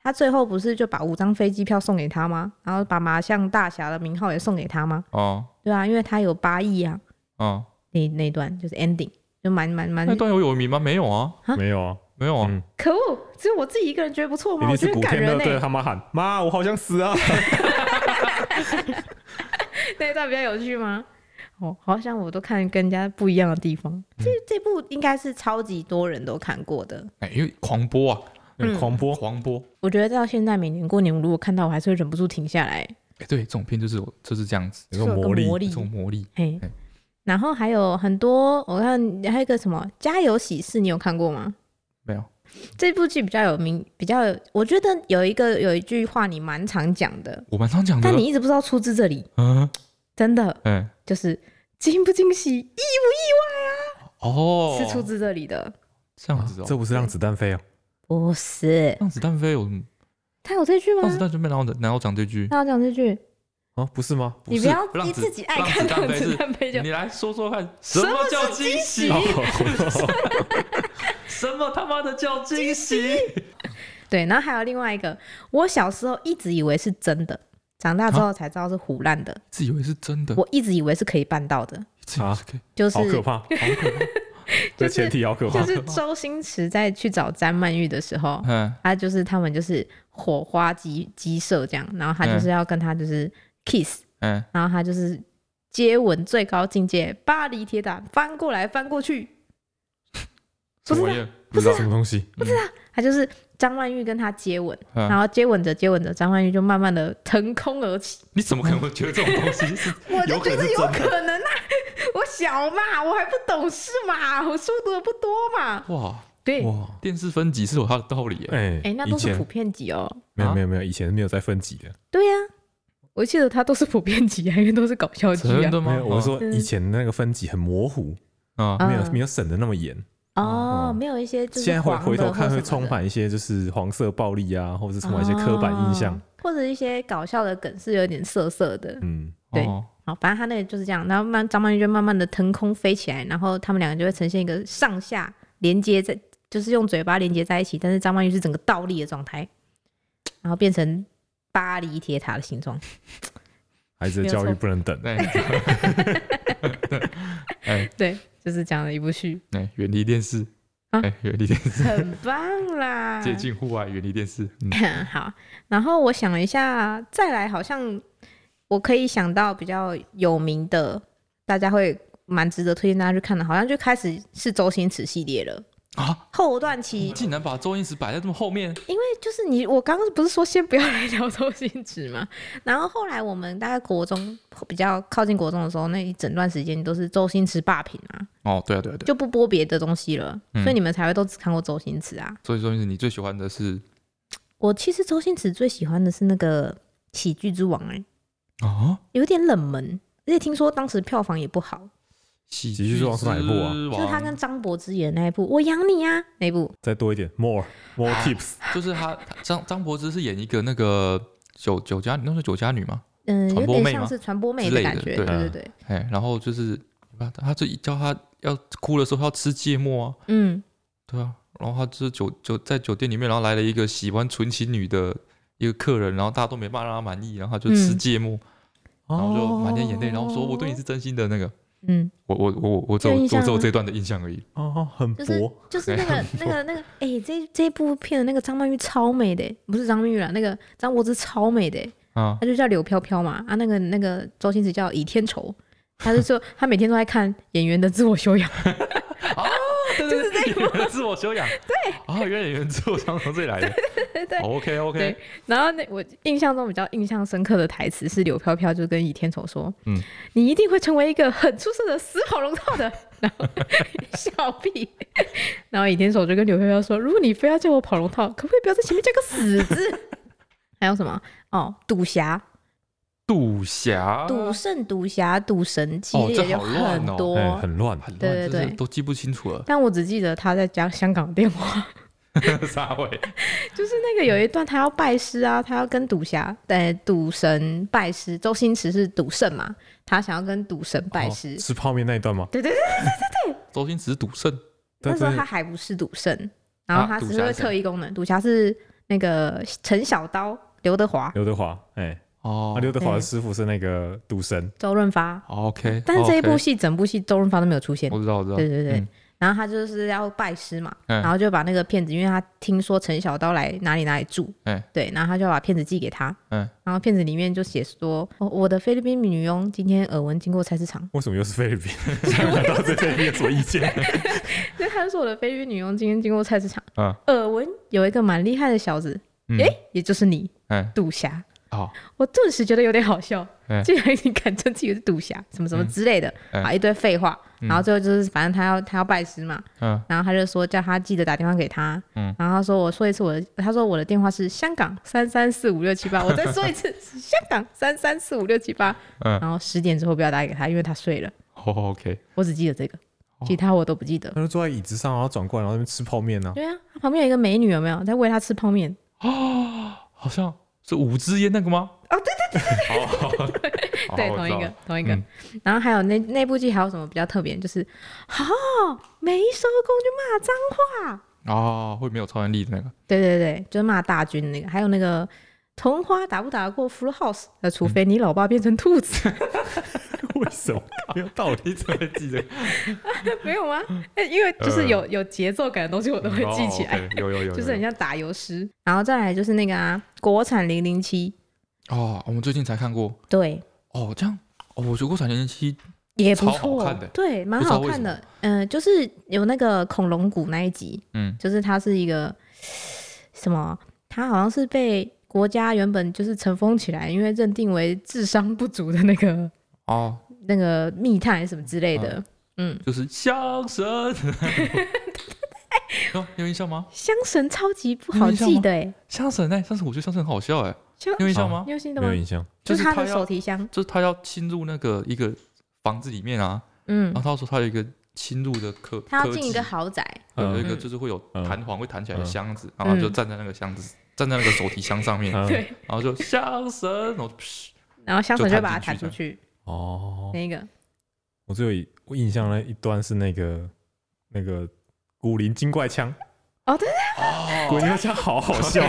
[SPEAKER 1] 他最后不是就把五张飞机票送给他吗？然后把麻将大侠的名号也送给他吗？
[SPEAKER 2] 哦
[SPEAKER 1] 对啊，因为他有八亿啊。
[SPEAKER 2] 哦，
[SPEAKER 1] 那那一段就是 ending，就蛮蛮蛮
[SPEAKER 2] 那段有有名吗？没有啊，
[SPEAKER 3] 没有啊？
[SPEAKER 2] 没有啊
[SPEAKER 3] 嗯，
[SPEAKER 1] 可恶，只有我自己一个人觉得欸不错
[SPEAKER 3] 一
[SPEAKER 1] 吗？我觉
[SPEAKER 3] 定
[SPEAKER 1] 得
[SPEAKER 3] 是古
[SPEAKER 1] 感
[SPEAKER 3] 天乐
[SPEAKER 1] 人呢、
[SPEAKER 3] 对啊着他妈喊：“妈，我好想死啊
[SPEAKER 1] [laughs] 那一段比较有趣吗？哦，好像我都看跟人家不一样的地方。
[SPEAKER 3] 嗯
[SPEAKER 1] 这这部应该是超级多人都看过的，
[SPEAKER 2] 哎，因为狂播啊，！”
[SPEAKER 1] 嗯
[SPEAKER 3] 狂播，
[SPEAKER 2] 狂播，
[SPEAKER 1] 我觉得到现在每年过年，我如果看到，我还是会忍不住停下来，
[SPEAKER 2] 哎，对，这种片就是有就是这样子，
[SPEAKER 3] 有
[SPEAKER 1] 是有
[SPEAKER 3] 种
[SPEAKER 1] 个
[SPEAKER 3] 魔力，
[SPEAKER 1] 魔
[SPEAKER 2] 这
[SPEAKER 1] 力
[SPEAKER 2] 种魔力，
[SPEAKER 1] 嘿
[SPEAKER 2] 嘿。
[SPEAKER 1] 然后还有很多，我看还有一个什么《家有喜事》，你有看过吗？
[SPEAKER 2] 没有，
[SPEAKER 1] 这部剧比较有名，比较有，我觉得有一个有一句话你蛮常讲的，
[SPEAKER 2] 我蛮常讲的
[SPEAKER 1] 但，你一直不知道出自这里，
[SPEAKER 2] 嗯，
[SPEAKER 1] 真的
[SPEAKER 2] 哎，
[SPEAKER 1] 就是惊不惊喜，意
[SPEAKER 2] 哦，
[SPEAKER 1] 是出自这里的，
[SPEAKER 2] 这样子哦，
[SPEAKER 3] 这不是让子弹飞哦。
[SPEAKER 1] 不是？
[SPEAKER 2] 让子弹飞有什么？
[SPEAKER 1] 他有这句吗
[SPEAKER 2] 让？子弹飞没然后然后讲这句，
[SPEAKER 1] 他有讲这句，
[SPEAKER 3] 啊，不
[SPEAKER 1] [laughs]
[SPEAKER 3] 是吗？
[SPEAKER 1] 你
[SPEAKER 2] 是
[SPEAKER 1] 不要
[SPEAKER 2] 让
[SPEAKER 1] 你
[SPEAKER 2] 子
[SPEAKER 1] 自己爱看
[SPEAKER 2] 让
[SPEAKER 1] 让
[SPEAKER 2] 子弹飞
[SPEAKER 1] 子
[SPEAKER 2] 是
[SPEAKER 1] 弹飞就
[SPEAKER 2] 你来说说看，
[SPEAKER 1] 什么
[SPEAKER 2] 么叫
[SPEAKER 1] 是
[SPEAKER 2] 惊
[SPEAKER 1] 喜
[SPEAKER 2] 喜？
[SPEAKER 3] 哦
[SPEAKER 2] 什么他妈的叫惊喜？
[SPEAKER 1] 对。然后还有另外一个，我小时候一直以为是真的，长大之
[SPEAKER 2] 啊
[SPEAKER 1] 后才知道是胡乱的。
[SPEAKER 2] 自以为是真
[SPEAKER 1] [laughs]
[SPEAKER 2] 的，
[SPEAKER 1] 我一直以为是可以办到的，
[SPEAKER 2] 自以为是可以
[SPEAKER 1] [laughs] 就是
[SPEAKER 3] 好可怕，好可怕！这前提好可
[SPEAKER 1] 就
[SPEAKER 3] 怕。
[SPEAKER 1] 是周星驰在去找詹曼玉的时候，
[SPEAKER 2] 嗯
[SPEAKER 1] 他就是他们就是火花激激射这样，然后他就是要跟他就是 kiss，
[SPEAKER 2] 嗯
[SPEAKER 1] 然后他就是接吻最高境界，巴黎铁塔翻过来翻过去。不是
[SPEAKER 2] 什么
[SPEAKER 1] 啊
[SPEAKER 2] 玩意儿？
[SPEAKER 1] 不
[SPEAKER 2] 知道
[SPEAKER 3] 什么东西？
[SPEAKER 1] 他就是张曼玉跟他接吻，
[SPEAKER 2] 嗯
[SPEAKER 1] 然后接吻着接吻着，张曼玉就慢慢的腾空而起。
[SPEAKER 2] 你怎么可能会觉得这种东 [laughs] 西是
[SPEAKER 1] 我就
[SPEAKER 2] 有可
[SPEAKER 1] 觉
[SPEAKER 2] 能
[SPEAKER 1] 得
[SPEAKER 2] 是
[SPEAKER 1] 有
[SPEAKER 2] 真的？
[SPEAKER 1] 可能啊， [laughs] 我小嘛，我还不懂事嘛，我书读的不多嘛。
[SPEAKER 2] 哇，
[SPEAKER 1] [laughs] 对，
[SPEAKER 3] 哇，
[SPEAKER 2] 电视分级是有它的道理耶。
[SPEAKER 3] 哎
[SPEAKER 1] 哎、那都
[SPEAKER 3] 以
[SPEAKER 1] 是
[SPEAKER 3] 前
[SPEAKER 1] 普遍级哦。
[SPEAKER 3] 没有
[SPEAKER 2] 啊
[SPEAKER 3] 没有没有，以前是没有在分级的。
[SPEAKER 1] 对呀、我记得他都是普遍级啊，因为都是搞笑剧
[SPEAKER 2] 真
[SPEAKER 1] 啊。
[SPEAKER 2] 的
[SPEAKER 3] 没
[SPEAKER 2] 吗？
[SPEAKER 3] 有，我是说
[SPEAKER 1] 嗯
[SPEAKER 3] 以前那个分级很模糊，
[SPEAKER 2] 啊，
[SPEAKER 1] 啊
[SPEAKER 2] 啊
[SPEAKER 3] 没有没有审的那么严。
[SPEAKER 1] 哦，没有一些就是
[SPEAKER 3] 现在回
[SPEAKER 1] 黄的
[SPEAKER 3] 回头
[SPEAKER 1] 或
[SPEAKER 3] 看
[SPEAKER 1] 什
[SPEAKER 3] 会
[SPEAKER 1] 么的
[SPEAKER 3] 充满一些就是黄色暴力啊，或者是充满一些刻板印象
[SPEAKER 1] 哦。或者一些搞笑的梗是有点涩涩的。
[SPEAKER 3] 嗯，
[SPEAKER 1] 对
[SPEAKER 2] 哦
[SPEAKER 1] 好，反正他那个就是这样，然后慢张曼玉就慢慢的腾空飞起来，然后他们两个就会呈现一个上下连接在，就是用嘴巴连接在一起，但是张曼玉是整个倒立的状态，然后变成巴黎铁塔的形状。
[SPEAKER 3] 孩子的
[SPEAKER 1] 没有
[SPEAKER 3] 教育
[SPEAKER 1] 错
[SPEAKER 3] 不能等。
[SPEAKER 2] 哎 [laughs]
[SPEAKER 1] 对，就是这样的一部剧，
[SPEAKER 2] 哎，远离电视，
[SPEAKER 1] 啊
[SPEAKER 2] 哎，远离电视，
[SPEAKER 1] 很棒啦。
[SPEAKER 2] 接近户外，远离电视。
[SPEAKER 1] [laughs]
[SPEAKER 2] 嗯，
[SPEAKER 1] 好，然后我想了一下，再来好像我可以想到比较有名的，大家会蛮值得推荐大家去看的，好像就开始是周星驰系列了。
[SPEAKER 2] 啊，
[SPEAKER 1] 后段期，
[SPEAKER 2] 竟然把周星驰摆在这么后面，
[SPEAKER 1] 因为就是你，我刚刚不是说先不要来聊周星驰嘛，然后后来我们大概国中比较靠近国中的时候，那一整段时间都是周星驰霸屏啊，
[SPEAKER 2] 哦，对啊，对啊，对啊。
[SPEAKER 1] 就不播别的东西了，
[SPEAKER 2] 嗯
[SPEAKER 1] 所以你们才会都只看过周星驰啊。
[SPEAKER 2] 所以周星驰，你最喜欢的是
[SPEAKER 1] 我其实周星驰最喜欢的是那个《喜剧之王》哎、
[SPEAKER 2] 啊？
[SPEAKER 1] 有点冷门，而且听说当时票房也不好，
[SPEAKER 2] 喜
[SPEAKER 3] 剧之王是哪一部啊
[SPEAKER 2] 之
[SPEAKER 1] 就是他
[SPEAKER 2] 王
[SPEAKER 1] 跟张柏芝演的那一部《我养你啊》那一部，
[SPEAKER 3] 再多一点，more
[SPEAKER 1] [laughs]
[SPEAKER 3] more tips。
[SPEAKER 2] [laughs] 就是他他张张柏芝是演一个那个酒酒家女，那是酒家女嘛？
[SPEAKER 1] 嗯，有
[SPEAKER 2] 传播
[SPEAKER 1] 点
[SPEAKER 2] 妹
[SPEAKER 1] 像
[SPEAKER 2] 吗
[SPEAKER 1] 是传播妹
[SPEAKER 2] 之类
[SPEAKER 1] 感
[SPEAKER 2] 的
[SPEAKER 1] 觉，对
[SPEAKER 2] 对
[SPEAKER 1] 对
[SPEAKER 3] 啊
[SPEAKER 1] 对，
[SPEAKER 2] 哎，然后就是啊他就叫他要哭的时候要吃芥末啊，
[SPEAKER 1] 嗯，
[SPEAKER 2] 对啊，然后他就是酒酒在酒店里面，然后来了一个喜欢纯情女的一个客人，然后大家都没办法让他满意，然后他就吃
[SPEAKER 1] 嗯
[SPEAKER 2] 芥末，
[SPEAKER 1] 哦
[SPEAKER 2] 然后就满脸眼泪，然后说我对你是真心的那个，
[SPEAKER 1] 嗯，
[SPEAKER 2] 我我我我只有
[SPEAKER 1] 有印
[SPEAKER 2] 我
[SPEAKER 1] 象
[SPEAKER 2] 只有
[SPEAKER 1] 吗
[SPEAKER 2] 这段的印象而已。
[SPEAKER 3] 哦，很
[SPEAKER 1] 就是
[SPEAKER 3] 薄，
[SPEAKER 2] [laughs]
[SPEAKER 1] 就是那个那个那个，哎、这这部片的那个张曼玉超美的、不是张曼玉啦，那个张柏芝超美的、 [laughs]
[SPEAKER 2] 啊
[SPEAKER 1] 她就叫柳飘飘嘛，啊，那个那个周星驰叫倚天仇。他就说，他每天都在看演员的自我修养，
[SPEAKER 2] 啊，对对对， [laughs] 演员的自我修养，对啊，原来演员自我修养从这里来的，
[SPEAKER 1] [laughs]
[SPEAKER 2] 哦
[SPEAKER 1] 对对。
[SPEAKER 2] OK OK，
[SPEAKER 1] 对然后那我印象中比较印象深刻的台词是柳飘飘就跟倚天仇说：“
[SPEAKER 2] 嗯
[SPEAKER 1] 你一定会成为一个很出色的死跑龙套的。” [laughs] 然后笑屁，然后倚天仇就跟柳飘飘说：“如果你非要叫我跑龙套，可不可以不要在前面加个死字？” [laughs] 还有什么？哦，赌侠、
[SPEAKER 2] 赌侠，
[SPEAKER 1] 赌圣、赌侠、赌神系
[SPEAKER 2] 啊哦
[SPEAKER 1] 列
[SPEAKER 2] 这
[SPEAKER 1] 有
[SPEAKER 2] 好乱
[SPEAKER 1] 很
[SPEAKER 2] 哦
[SPEAKER 1] 多，
[SPEAKER 3] 哎，很乱。
[SPEAKER 2] 很乱，
[SPEAKER 1] 对对
[SPEAKER 2] 真是
[SPEAKER 1] 对，
[SPEAKER 2] 都记不清楚了 [laughs]
[SPEAKER 1] 但我只记得他在讲香港电话。
[SPEAKER 2] 撒尾
[SPEAKER 1] 就是那个有一段他要拜师啊，他要跟赌侠、呃赌神拜师，周星驰是赌圣嘛，他想要跟赌神拜师。
[SPEAKER 2] 哦
[SPEAKER 3] 吃泡面那一段吗？
[SPEAKER 2] 周星驰赌圣
[SPEAKER 1] 那时候
[SPEAKER 3] 但是
[SPEAKER 1] 他还不是赌圣，然后
[SPEAKER 2] 啊
[SPEAKER 1] 他只
[SPEAKER 2] 赌
[SPEAKER 1] 是
[SPEAKER 2] 侠
[SPEAKER 1] 会
[SPEAKER 2] 是谁
[SPEAKER 1] 特异功能。赌侠是那个陈小刀、刘德华、
[SPEAKER 3] 刘德华，哎，
[SPEAKER 2] 哦哦
[SPEAKER 3] 啊，刘德华
[SPEAKER 1] 对
[SPEAKER 3] 的师傅是那个赌神，
[SPEAKER 1] 周润发，
[SPEAKER 2] ，OK，
[SPEAKER 1] 但是这一部
[SPEAKER 2] OK，
[SPEAKER 1] 戏整部戏周润发都没有出现。
[SPEAKER 2] 我知道我知道，
[SPEAKER 1] 对对对
[SPEAKER 2] 嗯，
[SPEAKER 1] 然后他就是要拜师嘛，
[SPEAKER 2] 嗯
[SPEAKER 1] 然后就把那个骗子，因为他听说陈小刀来哪里哪里住，
[SPEAKER 2] 嗯
[SPEAKER 1] 对，然后他就把骗子寄给他，
[SPEAKER 2] 嗯
[SPEAKER 1] 然后骗子里面就写说，我我的菲律宾女佣今天耳闻经过菜市
[SPEAKER 2] [laughs]
[SPEAKER 1] 场，
[SPEAKER 3] 为什么又是菲律宾？ [laughs] 想不到对菲律宾有什么意见？
[SPEAKER 1] 所以他就说我的菲律宾女佣今天经过菜市场，
[SPEAKER 2] 嗯
[SPEAKER 1] 耳闻有一个蛮厉害的小子，
[SPEAKER 2] 嗯
[SPEAKER 1] 诶，也就是你
[SPEAKER 2] 嗯，
[SPEAKER 1] 赌侠，
[SPEAKER 2] 好，
[SPEAKER 1] 我顿时觉得有点好笑，
[SPEAKER 2] 嗯
[SPEAKER 1] 竟然你敢称自己是赌侠，什么什么之类的，
[SPEAKER 2] 嗯
[SPEAKER 1] 啊，一堆废话，
[SPEAKER 2] 嗯
[SPEAKER 1] 然后最后就是反正他要他要拜师嘛，
[SPEAKER 2] 嗯
[SPEAKER 1] 然后他就说叫他记得打电话给他，
[SPEAKER 2] 嗯
[SPEAKER 1] 然后他说我说一次我的，他说我的电话是香港三三四五六七八，我再说一次是香港三三四五六七八，
[SPEAKER 2] 嗯
[SPEAKER 1] 然后十点之后不要打给他，因为他睡了，
[SPEAKER 2] 好好，OK，哦
[SPEAKER 1] 我只记得这个，其他我都不记得。
[SPEAKER 3] [laughs] 他就坐在椅子上，然后转过来，然后在那边吃泡面呢。
[SPEAKER 1] 对啊，他旁边有一个美女有没有在喂他吃泡面？
[SPEAKER 2] 啊，好像是五支烟那个吗？哦
[SPEAKER 1] 哦
[SPEAKER 2] 对对对对
[SPEAKER 1] 对，同一
[SPEAKER 2] 嗯
[SPEAKER 1] 个，同一个。然后还有那那部剧还有什么比较特别？就是好、没收工就骂脏话，
[SPEAKER 2] 哦，会没有超能力的那个，
[SPEAKER 1] 对对对，就是骂大军那个，还有那个。同花打不打得过 f l House？那
[SPEAKER 2] 嗯
[SPEAKER 1] 除非你老爸变成兔子，
[SPEAKER 3] 为什么？没有道理。
[SPEAKER 2] [laughs] 你怎么记得？
[SPEAKER 1] 没有吗？ [laughs] 哎、因为就是有、有节奏感的 [laughs] 东西，我都会记起来，
[SPEAKER 2] 嗯哦，OK，有有有有，
[SPEAKER 1] 就是很
[SPEAKER 2] 有
[SPEAKER 1] 像打油诗。然后再来就是那个啊，国产零零七，
[SPEAKER 2] 哦，我们最近才看过
[SPEAKER 1] 对，
[SPEAKER 2] 哦，这样。哦哦，我觉得《国产零零七》
[SPEAKER 1] 也不
[SPEAKER 2] 超好
[SPEAKER 1] 错
[SPEAKER 2] 看的，
[SPEAKER 1] 对，蛮
[SPEAKER 2] 不知道
[SPEAKER 1] 好
[SPEAKER 2] 为
[SPEAKER 1] 看
[SPEAKER 2] 什
[SPEAKER 1] 的。嗯、就是有那个恐龙谷那一集，
[SPEAKER 2] 嗯，
[SPEAKER 1] 就是它是一个什么，它好像是被国家原本就是尘封起来，因为认定为智商不足的那个 [laughs]
[SPEAKER 2] 哦，
[SPEAKER 1] 那个密探还是什么之类的。嗯，
[SPEAKER 2] 就是
[SPEAKER 1] [laughs]
[SPEAKER 2] 相声， [laughs] 有有印象吗？
[SPEAKER 1] 香神超级不
[SPEAKER 2] 你有
[SPEAKER 1] 好
[SPEAKER 2] 印象
[SPEAKER 1] 记
[SPEAKER 2] 吗
[SPEAKER 1] 的哎，
[SPEAKER 2] 相声哎，但是我觉得相声很好笑哎，
[SPEAKER 1] 香
[SPEAKER 2] 你有印象吗
[SPEAKER 1] 你？有新的
[SPEAKER 3] 没
[SPEAKER 1] 吗
[SPEAKER 3] 有？印象。
[SPEAKER 1] 哦就是
[SPEAKER 2] 他
[SPEAKER 1] 他的手
[SPEAKER 2] 要，
[SPEAKER 1] 提箱，
[SPEAKER 2] 就是他要侵入那个一个房子里面啊，
[SPEAKER 1] 嗯
[SPEAKER 2] 然后，他说他有一个侵入的科，
[SPEAKER 1] 他要
[SPEAKER 2] 科
[SPEAKER 1] 进一
[SPEAKER 2] 技
[SPEAKER 1] 个豪宅，
[SPEAKER 2] 对有一
[SPEAKER 3] 嗯
[SPEAKER 2] 个就是会有
[SPEAKER 3] 嗯
[SPEAKER 2] 弹簧会弹起来的
[SPEAKER 3] 嗯
[SPEAKER 2] 箱子，然后他就
[SPEAKER 1] 嗯
[SPEAKER 2] 站在那个箱子，站在那个手提箱上面，
[SPEAKER 3] 嗯
[SPEAKER 1] 对，[laughs]
[SPEAKER 2] 然后就相声，然后噗
[SPEAKER 1] 然后香
[SPEAKER 2] 就
[SPEAKER 1] 神就
[SPEAKER 2] 弹
[SPEAKER 1] 把它
[SPEAKER 2] 进
[SPEAKER 1] 弹
[SPEAKER 2] 去
[SPEAKER 1] 出去，
[SPEAKER 3] 哦，
[SPEAKER 1] 那个
[SPEAKER 3] 我只有一我印象那一段是那个那个古灵精怪腔，古
[SPEAKER 2] 哦，
[SPEAKER 3] 灵精怪腔好好 [laughs] 笑，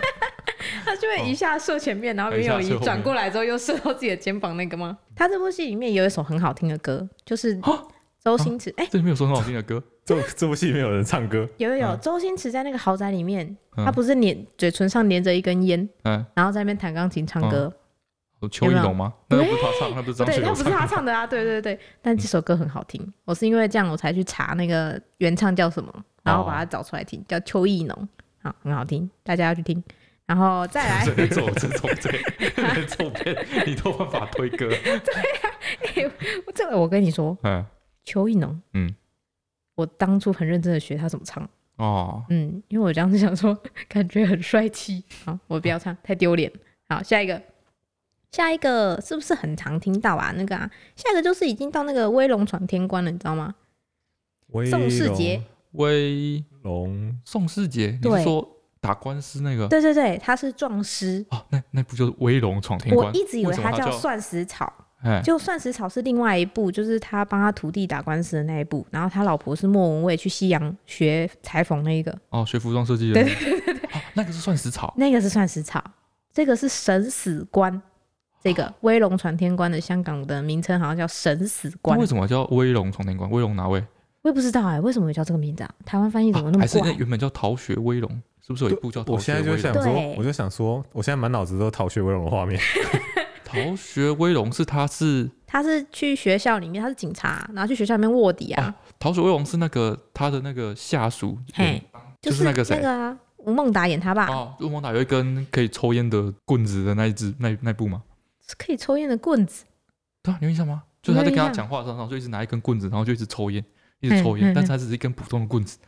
[SPEAKER 1] [laughs] 他就会一下射前面，然后没有
[SPEAKER 2] 哦一
[SPEAKER 1] 移
[SPEAKER 2] 下射后面
[SPEAKER 1] 转过来之后又射到自己的肩膀那个吗？他这部戏里面有一首很好听的歌，就是
[SPEAKER 2] 啊
[SPEAKER 1] 周星驰，哎，
[SPEAKER 2] 这里面有首很好听的歌，
[SPEAKER 3] 这这部戏里面有人唱歌，
[SPEAKER 1] 有有有，
[SPEAKER 2] 嗯
[SPEAKER 1] 周星驰在那个豪宅里面，
[SPEAKER 2] 嗯
[SPEAKER 1] 他不是粘嘴唇上粘着一根烟，
[SPEAKER 2] 哎，
[SPEAKER 1] 然后在那边弹钢琴唱
[SPEAKER 2] 嗯
[SPEAKER 1] 歌，
[SPEAKER 2] 邱
[SPEAKER 1] 有
[SPEAKER 2] 意
[SPEAKER 1] 没有
[SPEAKER 2] 龙吗？那又不是他
[SPEAKER 1] [laughs]
[SPEAKER 2] 唱，那不是张
[SPEAKER 1] 对
[SPEAKER 2] 学
[SPEAKER 1] 他
[SPEAKER 2] 友
[SPEAKER 1] 不是
[SPEAKER 2] 唱，嗯
[SPEAKER 1] 他唱的啊，对对对，但这首歌很好听，我是因为这样我才去查那个原唱叫什么，然后把
[SPEAKER 2] 哦
[SPEAKER 1] 它找出来听，叫邱意农，好，很好听，大家要去听，然后再来
[SPEAKER 2] [laughs] 这种这种这这种片，你都有办法推
[SPEAKER 3] [laughs]
[SPEAKER 2] 歌，
[SPEAKER 1] 这个我跟你说，
[SPEAKER 2] 嗯，
[SPEAKER 1] 邱意农，
[SPEAKER 2] 嗯，
[SPEAKER 1] 我当初很认真的学他怎么唱，
[SPEAKER 2] 哦，
[SPEAKER 1] 嗯，因为我当时想说，感觉很帅气，好，我不要唱，太丢脸。好，下一个，下一个是不是很常听到啊？那个啊，下一个就是已经到那个威龙闯天关了，你知道吗？
[SPEAKER 3] 威
[SPEAKER 1] 宋世杰
[SPEAKER 2] 威
[SPEAKER 3] 龙
[SPEAKER 2] 宋世杰，你
[SPEAKER 1] 对
[SPEAKER 2] 是说打官司那个？
[SPEAKER 1] 对对对，他是壮师。
[SPEAKER 2] 哦，那那不就是威龙闯天
[SPEAKER 1] 我
[SPEAKER 2] 关？
[SPEAKER 1] 一直以为
[SPEAKER 2] 为什么
[SPEAKER 1] 他
[SPEAKER 2] 他
[SPEAKER 1] 叫
[SPEAKER 2] 叫
[SPEAKER 1] 算石草，
[SPEAKER 2] 哎，
[SPEAKER 1] 就算石草是另外一部，就是他帮他徒弟打官司的那一部，然后他老婆是莫文蔚去西洋学裁缝那一个，
[SPEAKER 2] 哦，学服装设计的，对对对，那个是算食草，
[SPEAKER 1] 那个是算石草，这个是神死关，这
[SPEAKER 2] 哦
[SPEAKER 1] 个威龙传天关的香港的名称好像叫神死关
[SPEAKER 2] 为，什么叫威龙闯天关？威龙哪位？
[SPEAKER 1] 我也不知道哎、为什么会叫这个名字啊？台湾翻译怎么那
[SPEAKER 2] 还
[SPEAKER 1] 么
[SPEAKER 2] 是
[SPEAKER 1] 怪？
[SPEAKER 2] 那原本叫逃学威龙，是不是有一部叫《逃
[SPEAKER 3] 我现
[SPEAKER 2] 学威龙
[SPEAKER 3] 在就》？想
[SPEAKER 1] 对
[SPEAKER 3] 说，我就想说，我现在满脑子都是逃学威龙的画面。
[SPEAKER 2] 逃学威龙是他是
[SPEAKER 1] 他是去学校里面，他是警察、然后去学校里面卧底啊，
[SPEAKER 2] 逃学威龙是那个他的那个下属，
[SPEAKER 1] 嘿，
[SPEAKER 2] 就是是那个谁
[SPEAKER 1] 那个啊，吴孟达演他爸，
[SPEAKER 2] 哦，入梦打有一根可以抽烟的棍子的那一只那那部吗？
[SPEAKER 1] 是可以抽烟的棍子，
[SPEAKER 2] 对啊，你有印象吗？就是他在跟
[SPEAKER 1] 我有
[SPEAKER 2] 他
[SPEAKER 1] 印象
[SPEAKER 2] 讲话的时候，然后就一直拿一根棍子，然后就一直抽烟，一
[SPEAKER 1] 嗯
[SPEAKER 2] 直抽烟
[SPEAKER 1] 嗯，
[SPEAKER 2] 但是他只是一根普通的棍子。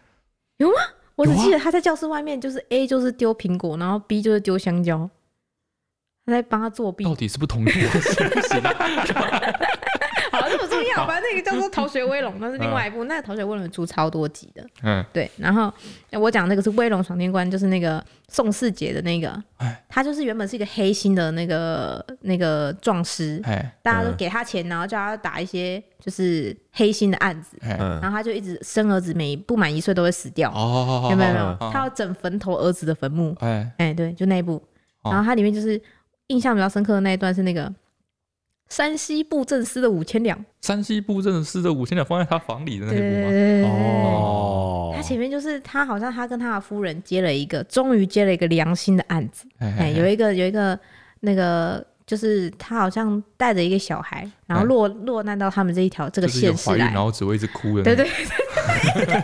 [SPEAKER 1] 我只
[SPEAKER 2] 有啊
[SPEAKER 1] 记得他在教室外面，就是 A 就是丢苹果，然后 B 就是丢香蕉，他在帮他作弊，
[SPEAKER 2] 到底是不同步啊行不行啊？
[SPEAKER 1] 好，这不重要，反正那个叫做《逃学威龙》，那是另外一部，那个《逃学威龙》出超多集的，
[SPEAKER 2] [laughs] 嗯，
[SPEAKER 1] 对，然后呃我讲那个是《威龙闯天关》，就是那个宋世杰的那个
[SPEAKER 2] 哎，
[SPEAKER 1] 他就是原本是一个黑心的那个那个壮师，
[SPEAKER 2] 哎
[SPEAKER 1] 大家都给他钱，然后叫他打一些就是黑心的案子，
[SPEAKER 2] 哎，
[SPEAKER 1] 然
[SPEAKER 3] 嗯，
[SPEAKER 1] 后他就一直生儿子每不满一岁都会死掉，
[SPEAKER 2] 哦，
[SPEAKER 1] 有没有？有没有
[SPEAKER 3] 哦？
[SPEAKER 2] 哦
[SPEAKER 1] 他要整坟头儿子的坟墓，
[SPEAKER 2] 哎，
[SPEAKER 1] 哎，对，就那一部。
[SPEAKER 2] 哦
[SPEAKER 1] 然后它里面就是印象比较深刻的那一段是那个山西布政司的五千两，
[SPEAKER 2] 山西布政司的五千两放在他房里的那
[SPEAKER 1] 对对
[SPEAKER 2] 一
[SPEAKER 1] 对
[SPEAKER 2] 部
[SPEAKER 1] 对
[SPEAKER 2] 吗？
[SPEAKER 1] 对对。
[SPEAKER 3] 哦，
[SPEAKER 1] 他前面就是他好像他跟他的夫人接了一个，终于接了一个良心的案子，哎、
[SPEAKER 2] 哎
[SPEAKER 1] 有一个有一个那个。就是他好像带着一个小孩，然后
[SPEAKER 2] 哎
[SPEAKER 1] 落、落难到他们这一条这
[SPEAKER 2] 就
[SPEAKER 1] 个
[SPEAKER 2] 是有
[SPEAKER 1] 县市
[SPEAKER 2] 怀孕
[SPEAKER 1] 来
[SPEAKER 2] 然，后只会一直哭的，
[SPEAKER 1] 对 [laughs] 对，对对对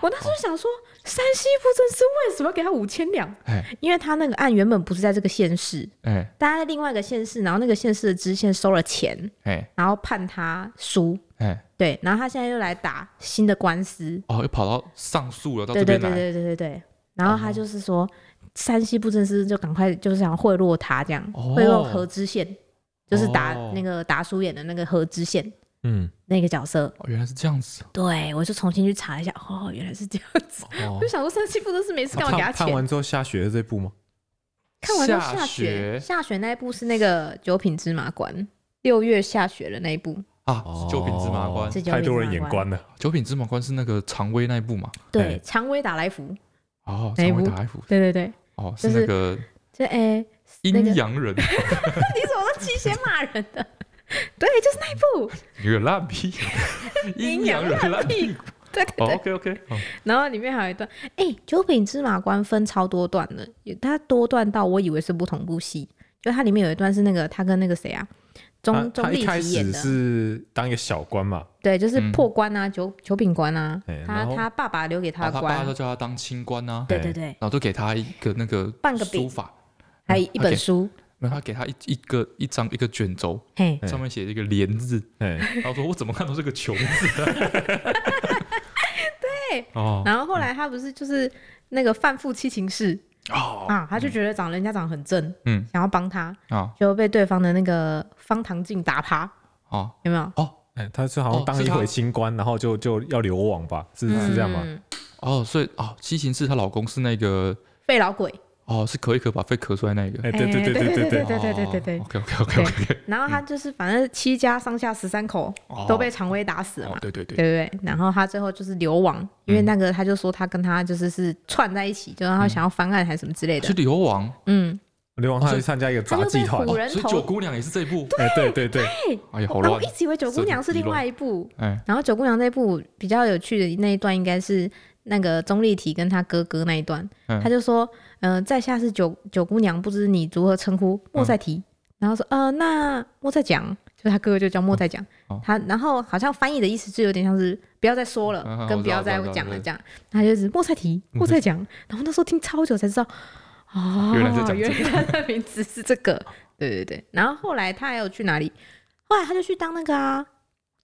[SPEAKER 1] 我那时候想说，山西布政司为什么要给他五千两？
[SPEAKER 2] 哎
[SPEAKER 1] 因为他那个案原本不是在这个县市，
[SPEAKER 2] 哎
[SPEAKER 1] 大家在另外一个县市，然后那个县市的知县收了钱，
[SPEAKER 2] 哎
[SPEAKER 1] 然后判他输，
[SPEAKER 2] 哎，
[SPEAKER 1] 对，然后他现在又来打新的官司，
[SPEAKER 2] 哦，又跑到上诉了，到
[SPEAKER 1] 对
[SPEAKER 2] 这
[SPEAKER 1] 对对
[SPEAKER 2] 边来，哦
[SPEAKER 1] 对对对对，然后他就是说，山西布政司就赶快就是想要贿赂他这样，
[SPEAKER 2] 哦
[SPEAKER 1] 贿赂何知县，就是打
[SPEAKER 2] 哦
[SPEAKER 1] 那个达叔演的那个何知县
[SPEAKER 3] 嗯，
[SPEAKER 1] 那个角色，
[SPEAKER 2] 哦，原来是这样子，
[SPEAKER 1] 对我就重新去查一下，哦，原来是这样子，
[SPEAKER 2] 哦
[SPEAKER 1] 我就，想说山西布政司没事干嘛给他
[SPEAKER 3] 判判
[SPEAKER 1] 钱？
[SPEAKER 3] 完之后下雪的这部吗？
[SPEAKER 1] 看完之后
[SPEAKER 2] 下
[SPEAKER 1] 下雪，
[SPEAKER 2] 雪
[SPEAKER 1] 下雪那一部是那个九品芝麻官，六月下雪的那一部，
[SPEAKER 2] 啊，是九品芝麻官
[SPEAKER 1] 是，九品
[SPEAKER 3] 太多
[SPEAKER 1] 芝
[SPEAKER 3] 人
[SPEAKER 1] 麻
[SPEAKER 3] 眼
[SPEAKER 1] 官
[SPEAKER 3] 光了。
[SPEAKER 2] 九品芝麻官是那个常威那一部嘛？
[SPEAKER 1] 对
[SPEAKER 3] 哎，
[SPEAKER 1] 常威打来福，
[SPEAKER 2] 哦，
[SPEAKER 1] 哪一
[SPEAKER 2] 常
[SPEAKER 1] 部
[SPEAKER 2] 威打 F，
[SPEAKER 1] 对对对，
[SPEAKER 2] 哦，
[SPEAKER 1] 就是
[SPEAKER 2] 是那个
[SPEAKER 1] 就哎、那个
[SPEAKER 2] 阴阳
[SPEAKER 1] [laughs]
[SPEAKER 2] 人，
[SPEAKER 1] 你怎么都提前骂人的？ [laughs] 对，就是那一部，
[SPEAKER 2] 你个
[SPEAKER 1] [laughs]
[SPEAKER 2] 烂屁股，阴阳人烂屁股。
[SPEAKER 1] 对对
[SPEAKER 2] 哦
[SPEAKER 1] 对。
[SPEAKER 2] ，OK OK，
[SPEAKER 1] 然后里面还有一段，哎、九品芝麻官分超多段的，有它多段到我以为是不同部戏，就它里面有一段是那个他跟那个谁啊，
[SPEAKER 3] 他
[SPEAKER 1] 钟钟
[SPEAKER 3] 他一
[SPEAKER 1] 丽
[SPEAKER 3] 开
[SPEAKER 1] 缇演
[SPEAKER 3] 始
[SPEAKER 1] 的，
[SPEAKER 3] 是当一个小官嘛，
[SPEAKER 1] 对，就是
[SPEAKER 2] 嗯
[SPEAKER 1] 破关啊，九九品官啊
[SPEAKER 3] 哎，
[SPEAKER 1] 他
[SPEAKER 3] 然后啊
[SPEAKER 1] 他爸爸留给
[SPEAKER 2] 然
[SPEAKER 1] 他
[SPEAKER 2] 后他
[SPEAKER 1] 的
[SPEAKER 2] 爸
[SPEAKER 1] 官
[SPEAKER 2] 都，叫他当清官啊，
[SPEAKER 1] 对
[SPEAKER 3] 哎
[SPEAKER 1] 对对，
[SPEAKER 2] 然后都给他一个那个
[SPEAKER 1] 半个饼
[SPEAKER 2] 书法，
[SPEAKER 1] 还有一
[SPEAKER 2] 他
[SPEAKER 1] 本
[SPEAKER 2] 给
[SPEAKER 1] 书，
[SPEAKER 2] 然后他给他一一个一张一个卷轴，
[SPEAKER 1] 嘿，
[SPEAKER 3] 哎
[SPEAKER 2] 上面写了一个连字，
[SPEAKER 3] 哎，
[SPEAKER 2] 然后说我怎么看都是个
[SPEAKER 1] [laughs]
[SPEAKER 2] 穷字、对，
[SPEAKER 3] 嗯
[SPEAKER 2] 哦
[SPEAKER 1] 然后后来他不是就是那个贩夫七情事
[SPEAKER 2] 哦
[SPEAKER 1] 啊，他就觉得长人家长很正，
[SPEAKER 2] 嗯
[SPEAKER 1] 想要帮他，
[SPEAKER 2] 啊
[SPEAKER 1] 就被对方的那个方唐镜打趴，
[SPEAKER 2] 哦
[SPEAKER 1] 有没有？
[SPEAKER 2] 哦
[SPEAKER 3] 哎，他是好像
[SPEAKER 2] 哦
[SPEAKER 3] 当
[SPEAKER 2] 是
[SPEAKER 3] 一
[SPEAKER 2] 他
[SPEAKER 3] 回清官，然后就就要流亡吧，是是这样吗？
[SPEAKER 1] 嗯？
[SPEAKER 2] 哦，所以哦，西芹是她老公是那个
[SPEAKER 1] 废老鬼，
[SPEAKER 2] 哦，是咳一咳把肺咳出来那个。哦
[SPEAKER 3] 哎，对对对对对对，
[SPEAKER 1] 对对对对对
[SPEAKER 2] ，OK OK OK OK，
[SPEAKER 1] 然后他就是反正七家上下十三口都被常威打死了嘛
[SPEAKER 2] 哦，，对对
[SPEAKER 1] 对
[SPEAKER 2] 对，
[SPEAKER 1] 对对。然后他最后就是流亡，因为那个他就说他跟他就是是串在一起，就让他想要翻案还是什么之类的
[SPEAKER 2] 是。流亡，
[SPEAKER 1] 嗯，
[SPEAKER 3] 流亡他去参加一个杂技团
[SPEAKER 1] 他就被，唬
[SPEAKER 2] 哦
[SPEAKER 1] 人
[SPEAKER 2] 所以
[SPEAKER 1] 头
[SPEAKER 2] 九姑娘也是这一部，
[SPEAKER 3] 哎，对对对，
[SPEAKER 2] 哎呀，
[SPEAKER 1] 啊
[SPEAKER 2] 好
[SPEAKER 1] 然后我
[SPEAKER 2] 乱
[SPEAKER 1] 一，直以为九姑娘是另外一部，
[SPEAKER 2] 哎，
[SPEAKER 1] 然后九姑娘那部比较有趣的那一段应该是那个钟丽缇跟她哥哥那一段，
[SPEAKER 2] 嗯
[SPEAKER 1] 他就说，嗯、在下是九九姑娘，不知你如何称呼，莫再
[SPEAKER 2] 嗯
[SPEAKER 1] 提。然后说，呃，那莫再讲，就是他哥哥就叫莫再讲。
[SPEAKER 2] 哦哦
[SPEAKER 1] 他然后好像翻译的意思就有点像是不要再说了，
[SPEAKER 2] 嗯嗯
[SPEAKER 1] 跟不
[SPEAKER 2] 我知道
[SPEAKER 1] 要再
[SPEAKER 2] 我知道
[SPEAKER 1] 讲了
[SPEAKER 2] 对嗯
[SPEAKER 1] 这样。他就是莫再提，莫再讲。然后那时候听超久才知道，哦，
[SPEAKER 2] 原来在讲这个
[SPEAKER 1] 原来他的名字是这个。 [laughs] 对对对。然后后来他还有去哪里？后来他就去当那个啊，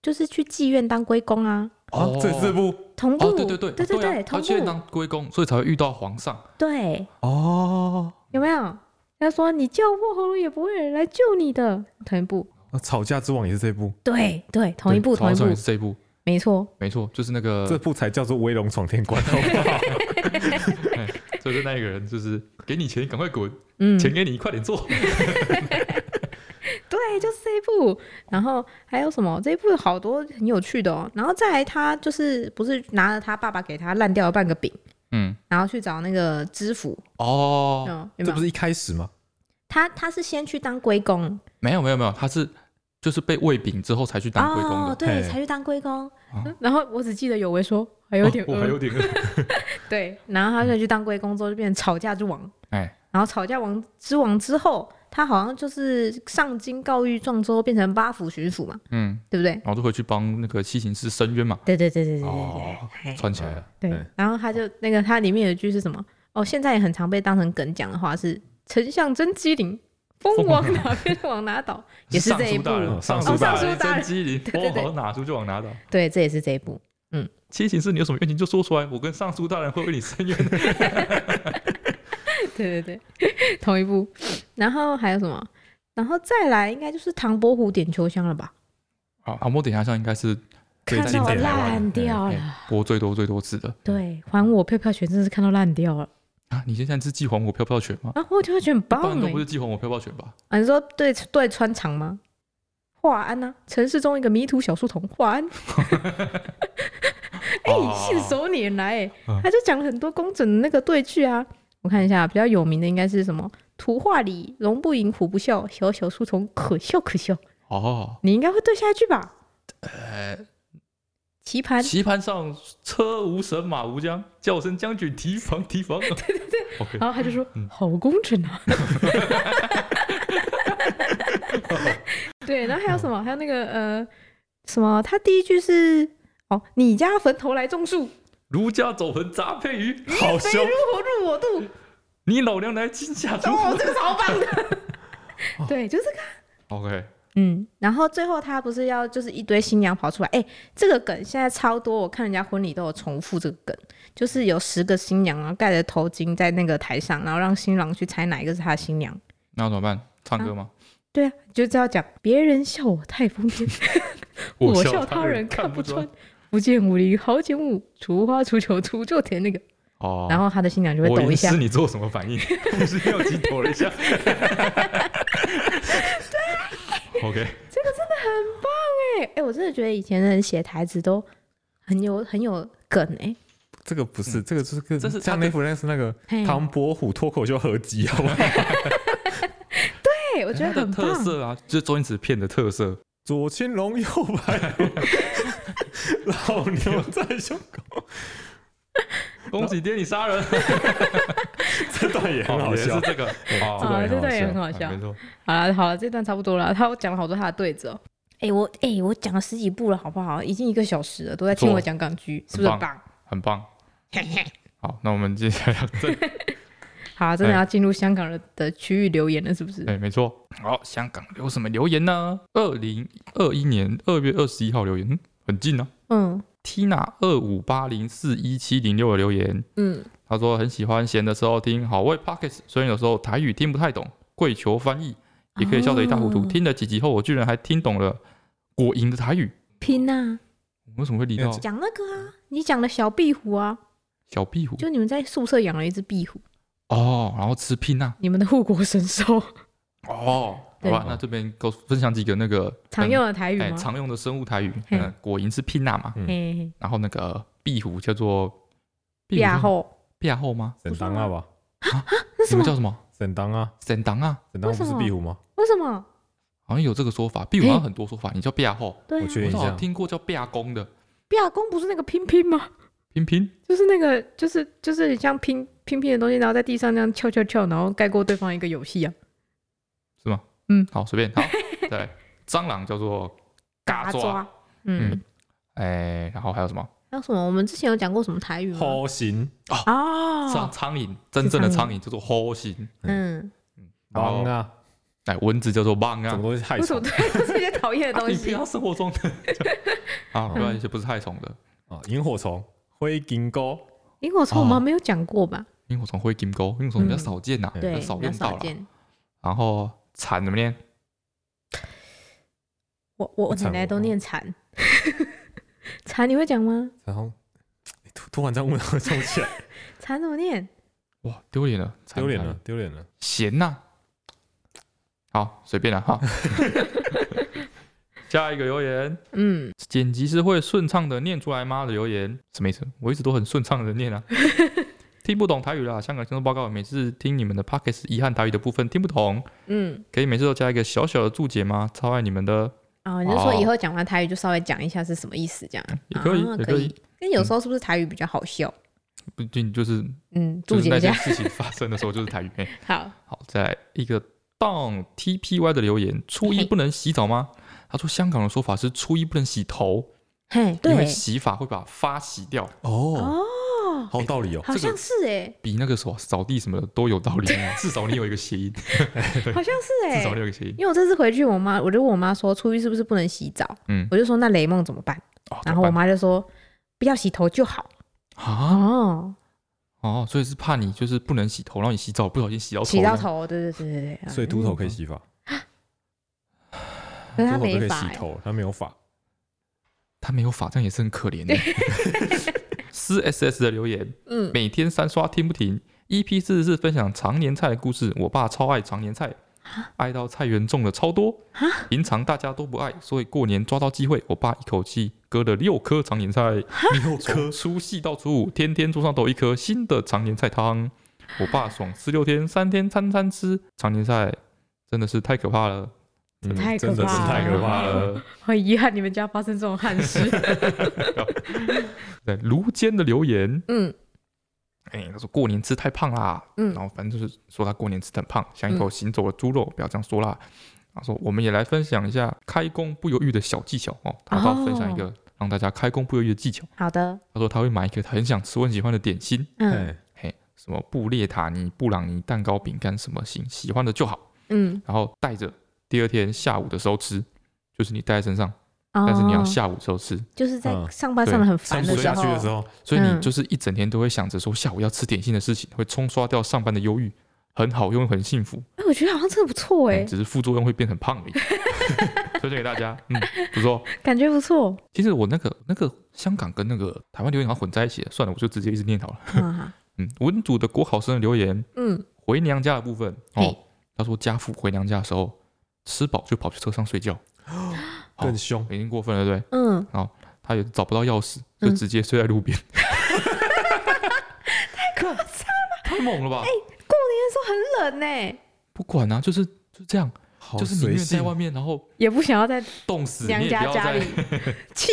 [SPEAKER 1] 就是去妓院当龟公啊，
[SPEAKER 3] 啊，这这部
[SPEAKER 1] 同步。
[SPEAKER 2] 哦，对对对
[SPEAKER 1] 对
[SPEAKER 2] 对
[SPEAKER 1] 对
[SPEAKER 2] 啊
[SPEAKER 1] 同
[SPEAKER 2] 他去
[SPEAKER 1] 步。
[SPEAKER 2] 当龟公，所以才会遇到皇上，
[SPEAKER 1] 对。
[SPEAKER 3] 哦，
[SPEAKER 1] 有没有？他说你叫破喉咙也不会有人来救你的，同一部，
[SPEAKER 3] 啊吵架之王也是这部，
[SPEAKER 1] 对对，同一部
[SPEAKER 2] 对
[SPEAKER 1] 同一
[SPEAKER 2] 皇上
[SPEAKER 1] 部
[SPEAKER 2] 也，是这一部，
[SPEAKER 1] 没错，
[SPEAKER 2] 没错，就是那个
[SPEAKER 3] 这部才叫做威龙闯
[SPEAKER 1] [laughs]
[SPEAKER 3] 天关，
[SPEAKER 2] 哎， [laughs] 就是那一个人，就是给你钱，赶快滚，
[SPEAKER 1] 嗯，
[SPEAKER 2] 钱给你，快点做。
[SPEAKER 1] 对，就是这一部。然后还有什么？这一部有好多很有趣的哦。然后再来，他就是不是拿了他爸爸给他烂掉的半个饼，
[SPEAKER 2] 嗯，
[SPEAKER 1] 然后去找那个知府，
[SPEAKER 2] 哦，
[SPEAKER 1] 嗯，有
[SPEAKER 3] 这
[SPEAKER 1] 没
[SPEAKER 3] 不
[SPEAKER 1] 有？
[SPEAKER 3] 是一开始吗？
[SPEAKER 1] 他他是先去当龟公，
[SPEAKER 2] 没有没有没有，他是就是被喂饼之后才去当龟公
[SPEAKER 1] 哦，
[SPEAKER 2] 的。
[SPEAKER 1] 对，
[SPEAKER 3] 嘿
[SPEAKER 1] 才去当龟公
[SPEAKER 2] 哦。
[SPEAKER 1] 然后我只记得有为说还有点
[SPEAKER 2] 哦我还有
[SPEAKER 1] 饿，
[SPEAKER 2] 点饿，
[SPEAKER 1] 对，然后他就去当龟公之后就变成吵架之王。
[SPEAKER 2] 哎，
[SPEAKER 1] 然后吵架王之王之后，他好像就是上京告御状之后变成八府巡抚嘛，
[SPEAKER 2] 嗯，
[SPEAKER 1] 对不对？
[SPEAKER 2] 然后就回去帮那个西行寺伸冤嘛，
[SPEAKER 1] 对对对对对
[SPEAKER 2] 哦
[SPEAKER 1] 对对
[SPEAKER 2] 串起来了。
[SPEAKER 1] 对
[SPEAKER 3] 对
[SPEAKER 1] 对。然后他就那个他里面有一句是什么？哦，现在也很常被当成梗讲的话是“丞相真机灵，风往哪边往哪倒”，也是
[SPEAKER 2] 尚
[SPEAKER 1] 这一
[SPEAKER 2] 书
[SPEAKER 1] 部。
[SPEAKER 2] 大人，尚
[SPEAKER 3] 哦尚
[SPEAKER 2] 大
[SPEAKER 1] 书
[SPEAKER 2] 人，
[SPEAKER 1] 大
[SPEAKER 2] 真
[SPEAKER 1] 人
[SPEAKER 2] 机灵，
[SPEAKER 1] 对对
[SPEAKER 2] 往
[SPEAKER 1] 对
[SPEAKER 2] 好哪出就往哪倒。
[SPEAKER 1] 对，这也是这一部。
[SPEAKER 2] 西行寺，你有什么冤情就说出来，我跟尚书大人会为你伸冤。
[SPEAKER 1] 对对对， [laughs] 同一部。然后还有什么？然后再来应该就是唐伯虎点秋香了吧？
[SPEAKER 2] 好，阿莫等一下应该是
[SPEAKER 3] 最
[SPEAKER 1] 看
[SPEAKER 3] 经
[SPEAKER 1] 到
[SPEAKER 3] 典的吧
[SPEAKER 1] 烂掉
[SPEAKER 2] 哎
[SPEAKER 1] 了。
[SPEAKER 2] 播最多最多次的
[SPEAKER 1] 对，还我票票权真是看到烂掉了
[SPEAKER 2] 啊！你现在是寄还我票票权吗？
[SPEAKER 1] 啊！我票票权很
[SPEAKER 2] 不然
[SPEAKER 1] 棒
[SPEAKER 2] 都
[SPEAKER 1] 哎
[SPEAKER 2] 不，是寄还我票票权吧？
[SPEAKER 1] 啊，你说对对穿肠吗？华安呐、啊，城市中一个迷途小书童华安，哎、
[SPEAKER 2] 哦
[SPEAKER 1] 信手拈来、哎
[SPEAKER 2] 嗯
[SPEAKER 1] 他就讲了很多工整的那个对句啊。我看一下，比较有名的应该是什么？图画里龙不吟虎不笑，小小书童可笑可笑。
[SPEAKER 2] 哦，
[SPEAKER 1] 你应该会对下一句吧？
[SPEAKER 2] 呃，
[SPEAKER 1] 棋盘，
[SPEAKER 2] 棋盘上车无绳，马无缰，叫声将军提防提防。 [laughs] 对对对，OK，
[SPEAKER 1] 然后他就说：“
[SPEAKER 2] 嗯
[SPEAKER 1] 好工整
[SPEAKER 2] [laughs]
[SPEAKER 1] 啊！”对，然后还有什
[SPEAKER 2] 嗯
[SPEAKER 1] 么？还有那个呃，什么？他第一句是哦，你家坟头来种树，
[SPEAKER 2] 儒家走坟杂配鱼，
[SPEAKER 3] 好
[SPEAKER 1] 肥
[SPEAKER 3] 凶
[SPEAKER 1] 如，火入我肚。
[SPEAKER 2] 你老娘来惊吓猪。
[SPEAKER 1] 哦，这个超棒的。对，就是这个。
[SPEAKER 2] [laughs] OK，
[SPEAKER 1] 嗯，然后最后他不是要就是一堆新娘跑出来，哎、这个梗现在超多，我看人家婚礼都有重复这个梗，就是有十个新娘然后盖着头巾在那个台上，然后让新郎去猜哪一个是他的新娘。
[SPEAKER 2] 那怎么办？唱歌吗？
[SPEAKER 1] 对啊，就这样讲，别人笑我太疯癫， [laughs] 啊我笑他人看不穿。。不见五陵好景物，除花除酒除旧田那个，
[SPEAKER 2] 哦，
[SPEAKER 1] 然后他的新娘就会
[SPEAKER 2] 我
[SPEAKER 1] 抖一
[SPEAKER 2] 吟
[SPEAKER 1] 下
[SPEAKER 2] 诗，，你做什么反
[SPEAKER 1] [laughs]
[SPEAKER 2] 应？我是右击抖了一下。OK，
[SPEAKER 1] 哎、哎，我真的觉得以前的人写台词都很有很有梗哎、
[SPEAKER 3] 这个不是，这个就是
[SPEAKER 2] 这是
[SPEAKER 3] 像
[SPEAKER 2] 他
[SPEAKER 3] 那幅那是那个
[SPEAKER 1] 嘿
[SPEAKER 3] 唐伯虎脱口秀合集，好吧？
[SPEAKER 1] 对，哎我觉得
[SPEAKER 2] 它的
[SPEAKER 1] 很
[SPEAKER 2] 特
[SPEAKER 1] 棒。
[SPEAKER 2] 色啊，就是周星驰片的特色。
[SPEAKER 3] 左青龙，右白虎，老牛在胸口，
[SPEAKER 2] 恭喜爹，你杀人！
[SPEAKER 3] 这段也很
[SPEAKER 2] 哦
[SPEAKER 3] 好
[SPEAKER 2] 也
[SPEAKER 3] 笑
[SPEAKER 2] 是。这个，
[SPEAKER 3] 这
[SPEAKER 2] 哦，
[SPEAKER 3] 段
[SPEAKER 1] 啊，
[SPEAKER 3] 也
[SPEAKER 1] 这
[SPEAKER 3] 很
[SPEAKER 1] 段也很
[SPEAKER 3] 好
[SPEAKER 1] 好
[SPEAKER 2] 啊
[SPEAKER 1] 笑
[SPEAKER 2] 没。错，
[SPEAKER 1] 好了好了，这段差不多了。他讲了好多他的对子哦。哎、我哎、我讲了十几部了，好不好？已经一个小时了，都在听
[SPEAKER 2] 不错
[SPEAKER 1] 我讲港剧，是不是很
[SPEAKER 2] 很
[SPEAKER 1] 棒？ [laughs]
[SPEAKER 2] 很棒。
[SPEAKER 1] 嘿嘿
[SPEAKER 2] 好，那我们接下来这，
[SPEAKER 1] 好，真的
[SPEAKER 2] 哎
[SPEAKER 1] 要进入香港的的区域留言了，是不是？
[SPEAKER 2] 对，没错。好，香港有什么留言呢？二零二一年二月二十一号留言，嗯很近呢、
[SPEAKER 1] 嗯
[SPEAKER 2] Tina 二五八零四一七零六的留言，
[SPEAKER 1] 嗯，
[SPEAKER 2] 他说很喜欢闲的时候听好味 Pockets，虽然有时候台语听不太懂，跪求翻译，也可以笑得一塌糊涂。
[SPEAKER 1] 哦
[SPEAKER 2] 听了几集后，我居然还听懂了果蝇的台语。
[SPEAKER 1] 拼啊，
[SPEAKER 2] 我为什么会理到
[SPEAKER 1] 讲那个啊，你讲的小壁虎啊，
[SPEAKER 2] 小壁虎？
[SPEAKER 1] 就你们在宿舍养了一只壁虎，
[SPEAKER 2] 哦，然后吃拼呐、
[SPEAKER 1] 你们的护国神兽，
[SPEAKER 2] 哦，好
[SPEAKER 1] 对
[SPEAKER 2] 吧，那这边给我分享几个那个
[SPEAKER 1] 常用的台语
[SPEAKER 2] 嗯哎
[SPEAKER 1] 吗？
[SPEAKER 2] 常用的生物台语。
[SPEAKER 1] 嘿
[SPEAKER 2] 嗯，果蝇是拼呐嘛，
[SPEAKER 3] 嗯
[SPEAKER 1] 嘿嘿，
[SPEAKER 2] 然后那个壁虎叫做壁
[SPEAKER 1] 然
[SPEAKER 2] 后
[SPEAKER 1] 后
[SPEAKER 2] 壁后吗？
[SPEAKER 3] 沈当啊吧，
[SPEAKER 1] 那什
[SPEAKER 2] 你
[SPEAKER 1] 么？
[SPEAKER 2] 们叫什么？
[SPEAKER 3] 沈当啊，
[SPEAKER 2] 神当啊，
[SPEAKER 3] 沈当
[SPEAKER 1] 为
[SPEAKER 3] 不
[SPEAKER 1] 什
[SPEAKER 3] 是
[SPEAKER 1] 么
[SPEAKER 3] 壁虎吗？
[SPEAKER 1] 为什么？
[SPEAKER 2] 好像有这个说法。壁虎好像很多说法，你叫壁后。
[SPEAKER 1] 对啊
[SPEAKER 3] 我，确
[SPEAKER 2] 我
[SPEAKER 3] 定一
[SPEAKER 2] 好
[SPEAKER 3] 下
[SPEAKER 2] 像，听过叫壁公的
[SPEAKER 1] 毕亚公不是那个拼拼吗？
[SPEAKER 2] 拼拼
[SPEAKER 1] 就是那个，就是就是很像拼拼拼的东西，然后在地上那样翘翘翘，然后盖过对方一个游戏啊。
[SPEAKER 2] 是吗？
[SPEAKER 1] 嗯，
[SPEAKER 2] 好，
[SPEAKER 1] [laughs]
[SPEAKER 2] 随便好。再来，蟑螂叫做嘎抓，，
[SPEAKER 1] 嗯，
[SPEAKER 2] 嗯哎，然后还有什么？
[SPEAKER 1] 还有什么？我们之前有讲过什么台语吗？
[SPEAKER 3] 好行，
[SPEAKER 2] 苍
[SPEAKER 1] 哦，
[SPEAKER 2] 苍蝇，真正的苍蝇叫做吼形，
[SPEAKER 1] 嗯，
[SPEAKER 2] 然后
[SPEAKER 3] 忙啊，
[SPEAKER 2] 哎，蚊子叫做棒
[SPEAKER 3] 什
[SPEAKER 2] 啊
[SPEAKER 3] 么。东西害
[SPEAKER 1] 为什么 [laughs]
[SPEAKER 3] 虫
[SPEAKER 1] 对都是一些讨厌的东
[SPEAKER 2] [laughs] 你不
[SPEAKER 1] 西
[SPEAKER 2] 要？生
[SPEAKER 1] [laughs]
[SPEAKER 2] 活中的啊，不要一些不是害虫的，
[SPEAKER 3] 啊？萤火虫、灰金钩，
[SPEAKER 1] 萤火虫我们
[SPEAKER 2] 哦
[SPEAKER 1] 还没有讲过吧？
[SPEAKER 2] 萤火虫会金钩，萤火虫比较少见呐，
[SPEAKER 3] 嗯
[SPEAKER 2] 比较
[SPEAKER 1] 对，
[SPEAKER 2] 少
[SPEAKER 1] 比较
[SPEAKER 2] 用到
[SPEAKER 1] 少
[SPEAKER 2] 了。
[SPEAKER 1] 见。
[SPEAKER 2] 然后蝉怎么念？
[SPEAKER 1] 我我我奶
[SPEAKER 3] 惨
[SPEAKER 1] 奶
[SPEAKER 3] 我
[SPEAKER 1] 都念蝉，蝉你会讲吗？
[SPEAKER 3] 然后你哎突突然这样问，我想不起来，
[SPEAKER 1] 蝉怎么念？
[SPEAKER 2] 哇，丢脸了，
[SPEAKER 3] [laughs] 丢脸 [laughs] 了
[SPEAKER 2] 了，，
[SPEAKER 3] 丢脸了。
[SPEAKER 2] 咸呐、好，随便了哈。 [laughs] 下一个留言，
[SPEAKER 1] 嗯，
[SPEAKER 2] 剪辑是会顺畅的念出来吗？的留言什么意思？我一直都很顺畅的念
[SPEAKER 1] [laughs]
[SPEAKER 2] 啊，听不懂台语啦。香港听众报告，每次听你们的 p o c k e t 遗憾台语的部分听不懂，
[SPEAKER 1] 嗯，
[SPEAKER 2] 可以每次都加一个小小的注解吗？超爱你们的，
[SPEAKER 1] 哦，你是说
[SPEAKER 2] 哦
[SPEAKER 1] 以后讲完台语就稍微讲一下是什么意思，这样
[SPEAKER 2] 也可以，
[SPEAKER 1] 啊
[SPEAKER 2] 也
[SPEAKER 1] 可
[SPEAKER 2] 可
[SPEAKER 1] 以
[SPEAKER 2] 以，。
[SPEAKER 1] 但有时候是不是台语比较好笑？
[SPEAKER 2] 不仅就是
[SPEAKER 1] 嗯，
[SPEAKER 2] 就
[SPEAKER 1] 注
[SPEAKER 2] 是
[SPEAKER 1] 解
[SPEAKER 2] 那
[SPEAKER 1] 一
[SPEAKER 2] 件
[SPEAKER 1] 下。
[SPEAKER 2] 事情发生的时候就是台语。嘿
[SPEAKER 1] 好，
[SPEAKER 2] 好，再来一个 Don TPY 的留言：初一
[SPEAKER 1] 嘿
[SPEAKER 2] 不能洗澡吗？他说香港的说法是初一不能洗头，
[SPEAKER 1] 嘿，
[SPEAKER 2] 因
[SPEAKER 1] 对
[SPEAKER 2] 为，洗发会把发洗掉，
[SPEAKER 3] 哦，
[SPEAKER 1] 哦，
[SPEAKER 3] 好有道理哦。
[SPEAKER 1] 好像是哎，
[SPEAKER 2] 比那个什么扫地什么的都有道理。
[SPEAKER 1] [laughs]
[SPEAKER 2] 啊至少你有一个谐音，
[SPEAKER 1] 好像是
[SPEAKER 2] 至
[SPEAKER 1] 哎
[SPEAKER 2] 少。你有一个谐音。
[SPEAKER 1] 因为我这次回去，我妈我就问我妈说，初一是不是不能洗澡？
[SPEAKER 2] 嗯
[SPEAKER 1] 我就说那雷梦怎么办？
[SPEAKER 2] 哦
[SPEAKER 1] 然后我
[SPEAKER 2] 怎么
[SPEAKER 1] 妈就说不要洗头就好。
[SPEAKER 2] 办啊
[SPEAKER 1] 哦，
[SPEAKER 2] 哦，所以是怕你就是不能洗头，然后你洗澡不小心洗到头。
[SPEAKER 1] 洗到。头，对对对对对。嗯
[SPEAKER 3] 所以秃头可以洗发，
[SPEAKER 1] 可
[SPEAKER 3] 秃
[SPEAKER 1] 是她
[SPEAKER 3] 头就可
[SPEAKER 1] 没
[SPEAKER 3] 以
[SPEAKER 1] 法
[SPEAKER 3] 洗
[SPEAKER 1] 欸，
[SPEAKER 3] 头，他没有发。
[SPEAKER 2] 他没有发，这样也是很可怜的。
[SPEAKER 1] [laughs]
[SPEAKER 2] C S S 的留言，
[SPEAKER 1] 嗯，
[SPEAKER 2] 每天三刷听不停。EP 四十四分享常年菜的故事，我爸超爱常年菜，爱到菜园种了超多。平常大家都不爱，所以过年抓到机会，我爸一口气割了六颗常年菜，
[SPEAKER 3] 六颗
[SPEAKER 2] 从除夕到初五，天天桌上都有一颗新的常年菜汤。我爸爽吃六天，三天餐餐吃常年菜，真的是太可怕了，
[SPEAKER 3] 嗯
[SPEAKER 1] 太可
[SPEAKER 3] 真的是
[SPEAKER 1] 怕
[SPEAKER 3] 太可
[SPEAKER 1] 了
[SPEAKER 3] 怕了。
[SPEAKER 1] 好遗憾你们家发生这种憾事。
[SPEAKER 2] [laughs] 对，卢坚的留言，
[SPEAKER 1] [laughs] 嗯
[SPEAKER 2] 哎、他说过年吃太胖啦，
[SPEAKER 1] 嗯
[SPEAKER 2] 然后反正就是说他过年吃得很胖，像一口行走的猪肉，不要这样说啦。他说我们也来分享一下开工不犹豫的小技巧哦，他要分享一个让大家开工不犹豫的技巧。
[SPEAKER 1] 好的，
[SPEAKER 2] 他说他会买一个他很想吃、我很喜欢的点心，
[SPEAKER 1] 嗯
[SPEAKER 3] 哎，
[SPEAKER 2] 嘿，什么布列塔尼、布朗尼、蛋糕、饼干，什么型喜欢的就好，
[SPEAKER 1] 嗯，
[SPEAKER 2] 然后带着第二天下午的时候吃，就是你带在身上，
[SPEAKER 1] 哦
[SPEAKER 2] 但是你要下午的时候吃，
[SPEAKER 1] 就是在
[SPEAKER 3] 嗯
[SPEAKER 1] 上班上的很
[SPEAKER 3] 撑
[SPEAKER 1] 烦
[SPEAKER 3] 不
[SPEAKER 1] 时
[SPEAKER 3] 下去的时
[SPEAKER 1] 候，
[SPEAKER 3] 候，
[SPEAKER 2] 所以你
[SPEAKER 1] 嗯
[SPEAKER 2] 就是一整天都会想着说下午要吃点心的事情，会冲刷掉上班的忧郁，很好用，很幸福。
[SPEAKER 1] 哎，我觉得好像真的不错哎
[SPEAKER 2] 嗯，只是副作用会变很胖而
[SPEAKER 1] [laughs]
[SPEAKER 2] 已。推荐给大家，嗯，不错。
[SPEAKER 1] 感觉不错。
[SPEAKER 2] 其实我那个那个香港跟那个台湾留言好像混在一起了，算了，我就直接一直念好了。
[SPEAKER 1] 啊
[SPEAKER 2] 嗯，文组的国考生的留言，
[SPEAKER 1] 嗯，
[SPEAKER 2] 回娘家的部分哦
[SPEAKER 1] 嘿，
[SPEAKER 2] 他说家父回娘家的时候吃饱就跑去车上睡觉，好
[SPEAKER 3] 更凶。
[SPEAKER 2] 已经过分了，对不对？
[SPEAKER 1] 嗯，
[SPEAKER 2] 他也找不到钥匙，就
[SPEAKER 1] 嗯
[SPEAKER 2] 直接睡在路边。太夸张了，太猛了
[SPEAKER 1] 哎
[SPEAKER 2] 吧？
[SPEAKER 1] 那时候很冷欸呢，
[SPEAKER 2] 不管啊，就是就是这样，
[SPEAKER 3] 好
[SPEAKER 2] 就是宁
[SPEAKER 3] 随
[SPEAKER 2] 愿在
[SPEAKER 3] 性
[SPEAKER 2] 外面，然后
[SPEAKER 1] 也不想要在
[SPEAKER 2] 冻死，你
[SPEAKER 1] 娘
[SPEAKER 2] 也不
[SPEAKER 1] 家
[SPEAKER 2] 要
[SPEAKER 1] 家
[SPEAKER 2] 在 [laughs]
[SPEAKER 1] 里。，奇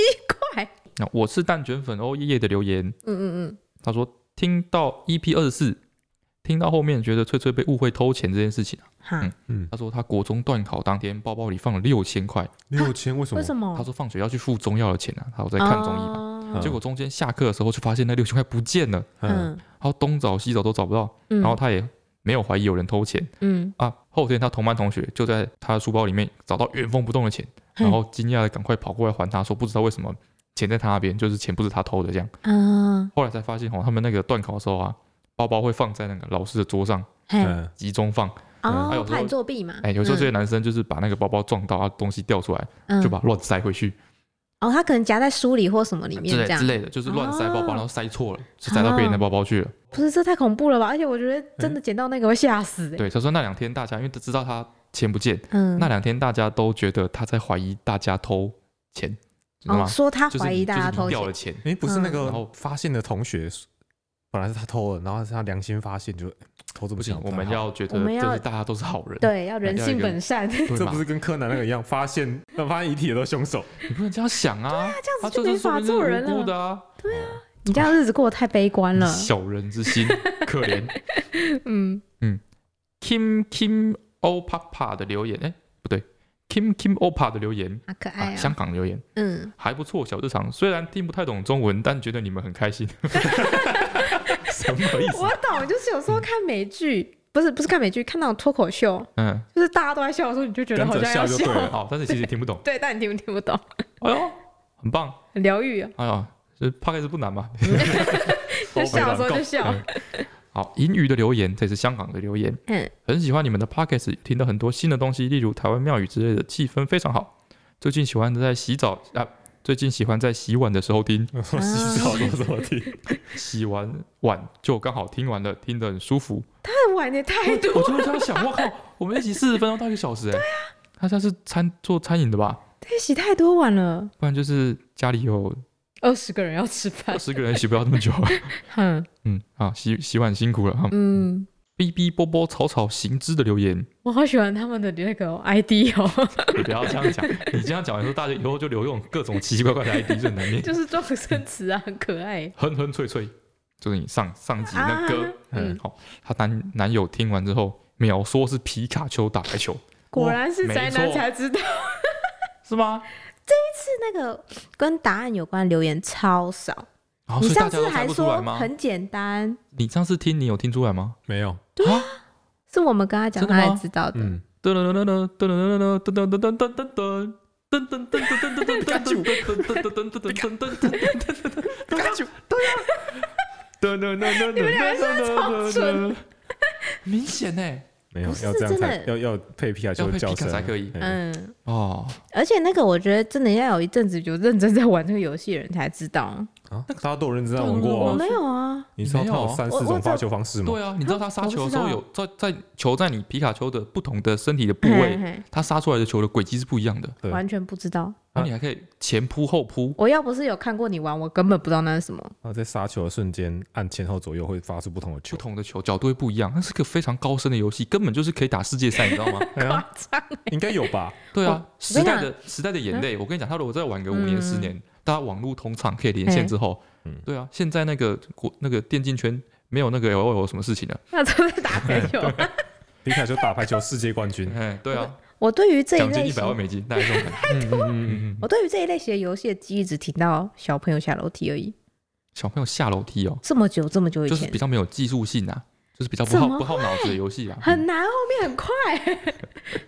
[SPEAKER 1] 怪。
[SPEAKER 2] 那我是蛋卷粉哦，夜夜的留言，
[SPEAKER 1] 嗯嗯嗯，
[SPEAKER 2] 他说听到 EP E 二十四，听到后面觉得翠翠被误会偷钱这件事情啊，
[SPEAKER 1] 哈、
[SPEAKER 2] 嗯
[SPEAKER 3] 嗯，
[SPEAKER 2] 他说他国中断考当天包包里放了六千块，
[SPEAKER 3] 六千为什么？
[SPEAKER 1] 为什么？哦
[SPEAKER 2] 他说放学要去付中药的钱啊，他有在看中医嘛，
[SPEAKER 1] 嘛
[SPEAKER 2] 结果中间下课的时候就发现那六千块不见了，
[SPEAKER 3] 嗯，
[SPEAKER 1] 嗯
[SPEAKER 2] 然后东找西找都找不到，
[SPEAKER 1] 嗯，
[SPEAKER 2] 然后他也没有怀疑有人偷钱
[SPEAKER 1] 嗯，
[SPEAKER 2] 啊。后天他同班同学就在他的书包里面找到原封不动的钱，
[SPEAKER 1] 嘿
[SPEAKER 2] 然后惊讶的赶快跑过来还他说不知道为什么钱在他那边，就是钱不是他偷的这样。
[SPEAKER 1] 嗯，
[SPEAKER 2] 后来才发现哦，他们那个断考的时候啊，包包会放在那个老师的桌上
[SPEAKER 1] 嘿，
[SPEAKER 3] 嗯
[SPEAKER 2] 集中放，还有
[SPEAKER 1] 哦，
[SPEAKER 2] 时候
[SPEAKER 1] 怕你作弊嘛？
[SPEAKER 2] 啊哎，有时候这些
[SPEAKER 1] 嗯
[SPEAKER 2] 男生就是把那个包包撞到，啊东西掉出来就把乱塞回去
[SPEAKER 1] 嗯哦，他可能夹在书里或什么里面
[SPEAKER 2] 之类
[SPEAKER 1] 这样
[SPEAKER 2] 之，类的，就是乱塞包
[SPEAKER 1] 哦
[SPEAKER 2] 包，然后塞错了，就塞到别人的包包去了。
[SPEAKER 1] 不是这太恐怖了吧？而且我觉得
[SPEAKER 2] 嗯
[SPEAKER 1] 真的捡到那个会吓死、欸，
[SPEAKER 2] 对，他说那两天大家因为知道他钱不见，
[SPEAKER 1] 嗯，
[SPEAKER 2] 那两天大家都觉得他在怀疑大家偷钱，知道
[SPEAKER 1] 哦，
[SPEAKER 2] 吗？
[SPEAKER 1] 说他
[SPEAKER 2] 就是
[SPEAKER 1] 怀疑
[SPEAKER 2] 你
[SPEAKER 1] 大家偷
[SPEAKER 2] 就是你
[SPEAKER 1] 钱
[SPEAKER 2] 掉了，钱，
[SPEAKER 3] 哎，不是那个
[SPEAKER 2] 然后
[SPEAKER 3] 发现的同学，本来是他偷了，然后是他良心发现，就偷这
[SPEAKER 2] 不
[SPEAKER 3] 么
[SPEAKER 2] 行
[SPEAKER 3] 小，，
[SPEAKER 2] 我们要觉得
[SPEAKER 1] 我们
[SPEAKER 2] 就
[SPEAKER 1] 要
[SPEAKER 2] 是大家都是好人，
[SPEAKER 1] 对，要人性本善，这
[SPEAKER 2] 对
[SPEAKER 3] 这
[SPEAKER 2] 嘛
[SPEAKER 3] 不？是跟柯南那个一样，发现那发现遗体的都是凶手，
[SPEAKER 2] 你不能这样想啊，
[SPEAKER 1] 样
[SPEAKER 2] 他
[SPEAKER 1] 子就
[SPEAKER 2] 就
[SPEAKER 1] 没
[SPEAKER 2] 是说
[SPEAKER 1] 法
[SPEAKER 2] 明是
[SPEAKER 1] 做人
[SPEAKER 2] 无
[SPEAKER 1] 了。
[SPEAKER 2] 辜
[SPEAKER 1] 嗯
[SPEAKER 2] 的啊，
[SPEAKER 3] 对啊，
[SPEAKER 1] [laughs] 你这样日子过得太悲观了，
[SPEAKER 2] 小人之
[SPEAKER 1] [laughs]
[SPEAKER 2] 心，可怜。
[SPEAKER 1] 嗯
[SPEAKER 2] Kim Kim O Papa 的留言，哎，不对，Kim Kim O Papa 的留言
[SPEAKER 1] 好可
[SPEAKER 2] 啊，
[SPEAKER 1] 爱
[SPEAKER 2] 香
[SPEAKER 1] 啊，
[SPEAKER 2] 港留言
[SPEAKER 1] 嗯，
[SPEAKER 2] 还不错，小日常虽然听不太懂中文，但觉得你们很开
[SPEAKER 1] [laughs]
[SPEAKER 2] 心。什么意思？
[SPEAKER 1] 我懂，就是有时候看美剧，不是不是看美剧，看那种脱口秀，
[SPEAKER 2] 嗯，
[SPEAKER 1] 就是大家都在笑的时候，你就觉得
[SPEAKER 3] 跟
[SPEAKER 1] 好
[SPEAKER 3] 着
[SPEAKER 1] 像要
[SPEAKER 3] 笑就对了
[SPEAKER 2] 好，但是其实听不懂。
[SPEAKER 1] [laughs] 对，但你听不听不懂，
[SPEAKER 2] 哎呦，很棒！
[SPEAKER 1] 很疗愈啊，
[SPEAKER 2] 哎呀，这 p o d 不难嘛。
[SPEAKER 1] 就笑的时候就笑，
[SPEAKER 2] 好，英语的留言，这也是香港的留言。
[SPEAKER 1] 嗯，
[SPEAKER 2] 很喜欢你们的 p o d c a s t 听到很多新的东西，例如台湾庙宇之类的，气氛非常好。最近喜欢在洗澡啊，最近喜欢在洗碗的时候听，
[SPEAKER 3] 我洗澡都这么听，
[SPEAKER 2] 洗完碗就刚好听完了，听得很舒服。
[SPEAKER 1] [laughs] 但玩的太
[SPEAKER 2] 我
[SPEAKER 1] 多，
[SPEAKER 2] 就这样想，我靠，我们一起四十分钟到一个小时、哎，对啊，他像是餐做餐饮的吧，
[SPEAKER 1] 对，洗太多碗了，
[SPEAKER 2] 不然就是家里有
[SPEAKER 1] 二十个人要吃
[SPEAKER 2] 二 [laughs]
[SPEAKER 1] 饭，
[SPEAKER 2] 十个人洗不了那么
[SPEAKER 1] [laughs]
[SPEAKER 2] 久。
[SPEAKER 1] 哼，
[SPEAKER 2] 嗯，啊，洗洗碗辛苦了哈。
[SPEAKER 1] 嗯。
[SPEAKER 2] 哔哔波波草草行之的留言，
[SPEAKER 1] 我好喜欢他们的那个 ID 哦， [laughs]
[SPEAKER 2] 你不要这样讲，你这样讲完之后，大家以后就留用各种奇奇怪怪的 ID，就很难念。
[SPEAKER 1] [laughs] 就是撞生词啊，很可爱。
[SPEAKER 2] 哼哼脆脆，就是你上上集那歌
[SPEAKER 1] 啊，
[SPEAKER 2] 嗯
[SPEAKER 1] 嗯，
[SPEAKER 2] 好、她男男友听完之后，秒说是皮卡丘打排球，
[SPEAKER 1] 果然是宅
[SPEAKER 2] 没
[SPEAKER 1] 男
[SPEAKER 2] 错
[SPEAKER 1] 才知道，
[SPEAKER 2] 是吗？
[SPEAKER 1] 是那个跟答案有关的留言超少。
[SPEAKER 2] 然后
[SPEAKER 1] 你
[SPEAKER 2] 哦所以大
[SPEAKER 1] 上
[SPEAKER 2] 家
[SPEAKER 1] 次
[SPEAKER 2] 都猜
[SPEAKER 1] 还
[SPEAKER 2] 不出
[SPEAKER 1] 说
[SPEAKER 2] 来吗？
[SPEAKER 1] 很简单，
[SPEAKER 2] 你上次听，你有听出来吗？
[SPEAKER 3] 没有，
[SPEAKER 2] 啊，
[SPEAKER 1] 是我们跟他讲，
[SPEAKER 2] 真的吗
[SPEAKER 1] 他才知道的。
[SPEAKER 3] 嗯，
[SPEAKER 2] 噔噔噔噔噔噔噔噔噔噔噔噔噔。噔噔噔噔噔噔噔噔噔噔噔噔噔噔噔噔噔噔
[SPEAKER 3] 对啊，
[SPEAKER 2] 噔噔噔
[SPEAKER 1] 你们两个真的超蠢，
[SPEAKER 2] [laughs] 明显欸呢，
[SPEAKER 3] 没有，
[SPEAKER 1] 不是
[SPEAKER 3] 要这样才
[SPEAKER 1] 真的
[SPEAKER 3] 要要配皮卡丘
[SPEAKER 2] 要配
[SPEAKER 3] 叫
[SPEAKER 2] 皮卡
[SPEAKER 3] 声
[SPEAKER 2] 才可以
[SPEAKER 3] 嗯，
[SPEAKER 1] 嗯，
[SPEAKER 2] 哦，
[SPEAKER 1] 而且那个我觉得真的要有一阵子有认真在玩这个游戏的人才知道。
[SPEAKER 3] 啊，大家都有认真在玩过
[SPEAKER 2] 哦
[SPEAKER 1] 我
[SPEAKER 3] 啊，
[SPEAKER 1] 没有啊，
[SPEAKER 3] 你知道它有三四
[SPEAKER 1] 我我
[SPEAKER 3] 种
[SPEAKER 1] 知道
[SPEAKER 3] 发球方式吗？
[SPEAKER 2] 对啊，你知道他杀球的时候
[SPEAKER 1] 我
[SPEAKER 2] 有在在球在你皮卡丘的不同的身体的部
[SPEAKER 1] 嘿
[SPEAKER 2] 位，
[SPEAKER 1] 嘿
[SPEAKER 2] 他杀出来的球的轨迹是不一样的，
[SPEAKER 3] 对
[SPEAKER 1] 完全不知道。
[SPEAKER 2] 那你还可以前扑后扑，
[SPEAKER 1] 我要不是有看过你玩，我根本不知道那是什么。 [laughs]
[SPEAKER 3] 然后在杀球的瞬间按前后左右会发出不同的球
[SPEAKER 2] 不，同的球角度会不一样，那是个非常高深的游戏，根本就是可以打世界赛，你知道
[SPEAKER 1] [laughs]
[SPEAKER 2] 吗？
[SPEAKER 3] 哎呀，
[SPEAKER 1] 张
[SPEAKER 3] 应该有吧？
[SPEAKER 2] 对啊，时
[SPEAKER 1] 跟你
[SPEAKER 2] 代的时代的眼泪，我跟你讲，他如果再晚个五年
[SPEAKER 1] 嗯
[SPEAKER 2] 十年，大家网络通畅可以连线之后
[SPEAKER 3] 嗯，
[SPEAKER 2] 对啊，现在那个国那个电竞圈没有那个 L O L 什么事情了，啊
[SPEAKER 1] 那都在打排
[SPEAKER 2] [laughs]
[SPEAKER 1] 球。
[SPEAKER 3] 皮卡丘打排球世界冠军，
[SPEAKER 2] 哎，对啊，
[SPEAKER 1] 我对于这一
[SPEAKER 2] 奖金
[SPEAKER 1] 类
[SPEAKER 2] 一百
[SPEAKER 1] 型
[SPEAKER 2] 万美金，那一种感
[SPEAKER 1] [laughs]
[SPEAKER 2] 觉，
[SPEAKER 3] 嗯嗯嗯嗯，
[SPEAKER 1] 我对于这一类型的游戏的记忆只停到小朋友下楼梯而已，
[SPEAKER 2] 小朋友下楼梯哦，
[SPEAKER 1] 这么久这么久以
[SPEAKER 2] 就是
[SPEAKER 1] 前
[SPEAKER 2] 比，较没有技术性啊，就是比较不
[SPEAKER 1] 怎
[SPEAKER 2] 耗
[SPEAKER 1] 么会
[SPEAKER 2] 不耗脑子的游
[SPEAKER 1] [laughs]
[SPEAKER 2] 戏啊，
[SPEAKER 1] 很难，后面很快。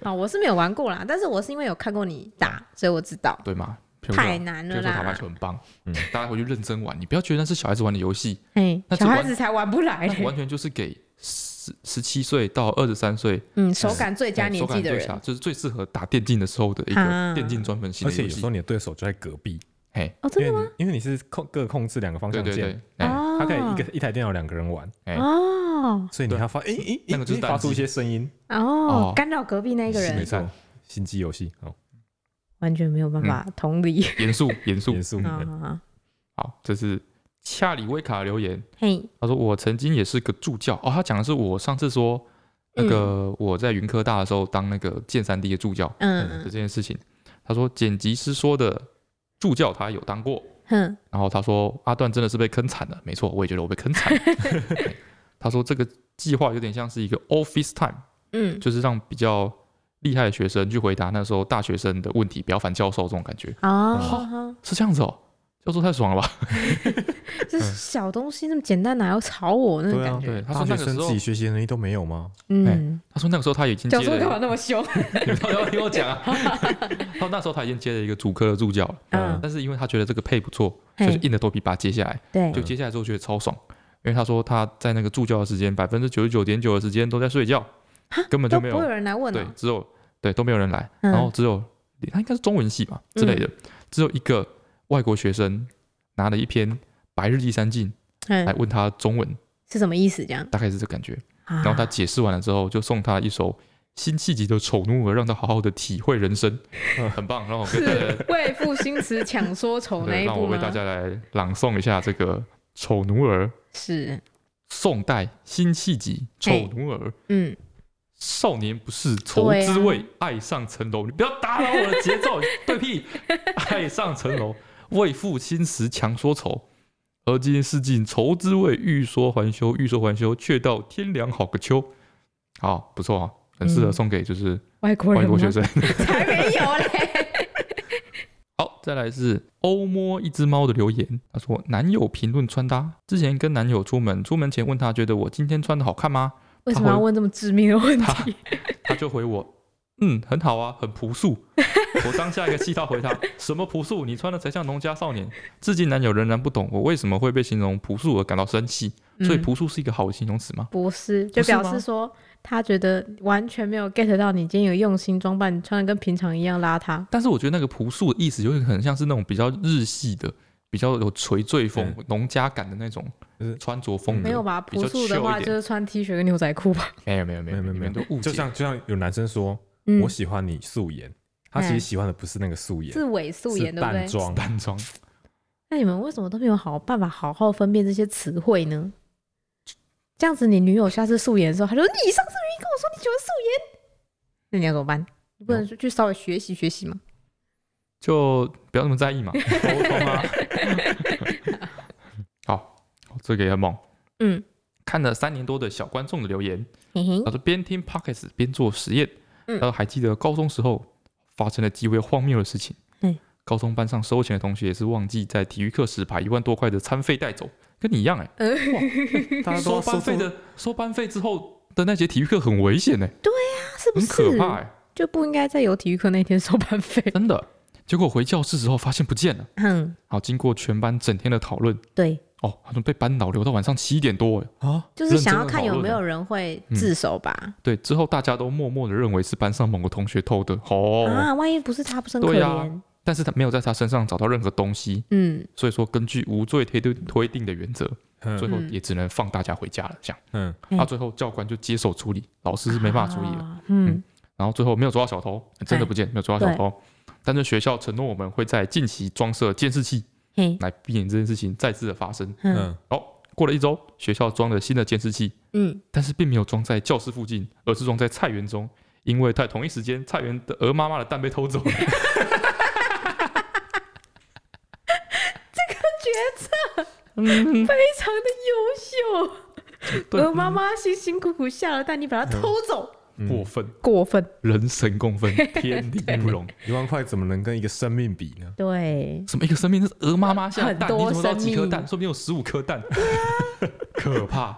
[SPEAKER 1] 啊，我是没有玩过啦，但是我是因为有看过你打，所以我知道
[SPEAKER 2] 对吗？譬如说
[SPEAKER 1] 太难
[SPEAKER 2] 譬
[SPEAKER 1] 了
[SPEAKER 2] 如说打排
[SPEAKER 1] 啦。
[SPEAKER 2] 球很棒，
[SPEAKER 3] 嗯
[SPEAKER 2] 大家回去认真玩，你不要觉得那是小孩子玩的游戏，
[SPEAKER 1] 哎
[SPEAKER 2] 那，这
[SPEAKER 1] 小
[SPEAKER 2] 玩
[SPEAKER 1] 孩子才玩不来嘞
[SPEAKER 2] 那，完全就是给十十七岁到二十三岁
[SPEAKER 1] 嗯，手感最佳
[SPEAKER 2] 嗯
[SPEAKER 1] 年
[SPEAKER 2] 手
[SPEAKER 1] 纪
[SPEAKER 2] 感
[SPEAKER 1] 的
[SPEAKER 2] 最
[SPEAKER 1] 人
[SPEAKER 2] 强，就是最适合打电竞的时候的一个
[SPEAKER 1] 啊
[SPEAKER 2] 电竞专门型
[SPEAKER 3] 而
[SPEAKER 2] 的
[SPEAKER 3] 且
[SPEAKER 2] 游
[SPEAKER 3] 有时
[SPEAKER 2] 戏
[SPEAKER 3] 候。你的对手就在隔壁，
[SPEAKER 2] 嘿，
[SPEAKER 1] 哦，
[SPEAKER 3] 因
[SPEAKER 1] 真
[SPEAKER 3] 为
[SPEAKER 1] 的吗？
[SPEAKER 3] 你因为你是控各控制两个方
[SPEAKER 2] 对
[SPEAKER 3] 向
[SPEAKER 2] 对
[SPEAKER 3] 键
[SPEAKER 2] 对，，哎，
[SPEAKER 1] 哦，
[SPEAKER 3] 它可以一个一台电脑两个人玩，
[SPEAKER 2] 哎
[SPEAKER 1] 哦
[SPEAKER 3] 所以你要发诶诶诶，
[SPEAKER 2] 那个就是
[SPEAKER 3] 发出
[SPEAKER 2] 单机
[SPEAKER 3] 一些声音，
[SPEAKER 1] 哦，干扰隔壁那个
[SPEAKER 3] 没
[SPEAKER 1] 人，
[SPEAKER 3] 错，心机游戏哦，
[SPEAKER 1] 完全没有办
[SPEAKER 2] 嗯
[SPEAKER 1] 法同理
[SPEAKER 2] 严肃严肃
[SPEAKER 3] 严。肃，
[SPEAKER 1] 啊啊。啊
[SPEAKER 2] 好，这是恰里维卡留言，
[SPEAKER 1] 嘿，
[SPEAKER 2] 他说我曾经也是个助教哦，他讲的是我上次说那
[SPEAKER 1] 嗯
[SPEAKER 2] 个我在云科大的时候当那个建三 D 的助教的
[SPEAKER 1] 嗯
[SPEAKER 2] 这件事情。他说剪辑师说的助教他有当过，
[SPEAKER 1] 哼，
[SPEAKER 3] [laughs]
[SPEAKER 2] 然后他说阿段真的是被坑惨了，没错，我也觉得我被坑惨了。他说这个计划有点像是一个 office time，
[SPEAKER 1] 嗯，
[SPEAKER 2] 就是让比较厉害的学生去回答那时候大学生的问题，不要烦教授这种感觉，
[SPEAKER 1] 哦，
[SPEAKER 2] 是这样子哦。教授太爽了吧？
[SPEAKER 1] 这小东西那么简单，哪要吵我那种
[SPEAKER 3] [laughs] 对
[SPEAKER 1] 感
[SPEAKER 3] 啊，
[SPEAKER 1] 觉？
[SPEAKER 2] 嗯对哎他说
[SPEAKER 3] 大
[SPEAKER 2] 那
[SPEAKER 3] 学
[SPEAKER 2] 个
[SPEAKER 3] 生
[SPEAKER 2] 时候
[SPEAKER 3] 自己学习能力都没有吗？
[SPEAKER 1] 嗯，
[SPEAKER 2] 他说那个时候他已经接
[SPEAKER 1] 教授干嘛
[SPEAKER 2] 了，
[SPEAKER 1] 那么凶？
[SPEAKER 2] [laughs] 你到底要听我讲啊？他说那时候他已经接了一个主科的助教了，
[SPEAKER 1] 嗯，
[SPEAKER 2] 但是因为他觉得这个配不错，
[SPEAKER 1] 嘿
[SPEAKER 2] 就是硬着头皮把它接下来。
[SPEAKER 1] 对
[SPEAKER 2] 就接下来之后觉得超爽，因为他说他在那个助教的时间，百分之九十九点九的时间都在睡觉，根本就
[SPEAKER 1] 都
[SPEAKER 2] 没
[SPEAKER 1] 不
[SPEAKER 2] 有
[SPEAKER 1] 会有人来问
[SPEAKER 2] 对
[SPEAKER 1] 哦，
[SPEAKER 2] 只有对都没有人来，
[SPEAKER 1] 嗯
[SPEAKER 2] 然后只有他应该是中文系吧之类的，只有一个外国学生拿了一篇《白日记三进》来
[SPEAKER 1] 嗯，
[SPEAKER 2] 问他中文，
[SPEAKER 1] 是什么意思？这样，啊
[SPEAKER 2] 大概是这感觉。
[SPEAKER 1] 然
[SPEAKER 2] 然后他解释完了之后，就送他一首。辛弃疾的《丑奴儿》，让他好好的体会人生，
[SPEAKER 3] 嗯
[SPEAKER 2] 很棒。让我跟大家 [laughs]
[SPEAKER 1] 是为赋新词强说愁那
[SPEAKER 2] 对，
[SPEAKER 1] 一
[SPEAKER 2] 让
[SPEAKER 1] 部
[SPEAKER 2] 我为
[SPEAKER 1] 吗
[SPEAKER 2] 大？家来朗诵一下这个《丑奴儿》。
[SPEAKER 1] 是，
[SPEAKER 2] 宋代辛弃疾《
[SPEAKER 1] 嘿
[SPEAKER 2] 丑奴儿》，
[SPEAKER 1] 嗯，
[SPEAKER 2] 少年不识愁
[SPEAKER 1] 对啊
[SPEAKER 2] 滋味，爱上层楼。你不要打扰我的节奏， [laughs] 对屁！爱上层楼，为赋新词强说愁。而今是尽愁滋味，欲说还休，欲说还休，却道天凉好个秋。好，不错啊，很适合
[SPEAKER 1] 嗯
[SPEAKER 2] 送给就是
[SPEAKER 1] 外国
[SPEAKER 2] 外
[SPEAKER 1] 人
[SPEAKER 2] 国学
[SPEAKER 1] 吗
[SPEAKER 2] 生。
[SPEAKER 1] 才没有
[SPEAKER 2] [laughs]
[SPEAKER 1] 嘞，
[SPEAKER 2] 好，再来是欧摸一只猫的留言，他说男友评论穿搭，之前跟男友出门，出门前问他觉得我今天穿的好看吗？
[SPEAKER 1] 为什么要问这么致命的问题？
[SPEAKER 2] 他就回我，
[SPEAKER 1] [laughs]
[SPEAKER 2] 嗯，很好啊，很朴素。 [laughs] 我当下一个气到回他，什么朴素？你穿的才像农家少年。至今男友仍然不懂我为什么会被形容朴素而感到生气。所以
[SPEAKER 1] 嗯
[SPEAKER 2] 朴素是一个好的形容词吗？
[SPEAKER 1] 不是，就
[SPEAKER 2] 不是吗
[SPEAKER 1] 表示说他觉得完全没有 get 到你今天有用心装扮，你穿的跟平常一样邋遢。
[SPEAKER 2] 但是我觉得那个朴素的意思有点很像是那种比较日系的。比较有垂坠风、农家感的那种
[SPEAKER 3] 就是
[SPEAKER 2] 穿着风
[SPEAKER 1] 嗯
[SPEAKER 2] 格，
[SPEAKER 1] 没有吧？
[SPEAKER 2] 比较
[SPEAKER 1] 朴素的
[SPEAKER 2] chill
[SPEAKER 1] 话
[SPEAKER 2] 一点
[SPEAKER 1] 就是穿 T 恤跟牛仔裤吧。
[SPEAKER 2] 没有没有没
[SPEAKER 3] 没有
[SPEAKER 2] 有
[SPEAKER 3] 没有没有
[SPEAKER 2] 都误解，
[SPEAKER 3] 就像就像有男生说，
[SPEAKER 1] 嗯
[SPEAKER 3] 我，喜欢你素颜，他其
[SPEAKER 1] 嗯
[SPEAKER 3] 实喜欢的不是那个素颜，
[SPEAKER 1] 是伪素颜，
[SPEAKER 3] 是
[SPEAKER 1] 对不对
[SPEAKER 2] [laughs]
[SPEAKER 3] 淡？妆。
[SPEAKER 2] 淡妆，
[SPEAKER 1] 那你们为什么都没有好办法好好分辨这些词汇呢？这样子，你女友下次素颜的时候，她说：“你上次明明跟我说你喜欢素颜，那你要怎么办？你不能去稍微学习学习吗？
[SPEAKER 2] 就不要那么在意嘛，
[SPEAKER 3] 哦
[SPEAKER 2] 沟通啊。好，这个也很猛。
[SPEAKER 1] 嗯，
[SPEAKER 2] 看了三年多的小观众的留言，
[SPEAKER 1] 嘿嘿
[SPEAKER 2] 他，说边听 Pockets 边做实验，
[SPEAKER 1] 嗯
[SPEAKER 2] 然后还记得高中时候发生了极为荒谬的事情。
[SPEAKER 1] 嗯，
[SPEAKER 2] 高中班上收钱的同学也是忘记在体育课时把一万多块的餐费带走，跟你一样哎、
[SPEAKER 1] 呃
[SPEAKER 3] 大家
[SPEAKER 2] 收
[SPEAKER 3] 都要
[SPEAKER 2] 班
[SPEAKER 3] 收
[SPEAKER 2] 费的收班费之后的那节体育课很危险哎、
[SPEAKER 1] 那是不
[SPEAKER 2] 很可
[SPEAKER 1] 是
[SPEAKER 2] 怕哎、
[SPEAKER 1] 就不应该在有体育课那天收班费？
[SPEAKER 2] 真的。结果回教室之后发现不见了，
[SPEAKER 1] 嗯，
[SPEAKER 2] 好，经过全班整天的讨论，
[SPEAKER 1] 对，
[SPEAKER 2] 哦，他们被班导留到晚上七点多哎。
[SPEAKER 3] 啊，
[SPEAKER 1] [laughs] 就是想要看有没
[SPEAKER 2] 啊
[SPEAKER 1] 有人会
[SPEAKER 2] 嗯
[SPEAKER 1] 自首吧？
[SPEAKER 2] 对，之后大家都默默的认为是班上某个同学偷的哦，
[SPEAKER 1] 啊，万一不是他，不是很可
[SPEAKER 2] 对
[SPEAKER 1] 怜？
[SPEAKER 2] 啊但是他没有在他身上找到任何东西，
[SPEAKER 1] 嗯，
[SPEAKER 2] 所以说根据无罪推定推定的原则，最
[SPEAKER 3] 嗯
[SPEAKER 2] 后
[SPEAKER 1] 嗯
[SPEAKER 2] 也只能放大家回家了。这样，
[SPEAKER 3] 嗯，
[SPEAKER 1] 嗯
[SPEAKER 2] 啊，最后教官就接手处理，老师是没办法处理了。
[SPEAKER 1] 啊嗯，
[SPEAKER 2] 然后最后没有抓到小偷，真的
[SPEAKER 1] 哎
[SPEAKER 2] 不见，没有抓到小偷。但是学校承诺我们会在近期装设监视器，
[SPEAKER 1] 嘿，
[SPEAKER 2] 来避免这件事情再次的发生。哦
[SPEAKER 1] 嗯
[SPEAKER 3] 嗯，
[SPEAKER 2] 过了一周，学校装了新的监视器，
[SPEAKER 1] 嗯，
[SPEAKER 2] 但是并没有装在教室附近，而是装在菜园中，因为在同一时间，菜园的鹅妈妈的蛋被偷走了。
[SPEAKER 1] 非常的优秀。
[SPEAKER 2] 对嗯
[SPEAKER 1] 鹅妈妈辛辛苦苦下了蛋，你把它偷走，
[SPEAKER 3] 嗯
[SPEAKER 2] 过分，
[SPEAKER 1] 过分。
[SPEAKER 2] 人神共愤，天理不容。
[SPEAKER 3] 一万块怎么能跟一个生命比呢？
[SPEAKER 1] 对，
[SPEAKER 2] 什么一个生命？那是鹅妈妈下的蛋，
[SPEAKER 1] 很
[SPEAKER 2] 你
[SPEAKER 1] 多
[SPEAKER 2] 怎么知道几颗
[SPEAKER 1] 生
[SPEAKER 2] 蛋？
[SPEAKER 1] 命啊
[SPEAKER 2] 说不定有十五颗蛋。可怕，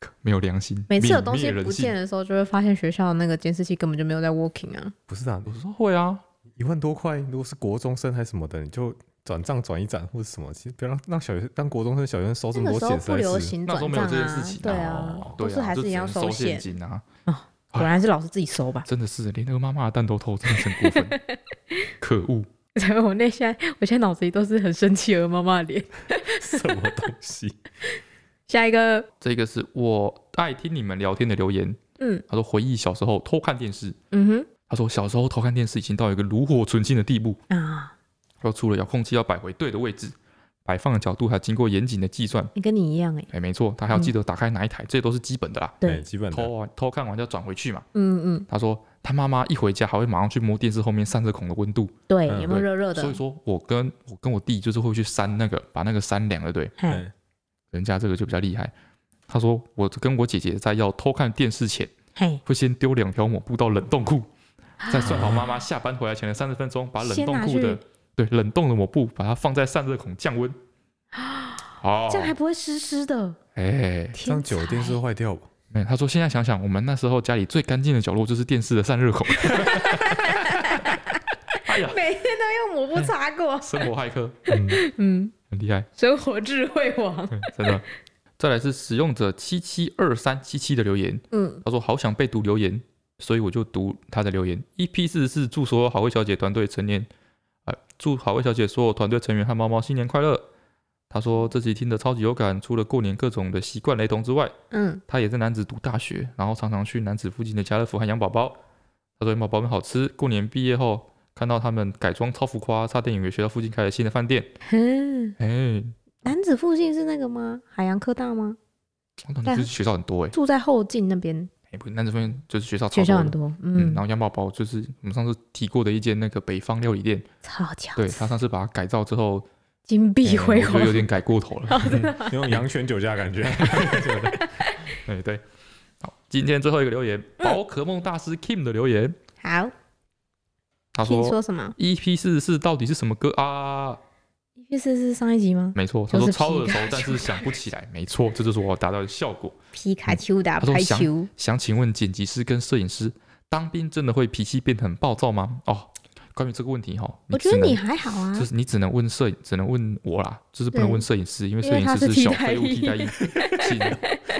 [SPEAKER 2] 可没有良心，
[SPEAKER 1] 每次有
[SPEAKER 2] 泯
[SPEAKER 1] 东西
[SPEAKER 2] 灭人
[SPEAKER 1] 不
[SPEAKER 2] 性
[SPEAKER 1] 见。的时候，就会发现学校那个监视器根本就没有在 working 啊。
[SPEAKER 3] 不是啊，
[SPEAKER 2] 我说会啊，
[SPEAKER 3] 一万多块，如果是国中生还是什么的，你就转账转一转或者什么，其实不要让让小学让国中生、小学生收这
[SPEAKER 1] 那
[SPEAKER 3] 么
[SPEAKER 1] 个
[SPEAKER 3] 多
[SPEAKER 1] 时候
[SPEAKER 3] 钱，
[SPEAKER 1] 不
[SPEAKER 3] 实
[SPEAKER 1] 流
[SPEAKER 3] 在是
[SPEAKER 1] 行
[SPEAKER 2] 那
[SPEAKER 1] 转
[SPEAKER 2] 时候没有
[SPEAKER 1] 账
[SPEAKER 2] 这件事情、
[SPEAKER 1] 对
[SPEAKER 2] 啊
[SPEAKER 1] 啊，，
[SPEAKER 2] 对
[SPEAKER 1] 都
[SPEAKER 2] 啊，
[SPEAKER 1] 是还
[SPEAKER 2] 就是只
[SPEAKER 1] 一样
[SPEAKER 2] 能收
[SPEAKER 1] 现。
[SPEAKER 2] 金啊。
[SPEAKER 1] 果然是老师自己收吧。
[SPEAKER 2] 真的是连那个妈妈的蛋都偷，真的是很过
[SPEAKER 1] [laughs]
[SPEAKER 2] 分，可恶！
[SPEAKER 1] 所以 [laughs] 我那现在，我现在脑子里都是很生气鹅妈妈的脸。
[SPEAKER 3] 什么东西？
[SPEAKER 1] 下一个，
[SPEAKER 2] 这个是我爱听你们聊天的留言。
[SPEAKER 1] 嗯
[SPEAKER 2] 他说回忆小时候偷看电视，
[SPEAKER 1] 嗯
[SPEAKER 2] 他说小时候偷看电视已经到一个炉火纯青的地步。
[SPEAKER 1] 哼啊，
[SPEAKER 2] 他说除了遥控器要摆回对的位置，摆放的角度还经过严谨的计算。
[SPEAKER 1] 你跟你一样哎、
[SPEAKER 2] 哎，没错，他还要记得打开哪一台，这都是基本的啦。
[SPEAKER 1] 对
[SPEAKER 3] 哎基本的
[SPEAKER 2] 偷完偷看完就要转回去嘛。
[SPEAKER 1] 嗯嗯，
[SPEAKER 2] 他说他妈妈一回家还会马上去摸电视后面散热孔的温度，
[SPEAKER 1] 对，
[SPEAKER 3] 嗯
[SPEAKER 1] 有没有热热的？
[SPEAKER 2] 所以说我跟我跟我弟就是会去扇那个，把那个扇凉了，对。
[SPEAKER 1] 嘿，
[SPEAKER 3] 哎
[SPEAKER 2] 人家这个就比较厉害，他说我跟我姐姐在要偷看电视前，
[SPEAKER 1] 嘿，啊
[SPEAKER 2] 会先丢两条抹布到冷冻库，再算好妈妈下班回来前的三十分钟，把冷冻库
[SPEAKER 1] 先拿
[SPEAKER 2] 的
[SPEAKER 1] 去
[SPEAKER 2] 对冷冻的抹布把它放在散热孔降温。哦
[SPEAKER 1] 啊这，样还不会湿湿的。
[SPEAKER 2] 哎，
[SPEAKER 3] 这样久了电视会坏掉吧？
[SPEAKER 2] 没有他说现在想想，我们那时候家里最干净的角落就是电视的散热孔。哎呀，
[SPEAKER 1] [laughs] 每天都用抹布擦过，
[SPEAKER 2] [laughs] 生活骇客
[SPEAKER 3] 嗯，
[SPEAKER 1] 嗯，
[SPEAKER 2] 很厉害。
[SPEAKER 1] [laughs] 生活智慧王，
[SPEAKER 2] 对，真的。再来是使用者七七二三七七的留言，
[SPEAKER 1] 嗯，
[SPEAKER 2] 他说好想被读留言，所以我就读他的留言。EP 四十四，祝所有好味小姐团队成员，呃，祝好味小姐所有团队成员和猫猫新年快乐。他说这集听得超级有感，除了过年各种的习惯雷同之外，
[SPEAKER 1] 嗯，
[SPEAKER 2] 他也在南子读大学，然后常常去南子附近的家乐福和养宝宝。他说养宝宝们好吃，过年毕业后看到他们改装超浮夸，差点以为学校附近开了新的饭店。
[SPEAKER 1] 哼
[SPEAKER 2] 哎、
[SPEAKER 1] 男子附近是那个吗？海洋科大吗？
[SPEAKER 2] 那你就是学校很多哎、
[SPEAKER 1] 住在后进那边，
[SPEAKER 2] 欸，不，南这边就是学校超
[SPEAKER 1] 学校很
[SPEAKER 2] 的
[SPEAKER 1] 多，
[SPEAKER 2] 嗯，
[SPEAKER 1] 嗯
[SPEAKER 2] 然，后杨宝宝就是我们上次提过的一间那个北方料理店，
[SPEAKER 1] 超强，
[SPEAKER 2] 对他上次把它改造之后， [laughs]
[SPEAKER 1] 金碧
[SPEAKER 2] 欸我
[SPEAKER 1] 辉
[SPEAKER 2] 觉
[SPEAKER 1] 煌
[SPEAKER 2] 得，有点改过头了， [laughs]
[SPEAKER 3] 那种阳泉酒驾感觉。
[SPEAKER 2] 对哎对。好，今天最后一个留言，宝可梦大师 Kim 的留言，
[SPEAKER 1] 好，
[SPEAKER 2] 他
[SPEAKER 1] 听
[SPEAKER 2] 说
[SPEAKER 1] 说什么？
[SPEAKER 2] EP 四十四到底是什么歌啊？
[SPEAKER 1] 一月四是上一集吗？
[SPEAKER 2] 没错，
[SPEAKER 1] 就
[SPEAKER 2] 他说
[SPEAKER 1] 是
[SPEAKER 2] 超耳熟
[SPEAKER 1] 皮卡，
[SPEAKER 2] 但是想不起来，没错，这就是我达到的效果。
[SPEAKER 1] 皮卡丘打
[SPEAKER 2] 他说
[SPEAKER 1] 排
[SPEAKER 2] 想
[SPEAKER 1] 球，
[SPEAKER 2] 想请问剪辑师跟摄影师，当兵真的会脾气变得很暴躁吗？哦，关于这个问题哈，
[SPEAKER 1] 我觉
[SPEAKER 2] 只
[SPEAKER 1] 得
[SPEAKER 2] 能
[SPEAKER 1] 你还好啊
[SPEAKER 2] 就，是你只能问摄影，只能问我啦，就是不能
[SPEAKER 1] 对
[SPEAKER 2] 问摄影师，因为
[SPEAKER 1] 因
[SPEAKER 2] 摄
[SPEAKER 1] 为
[SPEAKER 2] 影
[SPEAKER 1] 他
[SPEAKER 2] 师
[SPEAKER 1] 是
[SPEAKER 2] 小
[SPEAKER 1] 替代
[SPEAKER 2] 废物替代
[SPEAKER 1] [laughs]
[SPEAKER 2] 役，
[SPEAKER 1] 役
[SPEAKER 2] 请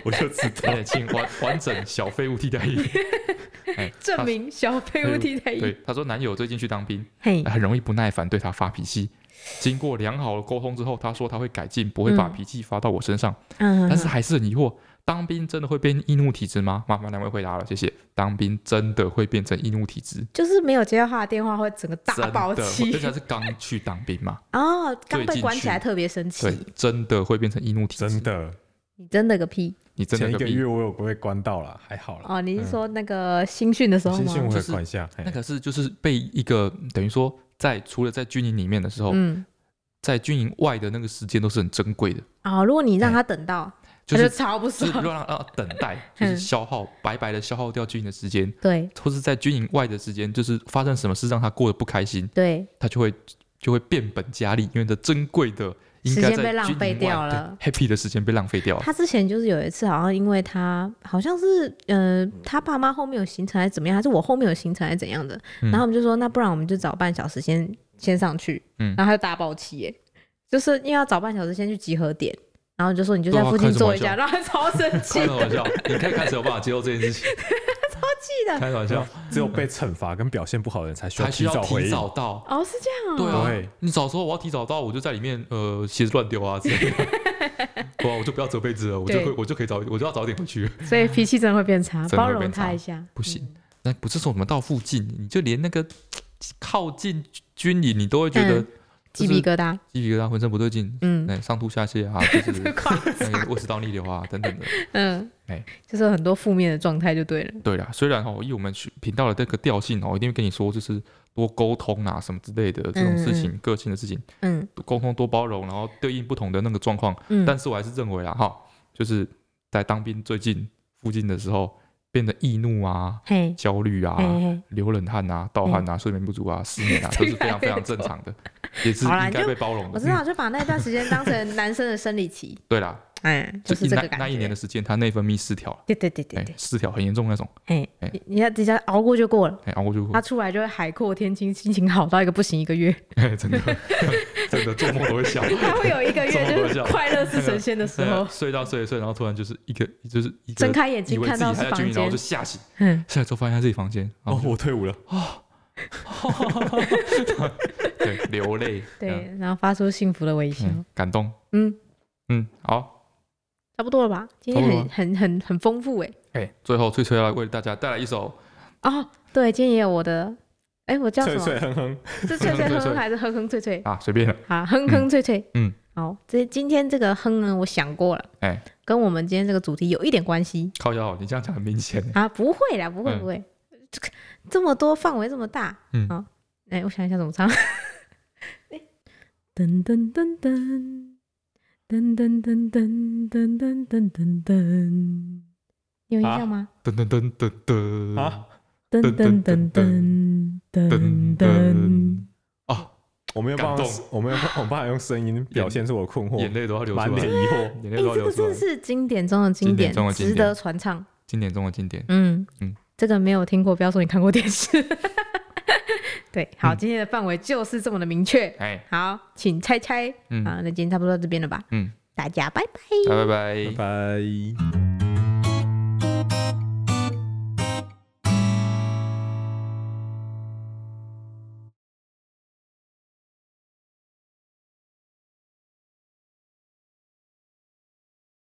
[SPEAKER 3] 我就知道，
[SPEAKER 2] 对，请完完整小废物替代役。哎，
[SPEAKER 1] [laughs]
[SPEAKER 2] 他
[SPEAKER 1] 证明小废物替代
[SPEAKER 2] 对
[SPEAKER 1] 役，，
[SPEAKER 2] 他说男友最近去当兵，
[SPEAKER 1] 嘿，
[SPEAKER 2] 很容易不耐烦，对他发脾气。经过良好的沟通之后，他说他会改进，不会把
[SPEAKER 1] 嗯
[SPEAKER 2] 脾气发到我身上，
[SPEAKER 1] 嗯，
[SPEAKER 2] 但是还是很疑惑，当兵真的会变易怒体质吗？麻烦两位回答了，谢谢。当兵真的会变成易怒体质，
[SPEAKER 1] 就是没有接到他的电话会整个大
[SPEAKER 2] 真
[SPEAKER 1] 爆
[SPEAKER 2] 的，
[SPEAKER 1] 气
[SPEAKER 2] 而且他是刚去当兵
[SPEAKER 1] [laughs]
[SPEAKER 2] 嘛，
[SPEAKER 1] 哦，刚
[SPEAKER 2] 最
[SPEAKER 1] 被
[SPEAKER 2] 近
[SPEAKER 1] 关
[SPEAKER 2] 去
[SPEAKER 1] 起来特别生气
[SPEAKER 2] 对，，真的会变成易怒体质，
[SPEAKER 3] 真的。
[SPEAKER 1] 你真的个屁
[SPEAKER 2] 你真的
[SPEAKER 3] 前一
[SPEAKER 2] 个
[SPEAKER 3] 个
[SPEAKER 2] 屁
[SPEAKER 3] 月我有被关到了，还好啦。
[SPEAKER 1] 哦！你
[SPEAKER 2] 嗯
[SPEAKER 1] 是说那个新训的时候
[SPEAKER 3] 新训
[SPEAKER 1] 吗？
[SPEAKER 3] 我
[SPEAKER 2] 就
[SPEAKER 3] 有
[SPEAKER 2] 是
[SPEAKER 3] 管一下，嘿
[SPEAKER 2] 那个是就是被一个等于说在除了在军营里面的时候，
[SPEAKER 1] 嗯，
[SPEAKER 2] 在军营外的那个时间都是很珍贵的，
[SPEAKER 1] 哦，如果你让他等到，
[SPEAKER 2] 哎就
[SPEAKER 1] 他就是超不
[SPEAKER 2] 就是
[SPEAKER 1] 爽。
[SPEAKER 2] 让让等
[SPEAKER 1] [laughs]
[SPEAKER 2] 待，就是
[SPEAKER 1] 嗯
[SPEAKER 2] 消耗白白的消耗掉军营的时间，
[SPEAKER 1] 对
[SPEAKER 2] 或是在军营外的时间，就是发生什么事让他过得不开心，
[SPEAKER 1] 对，
[SPEAKER 2] 他就会就会变本加厉，因为这珍贵的应该
[SPEAKER 1] 时间
[SPEAKER 2] 在
[SPEAKER 1] 被浪
[SPEAKER 2] 军营
[SPEAKER 1] 费
[SPEAKER 2] 外
[SPEAKER 1] 掉
[SPEAKER 2] 对
[SPEAKER 1] 了
[SPEAKER 2] ，happy 的时间被浪费掉了，
[SPEAKER 1] 他之前就是有一次，好像因为他好像是呃，他爸妈后面有行程还是怎么样，还是我后面有行程还是怎样的，
[SPEAKER 2] 嗯
[SPEAKER 1] 然后我们就说，那不然我们就早半小时先先上去，
[SPEAKER 2] 嗯
[SPEAKER 1] 然后他就大爆气耶，就是因为要早半小时先去集合点，然后就说你就
[SPEAKER 2] 对
[SPEAKER 1] 在
[SPEAKER 2] 啊
[SPEAKER 1] 附
[SPEAKER 2] 开
[SPEAKER 1] 近
[SPEAKER 2] 什么
[SPEAKER 1] 坐
[SPEAKER 2] 玩
[SPEAKER 1] 一下，
[SPEAKER 2] 笑
[SPEAKER 1] 让他超生
[SPEAKER 2] [laughs]
[SPEAKER 1] 气
[SPEAKER 2] 开，玩笑，你看看谁有办法接受这件事
[SPEAKER 1] [laughs]
[SPEAKER 2] 情，
[SPEAKER 1] 气的
[SPEAKER 2] 开玩笑，
[SPEAKER 3] 只有被惩罚跟表现不好的人才需
[SPEAKER 2] 还需
[SPEAKER 3] 啊提
[SPEAKER 2] 要
[SPEAKER 3] 早回
[SPEAKER 2] 提
[SPEAKER 3] 应。
[SPEAKER 2] 早到，
[SPEAKER 1] 哦，是这样哦，
[SPEAKER 2] 对啊，
[SPEAKER 3] 对
[SPEAKER 2] 你早说我要提早到，我就在里面呃鞋子乱丢啊之
[SPEAKER 1] [laughs]
[SPEAKER 2] 类的，对啊，我就不要折被子了，我就
[SPEAKER 1] 对嗯
[SPEAKER 2] 会我就可以早我就要早点回去。
[SPEAKER 1] 所以脾气真的会变差
[SPEAKER 2] 真，的会
[SPEAKER 1] 包
[SPEAKER 2] 变
[SPEAKER 1] 容
[SPEAKER 2] 差
[SPEAKER 1] 他一下
[SPEAKER 2] 不行，那不是说什么到附近，你就连那个靠近军营，你都会觉得
[SPEAKER 1] 嗯鸡皮疙瘩，
[SPEAKER 2] 鸡皮疙瘩，浑身不对劲，
[SPEAKER 1] 嗯，
[SPEAKER 2] 那上吐下泻啊，就是
[SPEAKER 1] [laughs] 夸
[SPEAKER 2] 那个胃食道逆流啊等等的。
[SPEAKER 1] 嗯
[SPEAKER 2] 哎，
[SPEAKER 1] 就是很多负面的状态就对了，
[SPEAKER 2] 对啦，虽然哦，以我们频道的这个调性哦，一定会跟你说就是多沟通啊什么之类的这种事情，个性的事情，
[SPEAKER 1] 嗯
[SPEAKER 2] 沟通多包容，然后对应不同的那个状况。
[SPEAKER 1] 嗯，
[SPEAKER 2] 但是我还是认为啊，哈，就是在当兵最近附近的时候，变得易怒啊、
[SPEAKER 1] 嘿，
[SPEAKER 2] 焦虑啊、
[SPEAKER 1] 嘿嘿，
[SPEAKER 2] 流冷汗啊、盗汗
[SPEAKER 1] 嗯
[SPEAKER 2] 啊、睡眠不足啊、失眠啊，都是
[SPEAKER 1] [laughs]
[SPEAKER 2] 非常非常正常的，也是
[SPEAKER 1] 好啦
[SPEAKER 2] 应该
[SPEAKER 1] 你就
[SPEAKER 2] 被包容
[SPEAKER 1] 我
[SPEAKER 2] 的
[SPEAKER 1] 知。道，就把那段时间当成男生的生理
[SPEAKER 2] [laughs]
[SPEAKER 1] 期，
[SPEAKER 2] 对啦，
[SPEAKER 1] 哎，就
[SPEAKER 2] 一
[SPEAKER 1] 是这
[SPEAKER 2] 那
[SPEAKER 1] 个感觉。
[SPEAKER 2] 那一年的时间，他内分泌失调了，
[SPEAKER 1] 对对对对
[SPEAKER 2] 哎
[SPEAKER 1] 对，，
[SPEAKER 2] 失调很严重那种，
[SPEAKER 1] 哎
[SPEAKER 2] 哎，
[SPEAKER 1] 你你要直接熬过就过了，
[SPEAKER 2] 哎，然后我就
[SPEAKER 1] 他出来就会海阔天青，心情好到一个不行，一个
[SPEAKER 2] [laughs]
[SPEAKER 1] 月，
[SPEAKER 2] 哎真的
[SPEAKER 1] [laughs]
[SPEAKER 2] 真的做梦都会笑。
[SPEAKER 1] 他会有一
[SPEAKER 2] [laughs]
[SPEAKER 1] 个
[SPEAKER 2] 这么
[SPEAKER 1] 月
[SPEAKER 2] 搞
[SPEAKER 1] 就
[SPEAKER 2] 笑
[SPEAKER 1] 是快乐是神仙的时
[SPEAKER 2] 哎 [laughs]
[SPEAKER 1] 候，
[SPEAKER 2] 睡到睡一睡，然后突然就是一个就是一个
[SPEAKER 1] 睁开眼
[SPEAKER 2] 以
[SPEAKER 1] 睛
[SPEAKER 2] 为自
[SPEAKER 1] 看
[SPEAKER 2] 己
[SPEAKER 1] 到
[SPEAKER 2] 还
[SPEAKER 1] 是
[SPEAKER 2] 在
[SPEAKER 1] 房
[SPEAKER 2] 军营，然后就
[SPEAKER 1] 间，
[SPEAKER 2] 吓醒，
[SPEAKER 1] 嗯，
[SPEAKER 2] 吓醒之后发现在自己房间，然
[SPEAKER 3] 哦，
[SPEAKER 2] 后
[SPEAKER 3] 我退伍了，
[SPEAKER 2] 对流泪，
[SPEAKER 1] [laughs]
[SPEAKER 2] 这样
[SPEAKER 1] 对，然后发出幸福的微笑，
[SPEAKER 2] 嗯，感动，
[SPEAKER 1] 嗯，
[SPEAKER 2] 嗯，好，
[SPEAKER 1] 差不多了吧？今天
[SPEAKER 2] 差不多
[SPEAKER 1] 很很很很丰富哎，
[SPEAKER 2] 哎、最后翠翠要为大家带来一首
[SPEAKER 1] 哦，对，今天也有我的，哎，我叫什
[SPEAKER 3] 脆
[SPEAKER 1] 么？
[SPEAKER 3] 脆哼哼，
[SPEAKER 1] [laughs] 是脆
[SPEAKER 2] 脆
[SPEAKER 1] 脆
[SPEAKER 2] 脆
[SPEAKER 1] 哼哼还是哼哼脆
[SPEAKER 2] [laughs]
[SPEAKER 1] 脆？
[SPEAKER 2] 啊，随便了，
[SPEAKER 1] 啊，哼哼脆脆，
[SPEAKER 2] 嗯，
[SPEAKER 1] 好，这今天这个哼呢，我想过了，
[SPEAKER 2] 哎
[SPEAKER 1] 跟我们今天这个主题有一点关系
[SPEAKER 2] 靠腰，你这样讲很明显欸，
[SPEAKER 1] 啊，不会啦，不会
[SPEAKER 2] 嗯
[SPEAKER 1] 不会，这个这么多范围这么大，
[SPEAKER 2] 嗯
[SPEAKER 1] 好，哎， [laughs] 我想一下怎么唱，哎噔噔噔噔噔噔噔噔噔噔噔噔噔噔，
[SPEAKER 2] 啊
[SPEAKER 1] 你有印象吗？
[SPEAKER 2] 噔噔噔噔噔
[SPEAKER 3] 啊！
[SPEAKER 1] 噔噔噔噔
[SPEAKER 2] 嗯
[SPEAKER 1] 噔噔，
[SPEAKER 2] 啊，
[SPEAKER 3] 我没有办法
[SPEAKER 2] 感动，
[SPEAKER 3] 我没有办，我无法用声音表现出我的困惑，
[SPEAKER 2] 眼泪都要流出
[SPEAKER 3] 满
[SPEAKER 2] 来
[SPEAKER 3] 脸
[SPEAKER 2] 了，
[SPEAKER 3] 疑惑。
[SPEAKER 2] 眼
[SPEAKER 1] 哎，
[SPEAKER 2] 泪都要
[SPEAKER 1] 这
[SPEAKER 2] 流
[SPEAKER 1] 个
[SPEAKER 2] 出
[SPEAKER 1] 真
[SPEAKER 2] 来
[SPEAKER 1] 的
[SPEAKER 2] 了。
[SPEAKER 1] 是经典中的经
[SPEAKER 2] 经
[SPEAKER 1] 典
[SPEAKER 2] 典中的，经
[SPEAKER 1] 值
[SPEAKER 2] 典
[SPEAKER 1] 得传唱。
[SPEAKER 2] 经典中的经典，
[SPEAKER 1] 嗯
[SPEAKER 2] 嗯
[SPEAKER 1] 这个没有听过，不要说你看过电视。对，好，今天的范围就是这么的明确。
[SPEAKER 2] 哎，
[SPEAKER 1] 好，请猜猜。
[SPEAKER 2] 嗯
[SPEAKER 1] 好，那今天差不多到这边了吧？
[SPEAKER 2] 嗯，
[SPEAKER 1] 大家拜拜。
[SPEAKER 2] 拜拜拜
[SPEAKER 3] 拜拜。